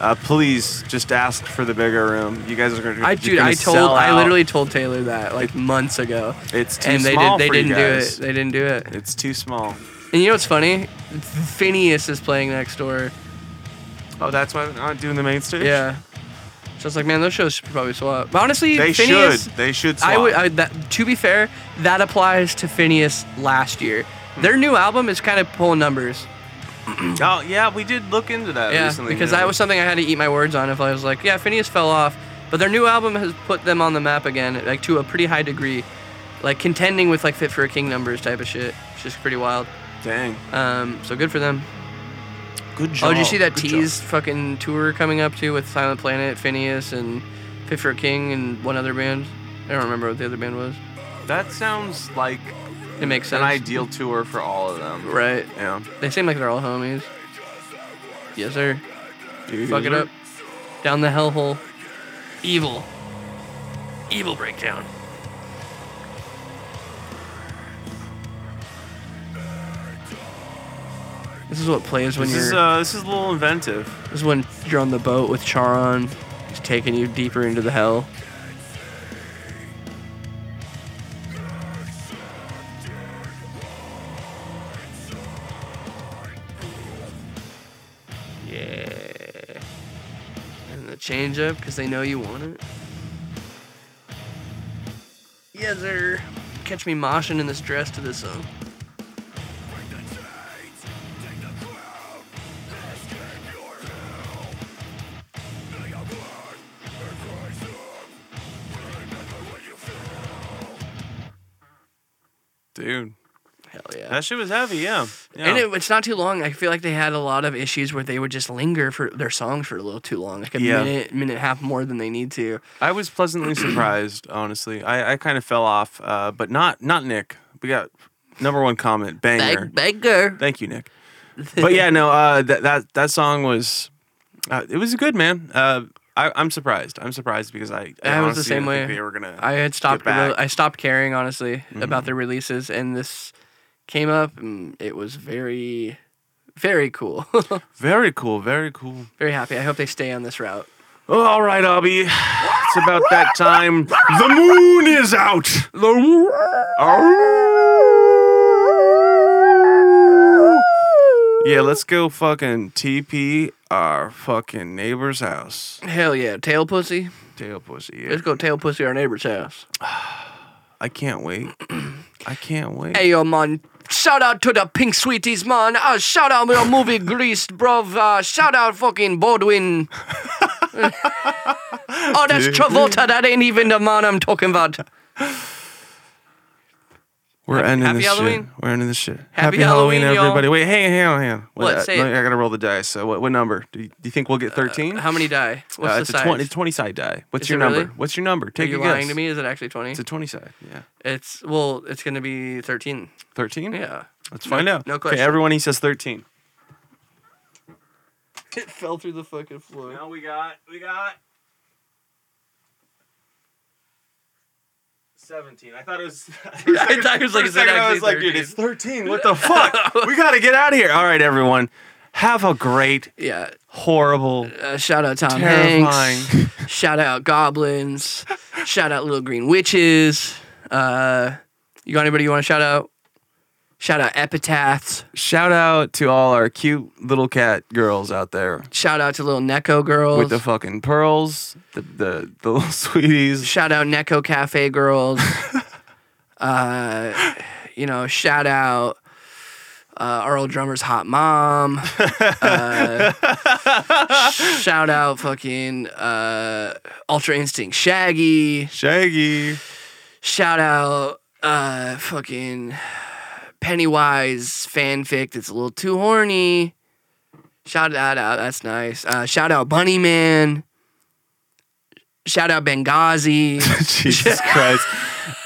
Speaker 2: uh, please just ask for the bigger room. You guys are gonna.
Speaker 3: I
Speaker 2: you're
Speaker 3: dude,
Speaker 2: gonna
Speaker 3: I told,
Speaker 2: sell
Speaker 3: I
Speaker 2: out.
Speaker 3: literally told Taylor that like months ago,
Speaker 2: It's too
Speaker 3: and they
Speaker 2: small
Speaker 3: did, they
Speaker 2: for you
Speaker 3: didn't
Speaker 2: guys.
Speaker 3: do it. They didn't do it.
Speaker 2: It's too small.
Speaker 3: And you know what's funny? Phineas is playing next door.
Speaker 2: Oh, that's why they're not doing the main stage.
Speaker 3: Yeah. So it's like, man, those shows should probably swap. But honestly,
Speaker 2: They
Speaker 3: Phineas,
Speaker 2: should. They should. Swap.
Speaker 3: I would. I, that, to be fair, that applies to Phineas last year.
Speaker 2: Hmm.
Speaker 3: Their new album is kind of pulling numbers.
Speaker 2: oh yeah, we did look into that
Speaker 3: Yeah,
Speaker 2: recently.
Speaker 3: because
Speaker 2: you know.
Speaker 3: that was something I had to eat my words on. If I was like, yeah, Phineas fell off, but their new album has put them on the map again, like to a pretty high degree, like contending with like Fit for a King numbers type of shit. It's just pretty wild.
Speaker 2: dang.
Speaker 3: Um, so good for them.
Speaker 2: Good job.
Speaker 3: oh, did you see that
Speaker 2: Good
Speaker 3: tease fucking tour coming up too with Silent Planet, Phineas, and Fit for a King, and one other band? I don't remember what the other band was.
Speaker 2: job. That sounds like
Speaker 3: It makes sense.
Speaker 2: an ideal tour for all of them.
Speaker 3: Right.
Speaker 2: Yeah.
Speaker 3: They seem like they're all homies. Yes, sir.
Speaker 2: Dude,
Speaker 3: Fuck it up. Down the hellhole. Evil. Evil breakdown. This is what plays when
Speaker 2: This is
Speaker 3: you're.
Speaker 2: uh, this is a little inventive.
Speaker 3: this is when you're on the boat with Charon. He's taking you deeper into the hell. Yeah. And the change up because they know you want it. Yes, sir. Catch me moshing in this dress to this song.
Speaker 2: Dude,
Speaker 3: Hell yeah.
Speaker 2: that shit was heavy. Yeah. yeah.
Speaker 3: And it, it's not too long. I feel like they had a lot of issues where they would just linger for their songs for a little too long, like a
Speaker 2: Yeah.
Speaker 3: minute, minute and a half more than they need to.
Speaker 2: I was pleasantly surprised, honestly. I, I kind of fell off, uh, but not not Nick. We got number one comment banger.
Speaker 3: Beg, beggar.
Speaker 2: Thank you, Nick. But yeah, no, uh, that that that song was uh, it was good, man. Uh, I, I'm surprised. I'm surprised because I I,
Speaker 3: I was the
Speaker 2: honestly didn't
Speaker 3: same
Speaker 2: think
Speaker 3: way.
Speaker 2: they were gonna.
Speaker 3: I had stopped.
Speaker 2: get back. Mm-hmm.
Speaker 3: I stopped caring honestly about their releases, and this came up, and it was very, very cool.
Speaker 2: very cool. Very cool.
Speaker 3: very happy. I hope they stay on this route.
Speaker 2: Oh, all right, Abby. It's about that time. The moon is out. Yeah, let's go fucking TP our fucking neighbor's house.
Speaker 3: Hell yeah, tail pussy.
Speaker 2: Tail pussy. yeah.
Speaker 3: Let's go tail pussy our neighbor's house.
Speaker 2: I can't wait. I can't wait.
Speaker 3: Hey, yo, man. Shout out to the Pink Sweeties, man. Uh, shout out the movie Grease, bro. Uh, shout out fucking Baldwin. oh, that's Travolta. That ain't even the man I'm talking about. Happy,
Speaker 2: We're ending
Speaker 3: happy
Speaker 2: this shit.
Speaker 3: Halloween?
Speaker 2: We're ending this shit.
Speaker 3: Happy Halloween, y'all.
Speaker 2: everybody. Wait, hang on, hang on, hang on.
Speaker 3: What?
Speaker 2: uh,
Speaker 3: Say
Speaker 2: let
Speaker 3: it. Uh,
Speaker 2: me- I gotta roll the dice. So, what, what number? Do you, do you think we'll get 13?
Speaker 3: How many die? What's
Speaker 2: Uh,
Speaker 3: the
Speaker 2: it's
Speaker 3: size?
Speaker 2: a 20, it's 20 side die. What's
Speaker 3: Is
Speaker 2: your
Speaker 3: it
Speaker 2: number?
Speaker 3: really?
Speaker 2: What's your number?
Speaker 3: Are
Speaker 2: Take
Speaker 3: you
Speaker 2: a guess.
Speaker 3: lying to me? Is it actually 20?
Speaker 2: It's a 20 side. Yeah.
Speaker 3: It's, well, it's going to be 13.
Speaker 2: 13?
Speaker 3: Yeah.
Speaker 2: Let's find out.
Speaker 3: no
Speaker 2: Okay,
Speaker 3: question.
Speaker 2: everyone he says 13.
Speaker 3: It fell through the fucking floor.
Speaker 2: Now we got we got seventeen. I thought it was.
Speaker 3: Yeah, I thought it was
Speaker 2: For
Speaker 3: like,
Speaker 2: a
Speaker 3: is that
Speaker 2: second I was
Speaker 3: actually
Speaker 2: like, dude, it's thirteen. What the fuck? we gotta get out of here. All right, everyone. Have a great,
Speaker 3: Yeah.
Speaker 2: horrible,
Speaker 3: Uh, shout out Tom
Speaker 2: terrifying.
Speaker 3: Hanks. Shout out goblins. shout out little green witches. Uh, you got anybody you want to shout out? Shout out epitaphs.
Speaker 2: Shout out to all our cute little cat girls out there
Speaker 3: Shout out to little Necco girls.
Speaker 2: with the fucking pearls, the the, the little sweeties.
Speaker 3: shout out Necco Cafe girls. uh, you know, shout out uh, our old drummer's hot mom. Uh, shout out fucking uh, Ultra Instinct Shaggy.
Speaker 2: Shaggy.
Speaker 3: Shout out uh, fucking Pennywise fanfic that's a little too horny. Shout that out. That's nice. Uh, shout out Bunny Man. Shout out Benghazi.
Speaker 2: Jesus Christ.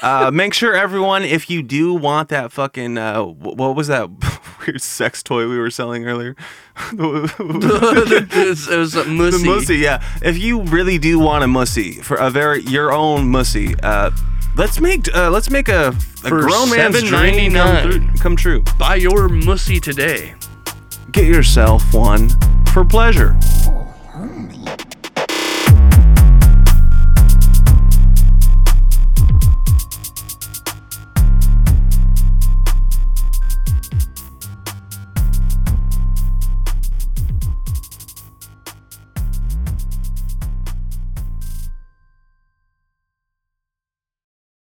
Speaker 2: Uh, make sure everyone, if you do want that fucking, uh, wh- what was that weird sex toy we were selling earlier? the
Speaker 3: it was a mussy.
Speaker 2: mussy, yeah. If you really do want a mussy for a very your own mussy, uh, let's make uh, let's make a, a
Speaker 3: For
Speaker 2: grown man's dream come,
Speaker 3: $7.99.
Speaker 2: through, come true.
Speaker 3: Buy your mussy today.
Speaker 2: Get yourself one for pleasure.